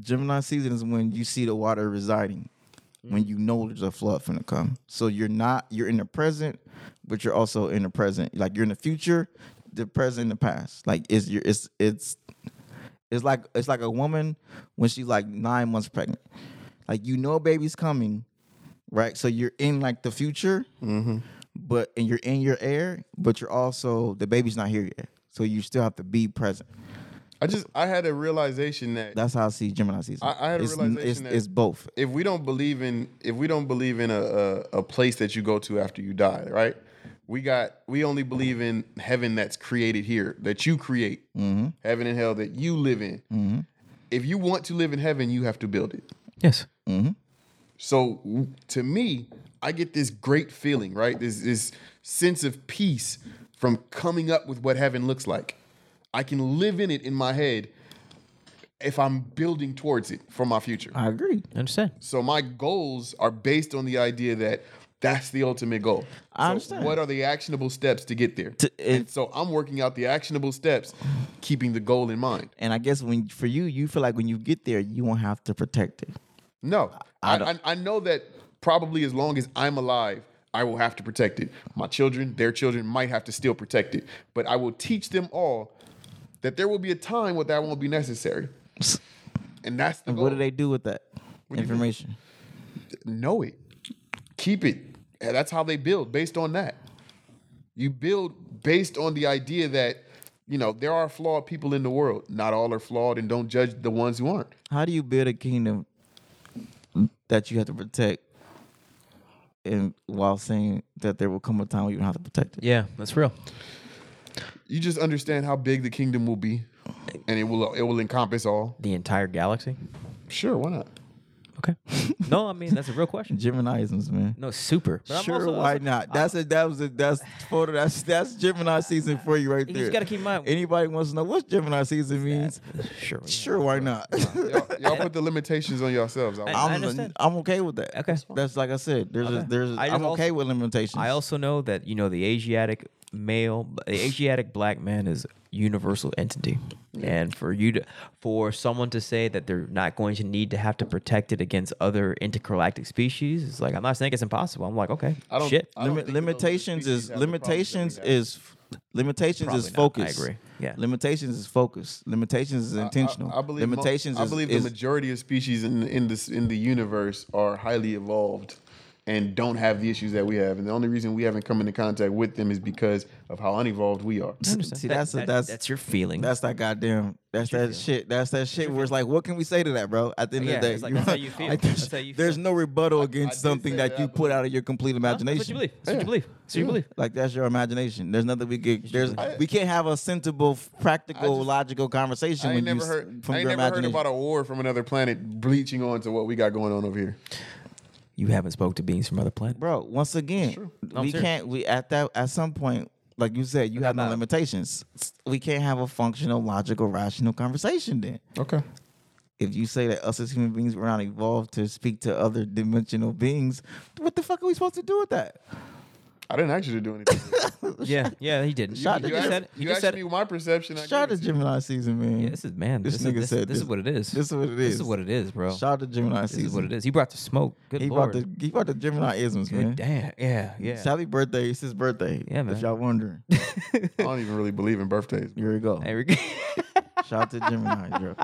Speaker 2: Gemini season is when you see the water residing, when you know there's a flood finna come. So you're not you're in the present, but you're also in the present. Like you're in the future, the present, the past. Like it's your it's it's it's like it's like a woman when she's like nine months pregnant. Like you know, a baby's coming, right? So you're in like the future, but and you're in your air, but you're also the baby's not here yet. So you still have to be present.
Speaker 3: I just I had a realization that
Speaker 2: That's how I see Gemini season.
Speaker 3: I- I had a
Speaker 2: it's,
Speaker 3: realization
Speaker 2: it's,
Speaker 3: that-
Speaker 2: it's both.
Speaker 3: if we don't believe in if we don't believe in a, a, a place that you go to after you die, right? We got we only believe in heaven that's created here, that you create.
Speaker 2: Mm-hmm.
Speaker 3: Heaven and hell that you live in. If you want to live in heaven, you have to build it.
Speaker 1: Yes.
Speaker 3: So w- to me, I get this great feeling, right? This this sense of peace from coming up with what heaven looks like. I can live in it in my head if I'm building towards it for my future.
Speaker 2: I agree.
Speaker 1: Understand?
Speaker 3: So my goals are based on the idea that that's the ultimate goal.
Speaker 2: I
Speaker 3: So
Speaker 2: understand.
Speaker 3: What are the actionable steps to get there?
Speaker 2: it-
Speaker 3: and so I'm working out the actionable steps, keeping the goal in mind.
Speaker 2: And I guess when for you, you feel like when you get there, you won't have to protect it.
Speaker 3: No, I, I,
Speaker 2: don't-
Speaker 3: I know that probably as long as I'm alive, I will have to protect it. My children, their children might have to still protect it, but I will teach them all that there will be a time where that won't be necessary. And that's the
Speaker 2: And
Speaker 3: goal.
Speaker 2: what do they do with that
Speaker 3: Oh. do you mean?
Speaker 2: information?
Speaker 3: know it, keep it. And that's how they build based on that. You build based on the idea that, you know, there are flawed people in the world. Not all are flawed and don't judge the ones who aren't.
Speaker 2: How do you build a kingdom that you have to protect, and while saying that there will come a time when you don't have to protect it?
Speaker 1: Yeah, that's real.
Speaker 3: You just understand how big the kingdom will be and it will it will encompass all.
Speaker 1: The entire galaxy.
Speaker 3: Sure, why not?
Speaker 1: Okay. no, I mean that's a real question.
Speaker 2: Geminiisms, man.
Speaker 1: No, super. But I'm
Speaker 2: sure,
Speaker 1: also-
Speaker 2: why
Speaker 1: also-
Speaker 2: not? That's a that was a that's photo. That's that's Gemini season for you right there.
Speaker 1: You just gotta keep in mind-
Speaker 2: Anybody wants to know what Gemini season means?
Speaker 1: Sure. yeah.
Speaker 2: Sure, why not?
Speaker 3: Y'all, y'all put the limitations on yourselves. I
Speaker 1: I
Speaker 2: I'm
Speaker 1: understand.
Speaker 2: I'm okay with that.
Speaker 1: Okay.
Speaker 2: that's like I said. There's a, there's a,
Speaker 1: I just
Speaker 2: I'm okay
Speaker 1: also-
Speaker 2: with limitations.
Speaker 1: I also know that you know the Asiatic male, the Asiatic black man is a universal entity, and for you to, for someone to say that they're not going to need to have to protect it against other intergalactic species, it's like I'm not saying it's impossible. I'm like, okay,
Speaker 3: I don't-
Speaker 1: shit.
Speaker 3: I don't
Speaker 2: Limit,
Speaker 3: think those
Speaker 2: limitations
Speaker 3: species
Speaker 2: is
Speaker 3: have the problems that we
Speaker 2: limitations
Speaker 3: have.
Speaker 2: is limitations is
Speaker 1: Probably not. I
Speaker 2: focus.
Speaker 1: agree. Yeah.
Speaker 2: Limitations is focus. Limitations is intentional.
Speaker 3: I, I believe mo-
Speaker 2: limitations
Speaker 3: I
Speaker 2: is,
Speaker 3: believe
Speaker 2: is
Speaker 3: the majority of species in in this in the universe are highly evolved and don't have the issues that we have. And the only reason we haven't come into contact with them is because of how unevolved we are.
Speaker 2: see that's a-
Speaker 1: That-
Speaker 2: that's
Speaker 1: that's your feeling.
Speaker 2: That's that goddamn. That's that shit. That's that shit. Where it's like, what can we say to that, bro? At the end
Speaker 1: Yeah,
Speaker 2: of the day,
Speaker 1: it's like, that's how you feel.
Speaker 2: there's,
Speaker 1: That's how you
Speaker 2: there's no rebuttal against
Speaker 3: did
Speaker 2: something
Speaker 3: say
Speaker 2: that,
Speaker 3: that,
Speaker 2: you
Speaker 3: I
Speaker 2: put out of your complete
Speaker 1: that's what you
Speaker 2: imagination.
Speaker 1: believe. That's what you believe. That's what you believe.
Speaker 2: Like that's your imagination. There's nothing we get. There's we can't have a sensible, practical,
Speaker 3: I just-
Speaker 2: logical conversation
Speaker 3: I
Speaker 2: when
Speaker 3: ain't
Speaker 2: you
Speaker 3: never
Speaker 2: s-
Speaker 3: heard.
Speaker 2: from
Speaker 3: I ain't
Speaker 2: your
Speaker 3: never heard
Speaker 2: imagination.
Speaker 3: about a war from another planet bleaching onto what we got going on over here.
Speaker 1: You haven't spoke to beings from other planets.
Speaker 2: bro. Once again,
Speaker 1: I'm
Speaker 2: we
Speaker 1: serious.
Speaker 2: can't. We at that at some point, like you said, you have no limitations. We can't have a functional, logical, rational conversation then.
Speaker 3: Okay.
Speaker 2: if you say that us as human beings were not evolved to speak to other dimensional beings, what the fuck are we supposed to do with that?
Speaker 3: I didn't actually do anything.
Speaker 1: Yeah, yeah, he did.
Speaker 2: Shout
Speaker 1: He
Speaker 2: out
Speaker 3: you
Speaker 2: to
Speaker 1: just
Speaker 3: asked,
Speaker 1: said. He
Speaker 3: you
Speaker 1: just said.
Speaker 3: asked me my perception. I
Speaker 2: Shout out
Speaker 3: gave
Speaker 2: to
Speaker 3: it to you.
Speaker 2: Gemini season, man.
Speaker 1: Yeah, this is man.
Speaker 2: This
Speaker 1: This,
Speaker 2: nigga
Speaker 1: is, this,
Speaker 2: said
Speaker 1: this is
Speaker 2: this-
Speaker 1: what it is.
Speaker 2: this is what it
Speaker 1: This
Speaker 2: is.
Speaker 1: is what it is, bro.
Speaker 2: Shout out to Gemini
Speaker 1: This
Speaker 2: season.
Speaker 1: is what it is. He brought the smoke. Good
Speaker 2: He
Speaker 1: lord.
Speaker 2: brought the he brought the Gemini isms, man.
Speaker 1: Good damn. Yeah, yeah.
Speaker 2: It's Happy birthday! It's his birthday.
Speaker 1: Yeah, man.
Speaker 2: If y'all wondering,
Speaker 3: I don't even really believe in birthdays.
Speaker 2: here we go.
Speaker 1: There we go.
Speaker 2: Shout out to Gemini, bro.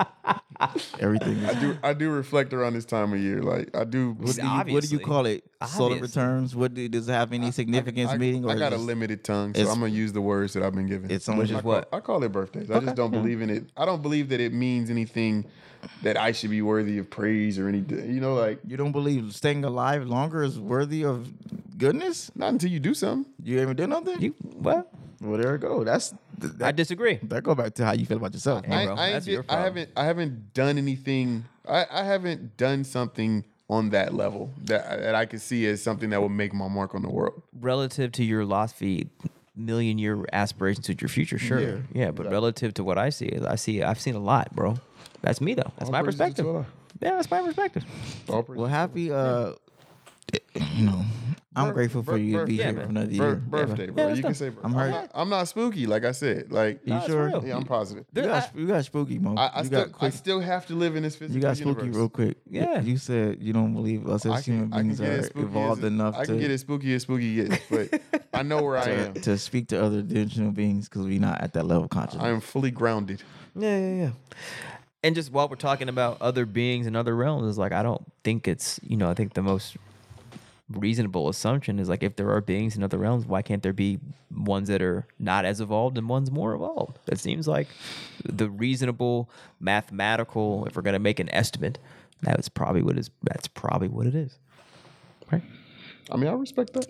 Speaker 2: Everything. Is,
Speaker 3: I do. I do reflect around this time of year. Like I do.
Speaker 2: what, do you, what do you
Speaker 1: Obviously.
Speaker 2: call it? Solar
Speaker 1: Obviously.
Speaker 2: returns. What do, does it have any significance
Speaker 3: I,
Speaker 2: meaning?
Speaker 3: I
Speaker 2: is
Speaker 3: got a
Speaker 2: it-
Speaker 3: limited tongue, so
Speaker 2: it's-
Speaker 3: I'm gonna use the words that I've been given.
Speaker 2: It's only
Speaker 3: I
Speaker 2: just
Speaker 3: call,
Speaker 1: what?
Speaker 3: I call it birthdays. I just don't believe in it. I don't believe that it means anything that I should be worthy of praise or anything. You know, like
Speaker 2: You don't believe staying alive longer is worthy of goodness?
Speaker 3: not until you do something.
Speaker 2: You haven't done nothing.
Speaker 1: You what?
Speaker 2: Well, there it go. That's th- that,
Speaker 1: I disagree.
Speaker 2: that go back to how you feel about yourself.
Speaker 3: I,
Speaker 1: bro,
Speaker 3: I ain't
Speaker 1: that's
Speaker 3: did-
Speaker 1: your
Speaker 3: I
Speaker 1: problem.
Speaker 3: haven't. I haven't done anything. I, I haven't done something on that level that that I could see as something that would make my mark on the world.
Speaker 1: Relative to your philosophy, million year aspirations to your future, sure. Yeah, but relative to what I see, I see I've seen a lot, bro. That's me though. That's my
Speaker 3: praises
Speaker 1: perspective.
Speaker 3: to Allah.
Speaker 1: Yeah, that's my perspective.
Speaker 3: All praise-
Speaker 2: well, happy. Uh, you know, I'm
Speaker 3: Bir-
Speaker 2: grateful for
Speaker 3: bir-
Speaker 2: you to
Speaker 3: bir-
Speaker 2: be
Speaker 3: yeah,
Speaker 2: here
Speaker 1: man.
Speaker 2: for another
Speaker 3: Bir-
Speaker 2: year.
Speaker 3: birthday, bro.
Speaker 1: that's
Speaker 3: you can
Speaker 1: dope.
Speaker 3: say. Birthday.
Speaker 2: I'm hurt.
Speaker 3: not, I'm not spooky, like I said. Like
Speaker 2: You sure?
Speaker 1: real.
Speaker 2: You
Speaker 3: yeah, I'm positive.
Speaker 2: got, you got spooky, mo.
Speaker 3: I, I,
Speaker 2: you
Speaker 3: still,
Speaker 2: got
Speaker 3: I
Speaker 2: quick.
Speaker 3: still have to live in this physical
Speaker 2: You got
Speaker 3: universe.
Speaker 2: spooky real quick. Y-
Speaker 1: Yeah.
Speaker 2: You said you don't believe us as human beings
Speaker 3: get as
Speaker 2: are
Speaker 3: spooky as
Speaker 2: evolved
Speaker 3: it-
Speaker 2: enough
Speaker 3: I
Speaker 2: to,
Speaker 3: can get as spooky as spooky gets, but I know where I am.
Speaker 2: to speak to other dimensional beings because we're not at that level of consciousness.
Speaker 3: I am fully grounded.
Speaker 1: Yeah, yeah, yeah. And just while we're talking about other beings and other realms, is like I don't think it's you know I think the most reasonable assumption is like if there are beings in other realms, why can't there be ones that are not as evolved and ones more evolved? That seems like the reasonable mathematical. If we're gonna make an estimate, that's probably what is. That's probably what it is. Right.
Speaker 3: I mean, I respect that.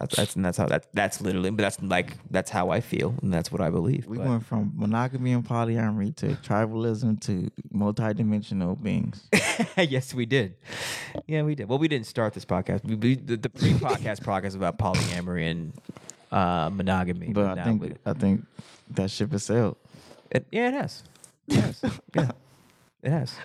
Speaker 1: That's that's and that's how that that's literally. But that's like that's how I feel and that's what I believe.
Speaker 2: we
Speaker 1: but-
Speaker 2: went from monogamy and polyamory to tribalism to multidimensional beings.
Speaker 1: yes, we did. Yeah, we did. Well, we didn't start this podcast. We, we the, the pre-podcast podcast was about polyamory and uh, monogamy.
Speaker 2: But I
Speaker 1: now we-
Speaker 2: think I think that ship has sailed.
Speaker 1: it, yeah, it has. It has. yeah, it has.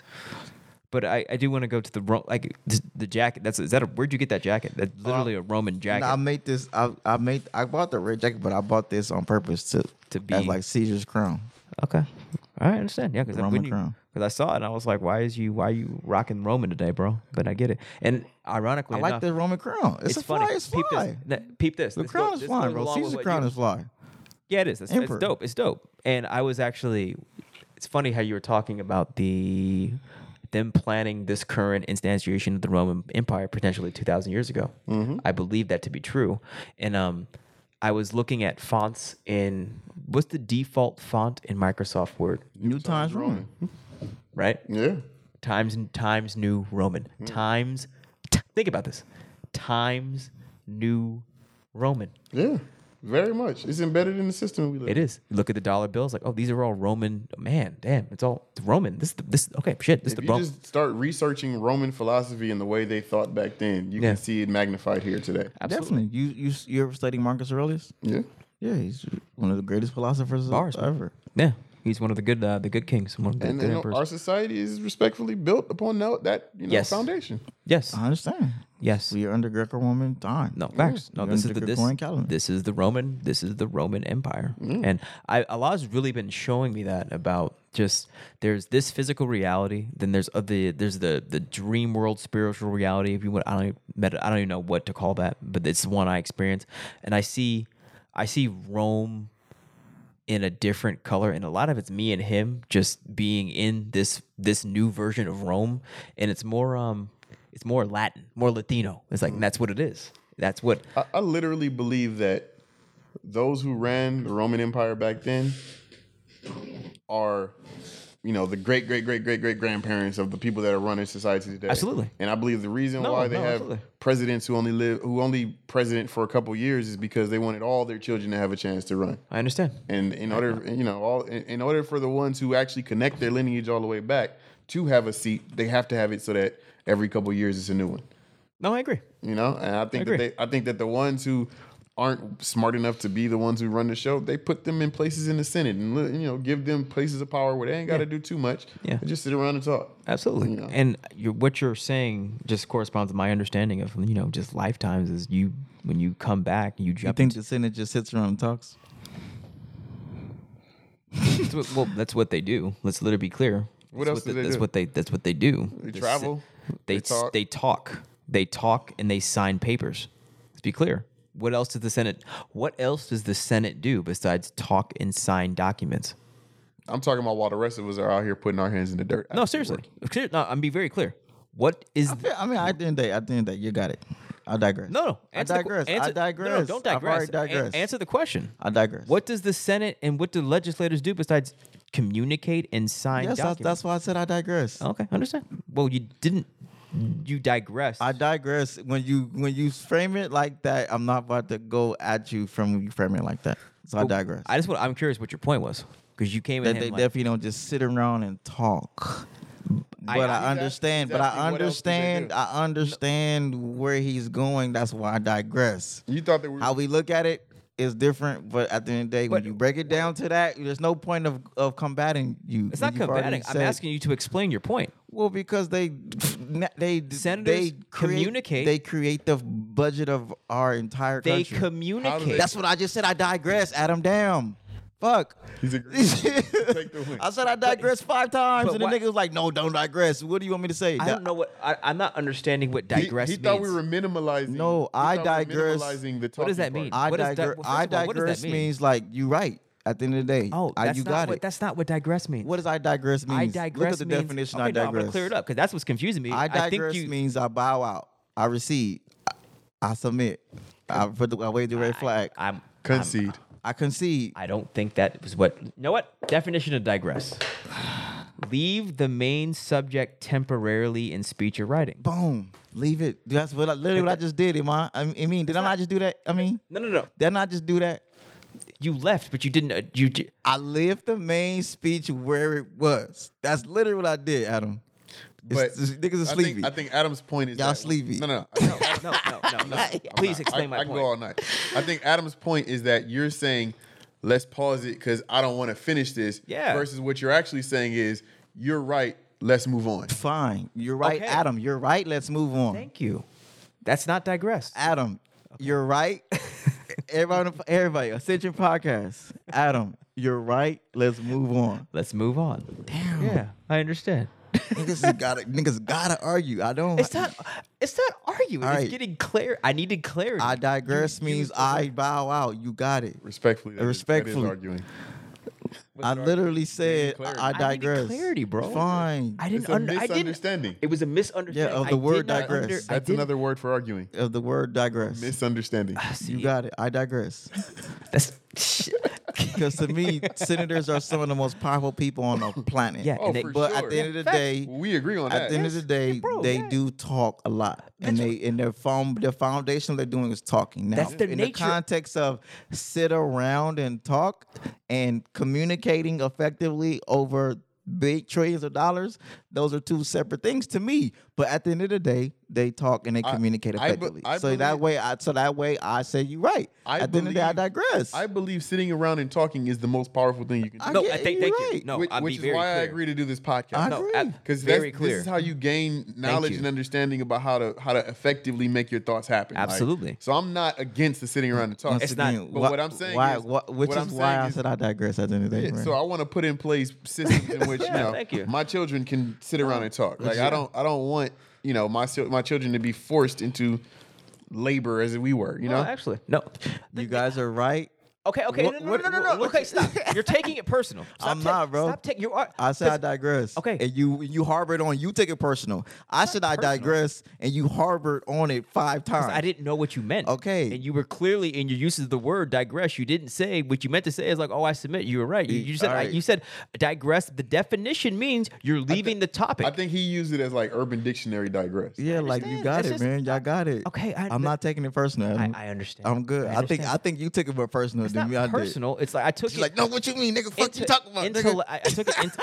Speaker 1: But I, I do want to go to the Ro- like th- the jacket. That's is that a, where'd you get that jacket? That's
Speaker 2: Uh,
Speaker 1: literally a Roman jacket.
Speaker 2: No, I made this. I, I made. I bought the red jacket, but I bought this on purpose to
Speaker 1: To be-
Speaker 2: as like Caesar's crown.
Speaker 1: okay, all right, I understand. Yeah, because
Speaker 2: Roman crown.
Speaker 1: Because I saw it and I was like, why is you why you rocking Roman today, bro? But I get it. And ironically,
Speaker 2: I like
Speaker 1: enough,
Speaker 2: the Roman crown. It's,
Speaker 1: It's,
Speaker 2: a
Speaker 1: funny.
Speaker 2: fly. It's
Speaker 1: peep
Speaker 2: fly.
Speaker 1: this. n- Peep this.
Speaker 2: The
Speaker 1: This go-
Speaker 2: crown is
Speaker 1: this
Speaker 2: flying,
Speaker 1: goes
Speaker 2: bro.
Speaker 1: along with
Speaker 2: Caesar's
Speaker 1: what
Speaker 2: crown
Speaker 1: you-
Speaker 2: is fly.
Speaker 1: Yeah, it is. It's, it's
Speaker 2: Emperor.
Speaker 1: dope. It's dope. And I was actually, it's funny how you were talking about the them planning this current instantiation of the Roman Empire potentially 2,000 years ago. I believe that to be true. And um, I was looking at fonts in what's the default font in Microsoft Word,
Speaker 2: New Times Roman.
Speaker 1: right?
Speaker 3: Yeah.
Speaker 1: Times Times New Roman. Times. t- think about this. Times New Roman.
Speaker 3: Yeah. Very much. It's embedded in the system we live
Speaker 1: It is. Look at the dollar bills. Like, oh, these are all Roman. Man, damn, it's all Roman. This, this. Okay, shit. This
Speaker 3: If
Speaker 1: the
Speaker 3: you
Speaker 1: Roman.
Speaker 3: just start researching Roman philosophy and the way they thought back then, you
Speaker 1: Yeah.
Speaker 3: can see it magnified here today.
Speaker 2: Definitely. You you you ever studied Marcus Aurelius?
Speaker 3: Yeah.
Speaker 2: Yeah, he's one of the greatest philosophers
Speaker 1: Bars, man.
Speaker 2: ever.
Speaker 1: Yeah, he's one of the good, uh, the good kings. One of the
Speaker 3: And
Speaker 1: good
Speaker 3: you know,
Speaker 1: emperors.
Speaker 3: our society is respectfully built upon that, that you know
Speaker 1: Yes.
Speaker 3: foundation.
Speaker 1: yes,
Speaker 2: I understand.
Speaker 1: yes.
Speaker 2: Uh-huh. We are under Greco-Roman time.
Speaker 1: No facts.
Speaker 2: Yeah,
Speaker 1: No,
Speaker 2: we're
Speaker 1: this is
Speaker 2: under
Speaker 1: the this,
Speaker 2: Gregorian calendar.
Speaker 1: this is the Roman. This is the Roman Empire,
Speaker 3: Mm.
Speaker 1: and I Allah's really been showing me that about just there's this physical reality, then there's of the there's the the dream world spiritual reality. If you want, I don't even, meta- I don't even know what to call that, but it's the one I experience, and I see I see Rome in a different color and a lot of it's me and him just being in this this new version of Rome and it's more um it's more Latin, more Latino. It's like that's what it is. That's what
Speaker 3: I, I literally believe that those who ran the Roman Empire back then are, you know, the great, great, great, great, great grandparents of the people that are running society today.
Speaker 1: Absolutely.
Speaker 3: And I believe the reason
Speaker 1: No,
Speaker 3: why they
Speaker 1: no,
Speaker 3: have
Speaker 1: absolutely.
Speaker 3: presidents who only live, who only president for a couple years is because they wanted all their children to have a chance to run.
Speaker 1: I understand.
Speaker 3: and in order you know all in in order for the ones who actually connect their lineage all the way back to have a seat they have to have it so that every couple of years it's a new one
Speaker 1: No, I agree.
Speaker 3: you know and i think
Speaker 1: I
Speaker 3: that
Speaker 1: agree.
Speaker 3: they i think that the ones who aren't smart enough to be the ones who run the show they put them in places in the senate and li- you know give them places of power where they ain't got to do too much
Speaker 1: Yeah. Uh,
Speaker 3: They just sit around and talk
Speaker 1: Absolutely.
Speaker 3: Yeah.
Speaker 1: And you're, what you're saying just corresponds to my understanding of, you know, just lifetimes is you when you come back, you
Speaker 2: You
Speaker 1: jump
Speaker 2: think the Senate just sits around and talks?
Speaker 1: into it. Well, that's what they do. Let's let it be clear.
Speaker 3: What
Speaker 1: That's
Speaker 3: else
Speaker 1: the-
Speaker 3: do they
Speaker 1: that's
Speaker 3: do?
Speaker 1: what they that's what they do. They
Speaker 3: they
Speaker 1: sit-
Speaker 3: travel
Speaker 1: They
Speaker 3: they
Speaker 1: s-
Speaker 3: talk.
Speaker 1: they talk. They talk and they sign papers. Let's be clear. What else does the Senate what else does the Senate do besides talk and sign documents?
Speaker 3: i'm talking about while the rest of us are out here putting our hands in the dirt
Speaker 1: No, seriously. Clear- No, I'm be very clear. What is
Speaker 2: I, feel, I mean, at the end of the day, at the end of the day, you got it. I digress.
Speaker 1: No, no.
Speaker 2: I
Speaker 1: Answer the que-
Speaker 2: digress. I
Speaker 1: answer-
Speaker 2: digress.
Speaker 1: No, no, don't
Speaker 2: I've already
Speaker 1: digress. A-
Speaker 2: digressed.
Speaker 1: answer the question.
Speaker 2: I digress.
Speaker 1: What does the Senate and what do legislators do besides communicate and sign
Speaker 2: Yes, I,
Speaker 1: documents?
Speaker 2: that's why I said I digress.
Speaker 1: okay, understand. Well, you didn't. You digress.
Speaker 2: I digress. When you when you frame it like that, I'm not about to go at you from when you frame it like that. So I digress.
Speaker 1: I just want. I'm curious what your point was because you came in.
Speaker 2: that
Speaker 1: They
Speaker 2: they
Speaker 1: like,
Speaker 2: definitely don't just sit around and talk. But I,
Speaker 3: asking-
Speaker 2: understand.
Speaker 3: he's
Speaker 2: but
Speaker 3: asking
Speaker 2: I
Speaker 3: what else did they
Speaker 2: understand.
Speaker 3: do.
Speaker 2: I understand where he's going. That's why I digress.
Speaker 3: you thought that we were
Speaker 2: How we look at it is different, but at the end of the day, when you break it down to that, there's no point of, of combating you.
Speaker 1: it's not combating. I'm asking you to explain your point.
Speaker 2: Well, because they they
Speaker 1: Senators
Speaker 2: they create,
Speaker 1: communicate.
Speaker 2: They create the budget of our entire
Speaker 1: They
Speaker 2: country.
Speaker 1: communicate.
Speaker 2: That's what I just said. I digress. Adam, damn. Fuck.
Speaker 3: He's agreeing. Take the win.
Speaker 2: I said I digress five times,
Speaker 1: but
Speaker 2: and the
Speaker 1: why-
Speaker 2: nigga was like, "No, don't digress." What do you want me to say?
Speaker 1: I don't know what. I, I'm not understanding what
Speaker 3: he,
Speaker 1: digress
Speaker 3: he
Speaker 1: means.
Speaker 3: thought we were minimalizing
Speaker 2: No,
Speaker 3: he
Speaker 2: I
Speaker 3: thought we were
Speaker 2: digress.
Speaker 3: minimalizing the
Speaker 1: What does that
Speaker 3: talking
Speaker 1: mean?
Speaker 3: part.
Speaker 2: I
Speaker 1: What is di-
Speaker 2: digress.
Speaker 1: well, first
Speaker 2: I
Speaker 1: of all, what does that
Speaker 2: digress
Speaker 1: mean?
Speaker 2: means like you right at the end of the day.
Speaker 1: Oh,
Speaker 2: I-
Speaker 1: that's
Speaker 2: Ah, you
Speaker 1: not
Speaker 2: got
Speaker 1: what,
Speaker 2: it.
Speaker 1: That's not what digress means.
Speaker 2: what does I digress means?
Speaker 1: I digress
Speaker 2: Look at the
Speaker 1: means,
Speaker 2: definition.
Speaker 1: Okay,
Speaker 2: I
Speaker 1: no, I'm
Speaker 2: digress.
Speaker 1: gonna clear it up because that's what's confusing me.
Speaker 2: I digress
Speaker 1: think you,
Speaker 2: means I bow out. I recede. I, I submit. I put the, I wave the red flag. I,
Speaker 1: I'm.
Speaker 3: Concede.
Speaker 2: concede.
Speaker 1: I don't think that was what. You know what? Definition of digress. Leave the main subject temporarily in speech or writing.
Speaker 2: Boom. Leave it. That's what I, literally what I just did. Am I? I mean, did I not just do that? I mean,
Speaker 1: No, no, no.
Speaker 2: did I not just do that?
Speaker 1: You left, but you didn't. Uh, you di-
Speaker 2: I lived the main speech where it was. That's literally what I did, Adam. It's- this niggas are
Speaker 3: I
Speaker 2: sleepy.
Speaker 3: Think, I think Adam's point is
Speaker 2: Y'all
Speaker 3: that-
Speaker 2: sleepy.
Speaker 3: No, no, no. I-
Speaker 1: no, no, no, no. Please explain
Speaker 3: I,
Speaker 1: my
Speaker 3: I can
Speaker 1: point.
Speaker 3: go all night. I think Adam's point is that you're saying, let's pause it because I don't want to finish this.
Speaker 1: Yeah.
Speaker 3: Versus what you're actually saying is, you're right. Let's move on.
Speaker 2: Fine. You're right,
Speaker 1: Okay.
Speaker 2: Adam. You're right. Let's move on.
Speaker 1: Thank you. That's not digress.
Speaker 2: Adam, you're right. everybody, on the- everybody, Ascension Podcast. Adam, you're right. Let's move on.
Speaker 1: Let's move on. Damn. Yeah, I understand.
Speaker 2: niggas has gotta, niggas gotta argue. I don't.
Speaker 1: It's not. It's not arguing.
Speaker 2: All
Speaker 1: it's
Speaker 2: right.
Speaker 1: getting clear. I needed clarity.
Speaker 2: I digress means I bow out. You got it.
Speaker 3: Respectfully. that is- that is
Speaker 2: Respectfully.
Speaker 3: arguing.
Speaker 2: I literally said
Speaker 3: clarity.
Speaker 2: I
Speaker 1: need
Speaker 2: digress.
Speaker 1: clarity, bro.
Speaker 2: Fine.
Speaker 1: I
Speaker 3: It's
Speaker 1: didn't
Speaker 3: a
Speaker 1: under, I didn't.
Speaker 3: misunderstanding.
Speaker 1: It was a misunderstanding.
Speaker 2: Yeah, of
Speaker 1: I
Speaker 2: the
Speaker 1: did
Speaker 2: word
Speaker 1: not
Speaker 2: digress.
Speaker 1: under- I
Speaker 3: That's
Speaker 1: didn't-
Speaker 3: another word for arguing.
Speaker 2: of the word digress.
Speaker 3: Misunderstanding.
Speaker 2: you got it. I digress.
Speaker 1: That's
Speaker 2: Because to me, senators are some of the most powerful people on the planet.
Speaker 1: Yeah,
Speaker 3: Oh, and they- for
Speaker 2: but at
Speaker 3: sure.
Speaker 2: the end of the
Speaker 3: Facts.
Speaker 2: day,
Speaker 3: We agree on
Speaker 2: at
Speaker 3: that.
Speaker 2: the end of the day,
Speaker 1: bro,
Speaker 2: they
Speaker 1: yeah.
Speaker 2: do talk a lot, and they and their found their foundation they're doing is talking. Now,
Speaker 1: That's the
Speaker 2: in
Speaker 1: nature-
Speaker 2: the context of sit around and talk and communicating effectively over big trillions of dollars, those are two separate things to me. But at the end of the day, they talk and they communicate
Speaker 3: I be-
Speaker 2: effectively.
Speaker 3: I
Speaker 2: so that
Speaker 3: believe-
Speaker 2: way, I so that way, I say you're right.
Speaker 3: I
Speaker 2: at the end of the day, I
Speaker 3: believe-
Speaker 2: digress.
Speaker 3: I believe sitting around and talking is the most powerful thing you can do.
Speaker 2: I
Speaker 1: no.
Speaker 2: get-
Speaker 1: I think
Speaker 2: you're
Speaker 1: thank you.
Speaker 2: right.
Speaker 1: No,
Speaker 3: which
Speaker 1: I'll
Speaker 3: which
Speaker 1: be
Speaker 3: is
Speaker 1: very
Speaker 3: why I
Speaker 1: clear.
Speaker 3: agree to do this
Speaker 2: I
Speaker 3: podcast.
Speaker 2: agree.
Speaker 3: Because
Speaker 1: very
Speaker 3: This
Speaker 1: clear.
Speaker 3: is how you gain knowledge
Speaker 1: you.
Speaker 3: and understanding about how to how to effectively make your thoughts happen. Like,
Speaker 1: Absolutely.
Speaker 3: so I'm not against the sitting around and talking.
Speaker 2: Once
Speaker 1: not-
Speaker 2: again,
Speaker 3: but
Speaker 2: why-
Speaker 3: what I'm saying
Speaker 2: why,
Speaker 3: is-
Speaker 2: why- which is
Speaker 3: what I'm
Speaker 2: why
Speaker 3: saying
Speaker 2: I
Speaker 3: is-
Speaker 2: said I digress at the end of the day.
Speaker 3: Yeah,
Speaker 2: man.
Speaker 3: so I want to put in place systems in which you know
Speaker 1: thank you.
Speaker 3: my children can sit around and talk. Like I don't, I don't want you know my chil- my children to be forced into labor as we were. You know,
Speaker 1: No, actually, no.
Speaker 2: you guys are right.
Speaker 1: Okay, okay,
Speaker 2: What-
Speaker 1: no, no,
Speaker 2: what-
Speaker 1: no, no, no, no.
Speaker 2: what-
Speaker 1: Okay, stop. You're taking it personal. Stop
Speaker 2: I'm
Speaker 1: ta-
Speaker 2: not, bro.
Speaker 1: Stop taking. You are.
Speaker 2: I said I
Speaker 1: because-
Speaker 2: digress.
Speaker 1: Okay.
Speaker 2: And you you harbored on you take it personal. I said I digress and you harbored on it five times.
Speaker 1: I didn't know what you meant.
Speaker 2: Okay.
Speaker 1: And you were clearly in your uses of the word digress. You didn't say what you meant to say is like, oh, I submit. You were right. You, you said
Speaker 2: all right.
Speaker 1: you said digress. The definition means you're leaving the topic.
Speaker 3: I think he used it as like Urban Dictionary digress.
Speaker 2: Yeah, like you
Speaker 1: understand.
Speaker 2: got
Speaker 1: It's
Speaker 2: it,
Speaker 1: just-
Speaker 2: man. Y'all got it.
Speaker 1: Okay, I-
Speaker 2: am not taking it personal. Adam.
Speaker 1: I understand.
Speaker 2: I'm good. I, think I think you took it more personal
Speaker 1: it's
Speaker 2: than
Speaker 1: not
Speaker 2: me. I did.
Speaker 1: personal. It's like I took
Speaker 2: She's
Speaker 1: it.
Speaker 2: like, no, what you mean, nigga? Fuck you
Speaker 1: Inte-
Speaker 2: talking about, nigga?
Speaker 1: intele- I, I took it. int-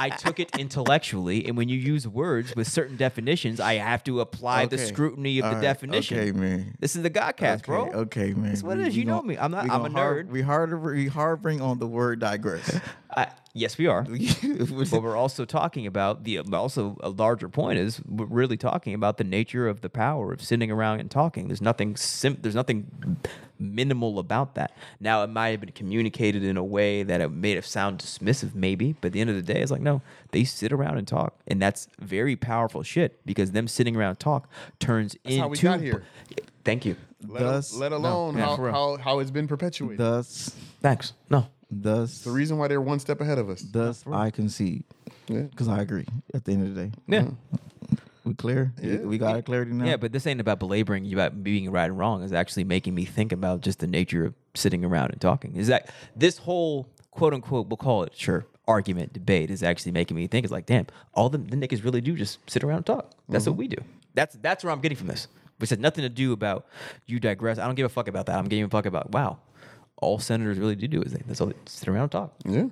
Speaker 1: I took it intellectually, and when you use words with certain definitions, I have to apply the
Speaker 2: Okay.
Speaker 1: scrutiny of
Speaker 2: All
Speaker 1: the
Speaker 2: right.
Speaker 1: definition.
Speaker 2: Okay, man.
Speaker 1: This is the Godcast,
Speaker 2: okay,
Speaker 1: bro.
Speaker 2: Okay, man.
Speaker 1: That's what it
Speaker 2: We-
Speaker 1: is.
Speaker 2: we
Speaker 1: You know
Speaker 2: gon-
Speaker 1: me. I'm not-
Speaker 2: we
Speaker 1: I'm
Speaker 2: gon'
Speaker 1: a
Speaker 2: har-
Speaker 1: nerd.
Speaker 2: We harder we harboring on the word digress.
Speaker 1: I, yes, we are.
Speaker 2: But
Speaker 1: but we're also talking about the also a larger point is we're really talking about the nature of the power of sitting around and talking. There's nothing sim- there's nothing minimal about that. Now it might have been communicated in a way that it made it sound dismissive, maybe, but at the end of the day, it's like no, they sit around and talk, and that's very powerful shit because them sitting around and talk turns into.
Speaker 3: how we got here.
Speaker 1: Thank you.
Speaker 3: Let,
Speaker 2: Thus-
Speaker 3: let
Speaker 2: no,
Speaker 3: alone
Speaker 2: yeah,
Speaker 3: how,
Speaker 2: for real.
Speaker 3: how how it's been perpetuated.
Speaker 2: thus
Speaker 1: Thanks. No.
Speaker 2: thus
Speaker 3: the reason why they're one step ahead of us.
Speaker 2: Thus, I concede because I agree. At the end of the day,
Speaker 1: Yeah.
Speaker 2: we clear. We- We got our clarity now.
Speaker 1: Yeah, but this ain't about belaboring you about being right and wrong. It's actually making me think about just the nature of sitting around and talking. Is that this whole quote unquote we'll call it sure argument debate is actually making me think it's like damn all the, the niggas really do just sit around and talk. That's what we do. That's that's where I'm getting from this. Which has nothing to do about you digress. I don't give a fuck about that. I'm giving a fuck about wow. All senators really do do is they that's all they sit around and talk.
Speaker 3: Yeah.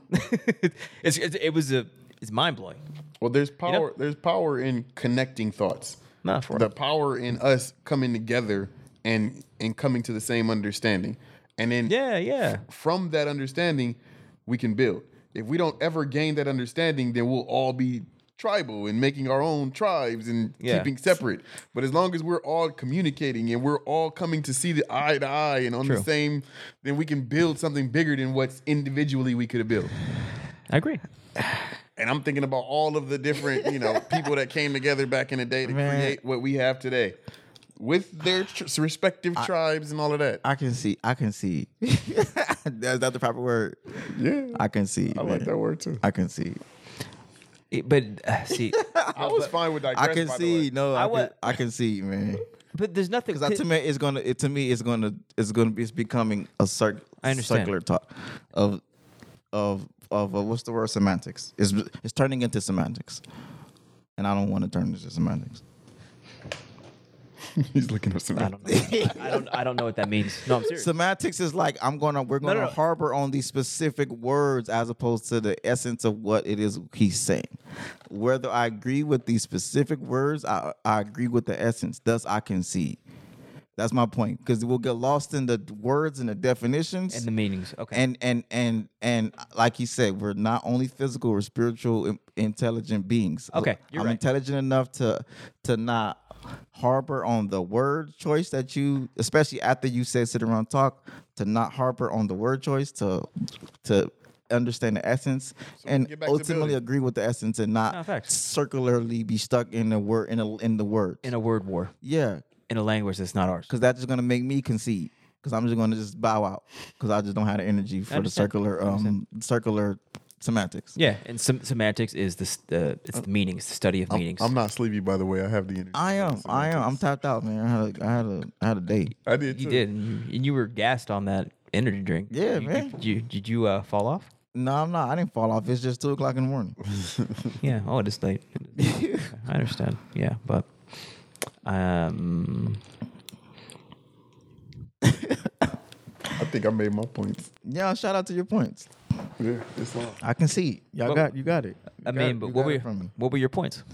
Speaker 1: it's, it's, it was a it's mind blowing.
Speaker 3: Well, there's power. There's power in connecting thoughts.
Speaker 1: Nah, for
Speaker 3: the
Speaker 1: real.
Speaker 3: power in us coming together and and coming to the same understanding, and then
Speaker 1: Yeah, yeah.
Speaker 3: from that understanding, we can build. If we don't ever gain that understanding, then we'll all be tribal and making our own tribes and
Speaker 1: Yeah.
Speaker 3: keeping separate. But as long as we're all communicating and we're all coming to see the eye to eye and on the
Speaker 1: True.
Speaker 3: same, then we can build something bigger than what's individually we could have built
Speaker 1: I agree.
Speaker 3: and I'm thinking about all of the different, you know, people that came together back in the day to
Speaker 2: Man.
Speaker 3: create what we have today, with their tr- respective tribes and all of that.
Speaker 2: I can see. I can see. That's not the proper word.
Speaker 3: yeah,
Speaker 2: I can see.
Speaker 3: I like that word too.
Speaker 2: I can see.
Speaker 1: It- but uh, see,
Speaker 3: I was fine with digress.
Speaker 2: I can
Speaker 3: by
Speaker 2: see.
Speaker 3: The way.
Speaker 2: No, I,
Speaker 1: I
Speaker 2: can,
Speaker 1: wa-
Speaker 2: I can see, man.
Speaker 1: but there's nothing.
Speaker 2: Because to me, it's gonna. It, to me, it's gonna. It's gonna be. It's becoming a circ.
Speaker 1: I understand.
Speaker 2: Circular talk, of, of of uh, what's the word semantics. It's it's turning into semantics, and I don't want to turn into semantics.
Speaker 3: He's looking up some.
Speaker 1: I don't know. I, I don't. I don't know what that means. No, I'm serious.
Speaker 2: Semantics is like I'm gonna we're gonna
Speaker 1: no, no.
Speaker 2: harbor on these specific words as opposed to the essence of what it is he's saying. Whether I agree with these specific words, I, I agree with the essence. Thus, I can see. That's my point because we'll get lost in the words and the definitions
Speaker 1: And the meanings. Okay.
Speaker 2: and and and and like you said, we're not only physical, we're spiritual, in- intelligent beings.
Speaker 1: Okay, you're
Speaker 2: I'm
Speaker 1: right.
Speaker 2: intelligent enough to to not harbor on the word choice that you, especially after you said sit around and talk, to not harbor on the word choice to to understand the essence and
Speaker 3: get back to
Speaker 2: ultimately
Speaker 3: building.
Speaker 2: agree with the essence and not
Speaker 1: No, facts.
Speaker 2: circularly be stuck in the word in, a, in the words.
Speaker 1: in a word war,
Speaker 2: yeah,
Speaker 1: in a language that's not ours.
Speaker 2: because that's just gonna make me concede. because I'm just going to just bow out because I just don't have the energy for the
Speaker 1: understand.
Speaker 2: circular um circular semantics.
Speaker 1: Yeah, and sem- semantics is the s- the it's the
Speaker 2: Uh,
Speaker 1: meanings, the study of meanings.
Speaker 3: I'm not sleepy, by the way. I have the energy.
Speaker 2: I am. I am. I'm tapped out, man. I had a, I had a, I had a date.
Speaker 3: I did too.
Speaker 1: you did, and you, and you were gassed on that energy drink.
Speaker 2: Yeah,
Speaker 1: You-
Speaker 2: man.
Speaker 1: Did you did you uh, fall off?
Speaker 2: No, I'm not. I didn't fall off. It's just two o'clock in the morning.
Speaker 1: Yeah. Oh, it's late. I understand. Yeah, but um,
Speaker 3: I think I made my points.
Speaker 2: Yeah, shout out to your points.
Speaker 3: Yeah, it's long.
Speaker 2: I can see it. y'all
Speaker 1: Well,
Speaker 2: got you got it.
Speaker 1: I
Speaker 2: You got
Speaker 1: mean,
Speaker 2: it.
Speaker 1: but
Speaker 2: You
Speaker 1: what
Speaker 2: got
Speaker 1: were
Speaker 2: it
Speaker 1: your,
Speaker 2: from me.
Speaker 1: what were your points?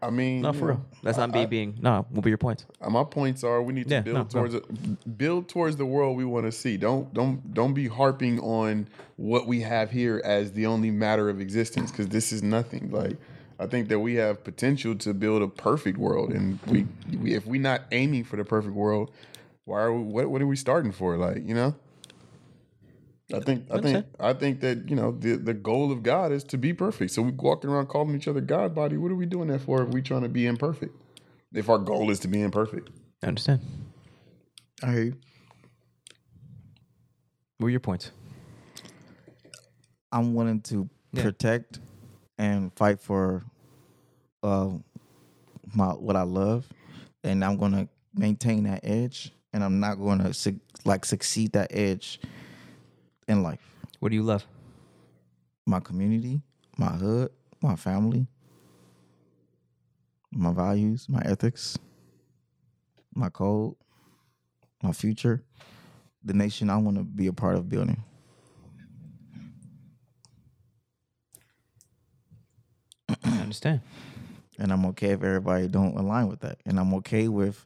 Speaker 3: I mean,
Speaker 1: No, for
Speaker 3: yeah.
Speaker 1: real. That's not me being. No, what were your points?
Speaker 3: Uh, My points are we need to
Speaker 1: Yeah,
Speaker 3: build
Speaker 1: no, no.
Speaker 3: towards a- build towards the world we want to see. Don't don't don't be harping on what we have here as the only matter of existence because this is nothing. Like I think that we have potential to build a perfect world, and we, we if we're not aiming for the perfect world, why are we? What what are we starting for? Like you know. I think I think I think that you know the the goal of God is to be perfect. So we walking around calling each other God body. What are we doing that for? If we trying to be imperfect, if our goal is to be imperfect,
Speaker 1: I understand.
Speaker 2: I hear you.
Speaker 1: What were your points?
Speaker 2: I'm willing to protect and fight for uh my what I love, and I'm gonna maintain that edge, and I'm not gonna su- like succeed that edge in life.
Speaker 1: What do you love?
Speaker 2: My community, my hood, my family, my values, my ethics, my code, my future, the nation I want to be a part of building.
Speaker 1: I understand.
Speaker 2: and I'm okay if everybody don't align with that. And I'm okay with,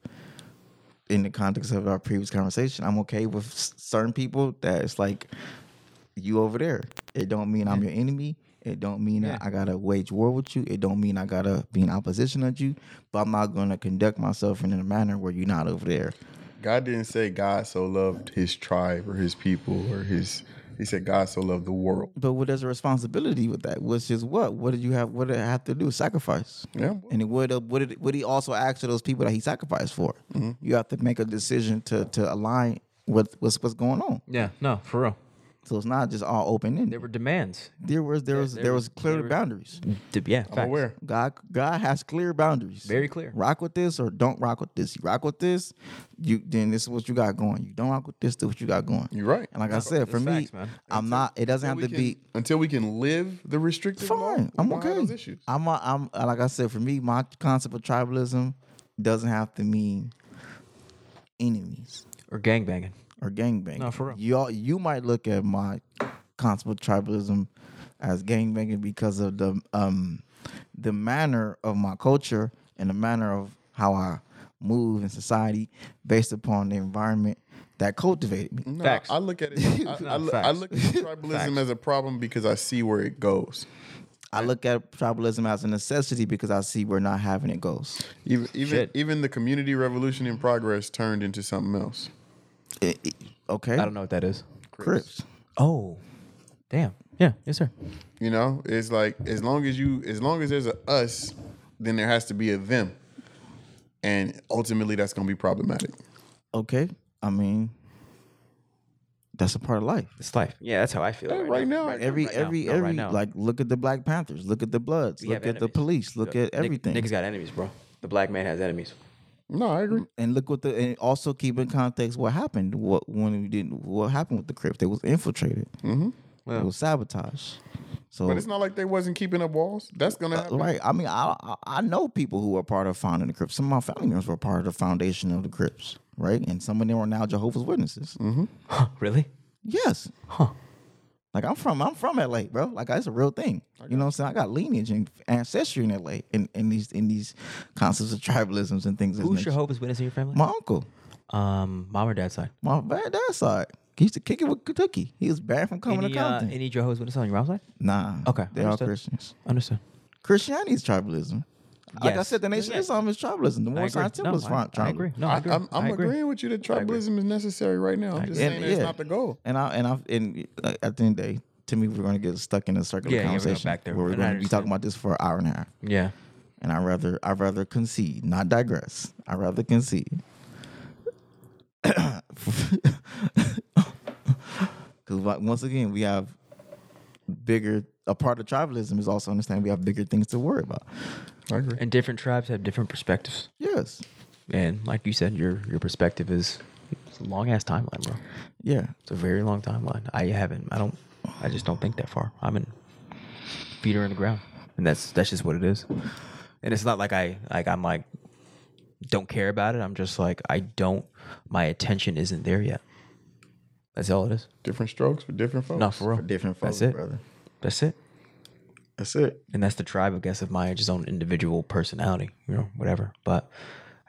Speaker 2: in the context of our previous conversation, I'm okay with s- certain people that it's like, you over there. It don't mean I'm your enemy. It don't mean that I gotta wage war with you. It don't mean I gotta be in opposition at you. But I'm not gonna conduct myself in a manner where you're not over there.
Speaker 3: God didn't say God so loved His tribe or His people or His. He said God so loved the world.
Speaker 2: But what is a responsibility with that? Which is what? What did you have? What did I have to do? Sacrifice.
Speaker 3: Yeah,
Speaker 2: And it would uh, what did what he also asked to those people that he sacrificed for? You have to make a decision to to align with what's what's going on.
Speaker 1: Yeah. No, for real.
Speaker 2: So it's not just all open
Speaker 1: There
Speaker 2: ended.
Speaker 1: were demands.
Speaker 2: There was there was there was clear boundaries.
Speaker 1: D- yeah.
Speaker 3: I'm
Speaker 1: facts.
Speaker 3: aware.
Speaker 2: God God has clear boundaries.
Speaker 1: Very clear.
Speaker 2: Rock with this or don't rock with this. You rock with this, you then this is what you got going. You don't rock with this, this is what you got going.
Speaker 3: You're right.
Speaker 2: And like I said, for
Speaker 1: that's
Speaker 2: me,
Speaker 1: facts, man.
Speaker 2: I'm not. It doesn't have
Speaker 3: we
Speaker 2: to
Speaker 3: can-
Speaker 2: be
Speaker 3: until we can live the restrictive. law,
Speaker 2: fine.
Speaker 3: we
Speaker 2: I'm
Speaker 3: won't have Those
Speaker 2: okay.
Speaker 3: issues.
Speaker 2: I'm a, I'm like I said. For me, my concept of tribalism doesn't have to mean enemies
Speaker 1: Or gangbanging.
Speaker 2: or gangbanging.
Speaker 1: No, for real.
Speaker 2: Y'all, you might look at my concept of tribalism as gangbanging because of the um the manner of my culture and the manner of how I move in society based upon the environment that cultivated me.
Speaker 3: No,
Speaker 1: Facts.
Speaker 3: I look at it. I, I, look- I
Speaker 1: facts.
Speaker 3: look at tribalism as a problem because I see where it goes.
Speaker 2: I look at tribalism as a necessity because I see where not having it goes.
Speaker 3: Even even even the community revolution in progress turned into something else.
Speaker 2: It- it- okay,
Speaker 1: I don't know what that is.
Speaker 2: Crips.
Speaker 1: Oh, damn. Yeah. Yes, sir.
Speaker 3: You know, it's like as long as you, as long as there's a us, then there has to be a them, and ultimately that's going to be problematic.
Speaker 2: okay. I mean, that's a part of life.
Speaker 1: It's life. Yeah, that's how I feel.
Speaker 3: Right now, I-
Speaker 2: Every every
Speaker 1: no, right
Speaker 2: every
Speaker 1: now.
Speaker 2: like look at the Black Panthers, look at the Bloods,
Speaker 1: have
Speaker 2: look at the
Speaker 1: enemies.
Speaker 2: police, look at everything,
Speaker 1: Nick, niggas got enemies, bro. The black man has enemies.
Speaker 3: no, I agree.
Speaker 2: and look what the and also keep in context what happened. What when we didn't what happened with the Crips? They was infiltrated. Mm-hmm. It was sabotage. So
Speaker 3: But Uh, it's not like they wasn't keeping up walls. That's going to happen.
Speaker 2: right. I mean, I, I I know people who are part of founding the Crips. Some of my family members were part of the foundation of the Crips, right? And some of them are now Jehovah's Witnesses.
Speaker 1: Really?
Speaker 2: Yes. Huh. Like I'm from I'm from LA, bro. Like it's a real thing.
Speaker 1: Oh,
Speaker 2: You know what I'm saying? I got lineage and ancestry in LA in, in these in these concepts of tribalisms and things.
Speaker 1: Who's
Speaker 2: of that
Speaker 1: your
Speaker 2: nature.
Speaker 1: Jehovah's Witness in your family?
Speaker 2: My uncle,
Speaker 1: Um, mom or dad's side.
Speaker 2: my bad dad's side. He used to kick it with Kentucky. He was banned from coming
Speaker 1: Any,
Speaker 2: to
Speaker 1: uh,
Speaker 2: Compton.
Speaker 1: any Jehovah's Witness on your mom's side?
Speaker 2: nah.
Speaker 1: Okay,
Speaker 2: They're all
Speaker 1: understood.
Speaker 2: Christians.
Speaker 1: Understand.
Speaker 2: Christianity is tribalism. Like I
Speaker 1: Yes.
Speaker 2: said, the Nation of
Speaker 1: Yeah.
Speaker 2: Islam is tribalism. The
Speaker 1: I
Speaker 2: Morris
Speaker 1: agree.
Speaker 2: Science Temple
Speaker 1: No,
Speaker 2: is
Speaker 1: I,
Speaker 2: tribalism.
Speaker 1: I agree. No, I
Speaker 3: I,
Speaker 1: agree.
Speaker 3: I'm, I'm
Speaker 1: I agree.
Speaker 3: agreeing with you that tribalism is necessary right now. I'm just
Speaker 2: agree.
Speaker 3: saying
Speaker 2: And-
Speaker 3: that's
Speaker 2: yeah.
Speaker 3: not the goal.
Speaker 2: And I and I've and uh, at the end of the day, to me, we're going to get stuck in a circular
Speaker 1: Yeah, yeah, we're gonna
Speaker 2: conversation
Speaker 1: back there.
Speaker 2: where we're
Speaker 1: And I
Speaker 2: going to be
Speaker 1: understand.
Speaker 2: talking about this for an hour and a half.
Speaker 1: Yeah.
Speaker 2: and I rather I rather concede, not digress. I rather concede. like, once again, we have bigger. A part of tribalism is also understanding we have bigger things to worry about.
Speaker 3: I agree.
Speaker 1: And different tribes have different perspectives.
Speaker 2: Yes.
Speaker 1: And like you said, your your perspective is it's a long ass timeline, bro.
Speaker 2: Yeah.
Speaker 1: It's a very long timeline. I haven't. I don't. I just don't think that far. I'm in feet are in the ground, and that's that's just what it is. And it's not like I like I'm like don't care about it. I'm just like I don't. My attention isn't there yet. That's all it is.
Speaker 3: Different strokes for different folks.
Speaker 1: Not for real.
Speaker 2: For different folks,
Speaker 1: That's it.
Speaker 2: brother.
Speaker 1: That's it.
Speaker 2: That's it.
Speaker 1: and that's the tribe, I guess, of my just own individual personality, you know, whatever. But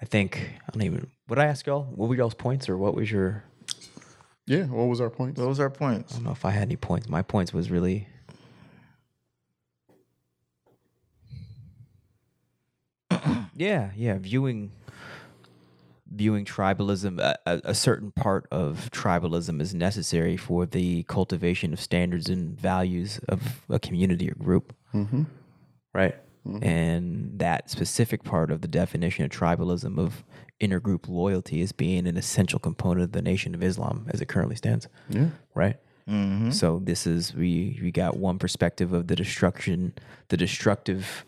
Speaker 1: I think I don't even. Would I ask y'all? What were y'all's points, or what was your?
Speaker 3: Yeah. What was our point?
Speaker 2: Those are points.
Speaker 1: I don't know if I had any points. My points was really. yeah, yeah, viewing viewing tribalism a, a a certain part of tribalism is necessary for the cultivation of standards and values of a community or group right? And that specific part of the definition of tribalism of intergroup loyalty is being an essential component of the Nation of Islam as it currently stands. Yeah. Right. So this is we we got one perspective of the destruction, the destructive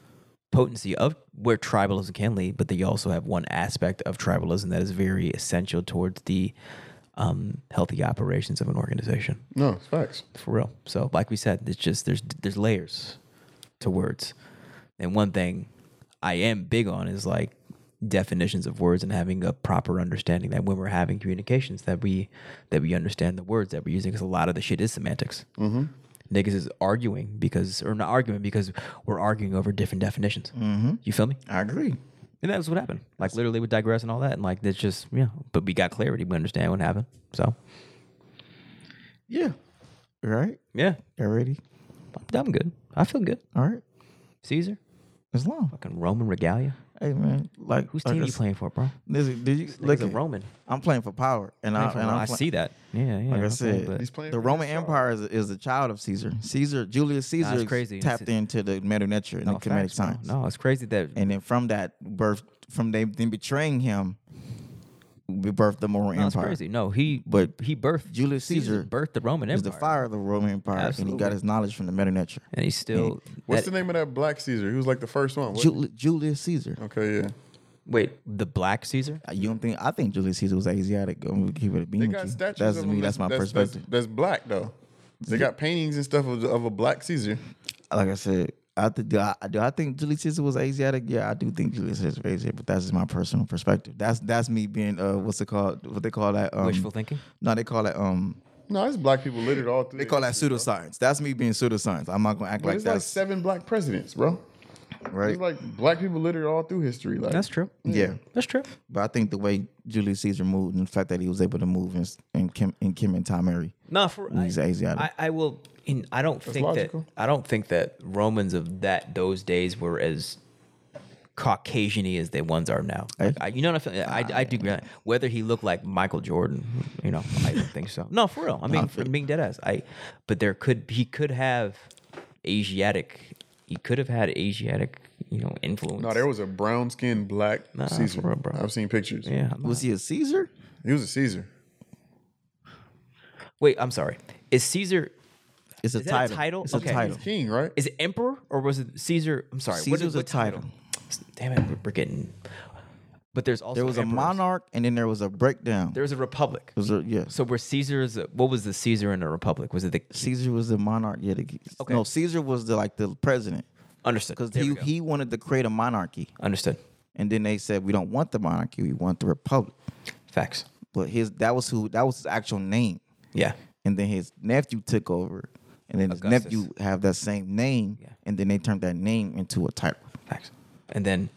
Speaker 1: potency of where tribalism can lead, but they also have one aspect of tribalism that is very essential towards the um, healthy operations of an organization
Speaker 3: No, it's facts.
Speaker 1: for real. So, like we said, it's just there's there's layers to words, and one thing I am big on is like definitions of words and having a proper understanding that when we're having communications that we that we understand the words that we're using because a lot of the shit is semantics. Mm-hmm. Niggas is arguing because or not arguing because we're arguing over different definitions. Mm-hmm. You feel me?
Speaker 2: I agree.
Speaker 1: And that was what happened. Like literally with digress and all that, and like it's just yeah. But we got clarity. We understand what happened. So
Speaker 2: Yeah. Right?
Speaker 1: yeah,
Speaker 2: Already?
Speaker 1: I'm good. I feel good.
Speaker 2: All right.
Speaker 1: Caesar.
Speaker 2: It's long.
Speaker 1: Fucking Roman regalia.
Speaker 2: Hey man, like
Speaker 1: Whose
Speaker 2: like
Speaker 1: team
Speaker 2: I
Speaker 1: you
Speaker 2: s-
Speaker 1: playing for, bro?
Speaker 2: Listen, did you
Speaker 1: Like
Speaker 2: look
Speaker 1: a
Speaker 2: at Rome?
Speaker 1: Roman.
Speaker 2: I'm playing for power, and I
Speaker 1: I,
Speaker 2: and I'm pla-
Speaker 1: see that. Yeah, yeah.
Speaker 2: Like I
Speaker 1: okay,
Speaker 2: said,
Speaker 1: but-
Speaker 3: He's playing
Speaker 2: the
Speaker 3: for
Speaker 2: Roman
Speaker 3: himself.
Speaker 2: Empire is, is the child of Caesar. Caesar, Julius Caesar,
Speaker 1: it's
Speaker 2: is
Speaker 1: crazy. It's-
Speaker 2: tapped into the meta nature and
Speaker 1: no,
Speaker 2: the comedic
Speaker 1: facts, bro.
Speaker 2: science,
Speaker 1: No, it's crazy that
Speaker 2: and then from that birth, from they then betraying him, we birthed the Roman
Speaker 1: no, it's
Speaker 2: Empire.
Speaker 1: crazy. No, he
Speaker 2: But
Speaker 1: he birthed
Speaker 2: Julius Caesar
Speaker 1: birthed the Roman
Speaker 2: He was
Speaker 1: Empire.
Speaker 2: the fire of the Roman Empire, and he
Speaker 1: Absolutely.
Speaker 2: got his knowledge from the meta nature.
Speaker 1: And he's still
Speaker 3: What's
Speaker 1: that-
Speaker 3: the name of that Black Caesar? He was like the first one. wasn't
Speaker 2: Jul- Julius Caesar.
Speaker 3: he? okay, yeah.
Speaker 1: wait, the black Caesar?
Speaker 2: Uh, You don't think? I think Julius Caesar was Asiatic. I'm gonna keep it a beam
Speaker 3: They
Speaker 2: with
Speaker 3: got
Speaker 2: you.
Speaker 3: statues
Speaker 2: That's
Speaker 3: of
Speaker 2: me.
Speaker 3: him
Speaker 2: That's my perspective.
Speaker 3: That's, black though. They got paintings and stuff of, of a Black Caesar.
Speaker 2: like I said, I th- do, I, do I think Julius Caesar was Asiatic? Yeah, I do think Julius Caesar was Asiatic, but that's just my personal perspective. That's that's me being uh, what's it called? What they call that? Um,
Speaker 1: Wishful thinking?
Speaker 2: No, they call it um,
Speaker 3: No, it's black people littered all through.
Speaker 2: they call that pseudoscience. That's me being pseudoscience. I'm not gonna act like
Speaker 3: There's like
Speaker 2: that's
Speaker 3: seven black presidents, bro.
Speaker 2: right.
Speaker 3: It's like black people littered all through history. Like
Speaker 1: That's true.
Speaker 2: yeah,
Speaker 1: That's true.
Speaker 2: but I think the way Julius Caesar moved and the fact that he was able to move in, in Kim in Kim and Tom Mary,
Speaker 1: No, for
Speaker 2: he's Asiatic.
Speaker 1: I, I will. In, I don't think
Speaker 3: logical.
Speaker 1: that I don't think that Romans of that those days were as Caucasian-y as the ones are now. Like, I, you know what I'm saying? I, I do. grant- Whether he looked like Michael Jordan, you know, I don't think so. No, for real. I mean, I'm being dead ass. I, but there could he could have Asiatic. He could have had Asiatic, you know, influence.
Speaker 3: no, there was a brown skinned black
Speaker 1: Nah,
Speaker 3: Caesar.
Speaker 1: for real, bro.
Speaker 3: I've seen pictures.
Speaker 1: yeah. I'm
Speaker 2: was he a Caesar?
Speaker 3: He was a Caesar.
Speaker 1: not- Wait, I'm sorry. Is Caesar
Speaker 2: It's a
Speaker 1: Is that a
Speaker 2: title.
Speaker 1: title?
Speaker 2: It's
Speaker 1: Okay.
Speaker 2: a title.
Speaker 3: King, right?
Speaker 1: is it emperor or was it Caesar? I'm sorry. what is-
Speaker 2: Caesar's a
Speaker 1: what title?
Speaker 2: title.
Speaker 1: Damn it, we're- we're getting. But there's also
Speaker 2: There was a
Speaker 1: emperors.
Speaker 2: monarch, and then there was a breakdown.
Speaker 1: There was a republic.
Speaker 2: was a, yeah.
Speaker 1: So were Caesar's what was the Caesar in a republic? Was it the
Speaker 2: Caesar was the monarch. Yeah, the,
Speaker 1: Okay.
Speaker 2: no, Caesar was the like the president
Speaker 1: understood?
Speaker 2: because
Speaker 1: There
Speaker 2: he
Speaker 1: we go.
Speaker 2: he wanted to create a monarchy,
Speaker 1: understood
Speaker 2: and then they said we don't want the monarchy, we want the republic.
Speaker 1: facts.
Speaker 2: But his that was who that was his actual name,
Speaker 1: Yeah,
Speaker 2: and then his nephew took over, and then his
Speaker 1: Augustus.
Speaker 2: nephew have that same name,
Speaker 1: Yeah.
Speaker 2: and then they turned that name into a title.
Speaker 1: facts. And then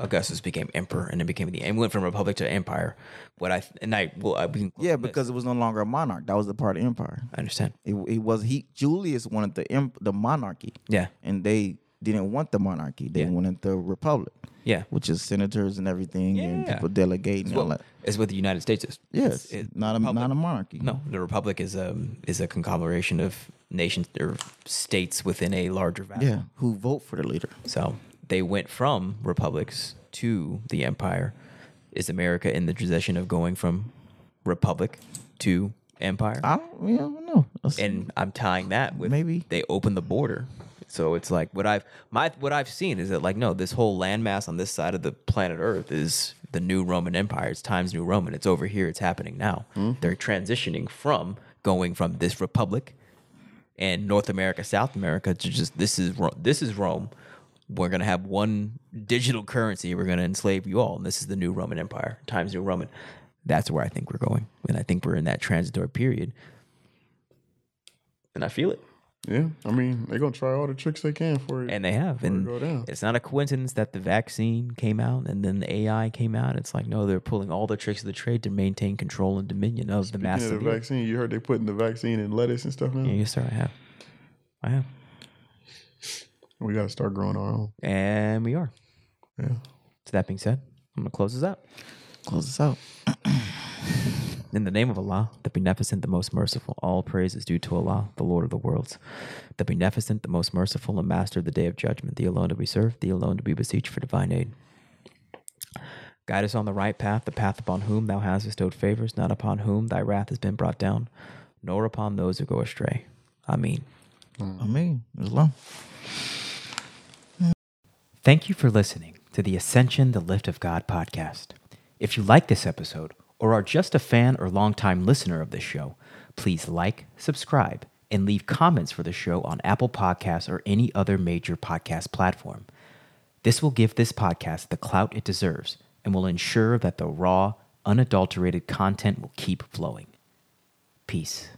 Speaker 1: Augustus became emperor, and then became the and went from republic to empire. What I and I well I, we can close
Speaker 2: Yeah,
Speaker 1: this.
Speaker 2: because it was no longer a monarch. That was the part of empire.
Speaker 1: I understand.
Speaker 2: It, it was he Julius wanted the imp, the monarchy.
Speaker 1: Yeah.
Speaker 2: and they didn't want the monarchy. They
Speaker 1: Yeah.
Speaker 2: wanted the republic.
Speaker 1: Yeah.
Speaker 2: which is senators and everything, and
Speaker 1: Yeah.
Speaker 2: people delegating and all
Speaker 1: Well,
Speaker 2: that.
Speaker 1: it's what the United States is.
Speaker 2: Yes,
Speaker 1: It's- it-
Speaker 2: not a
Speaker 1: republic.
Speaker 2: not a monarchy.
Speaker 1: No, the republic is a is a conglomeration of nations or states within a larger vast.
Speaker 2: Yeah, who vote for the leader?
Speaker 1: So they went from republics to the empire. Is America in the position of going from republic to empire.
Speaker 2: I don't, yeah, I don't know. That's-
Speaker 1: and I'm tying that with
Speaker 2: Maybe.
Speaker 1: they open the border. So it's like what I've my what I've seen is that like no, this whole landmass on this side of the planet Earth is the new Roman Empire. It's times new Roman. It's over here. It's happening now. They're transitioning from going from this republic and North America, South America to just this is Ro- this is Rome. We're gonna have one digital currency. We're gonna enslave you all, and this is the new Roman Empire, times new Roman. That's where I think we're going, and I think we're in that transitory period, and I feel it.
Speaker 3: Yeah, I mean, they're gonna try all the tricks they can for it.
Speaker 1: and they have and
Speaker 3: go down.
Speaker 1: it's not a coincidence that the vaccine came out and then the ai came out it's like no they're pulling all the tricks of the trade to maintain control and dominion of the
Speaker 3: Speaking
Speaker 1: mass
Speaker 3: of
Speaker 1: of
Speaker 3: the
Speaker 1: the earth.
Speaker 3: vaccine, you heard they putting the vaccine in lettuce and stuff now.
Speaker 1: yeah, yes sir i have i have
Speaker 3: We gotta start growing our own.
Speaker 1: and we are so that being said i'm gonna close this up
Speaker 2: close this out.
Speaker 1: In the name of Allah, the Beneficent, the Most Merciful, all praise is due to Allah, the Lord of the worlds, the Beneficent, the Most Merciful, and Master of the Day of Judgment, the alone to be served, the alone to be beseeched for divine aid. Guide us on the right path, the path upon whom thou hast bestowed favors, not upon whom thy wrath has been brought down, nor upon those who go astray. I mean.
Speaker 2: I mean, it's long.
Speaker 4: Thank you for listening to the Ascension, the Lift of God podcast. If you like this episode or are just a fan or longtime listener of this show, please like, subscribe, and leave comments for the show on Apple Podcasts or any other major podcast platform. This will give this podcast the clout it deserves and will ensure that the raw, unadulterated content will keep flowing. Peace.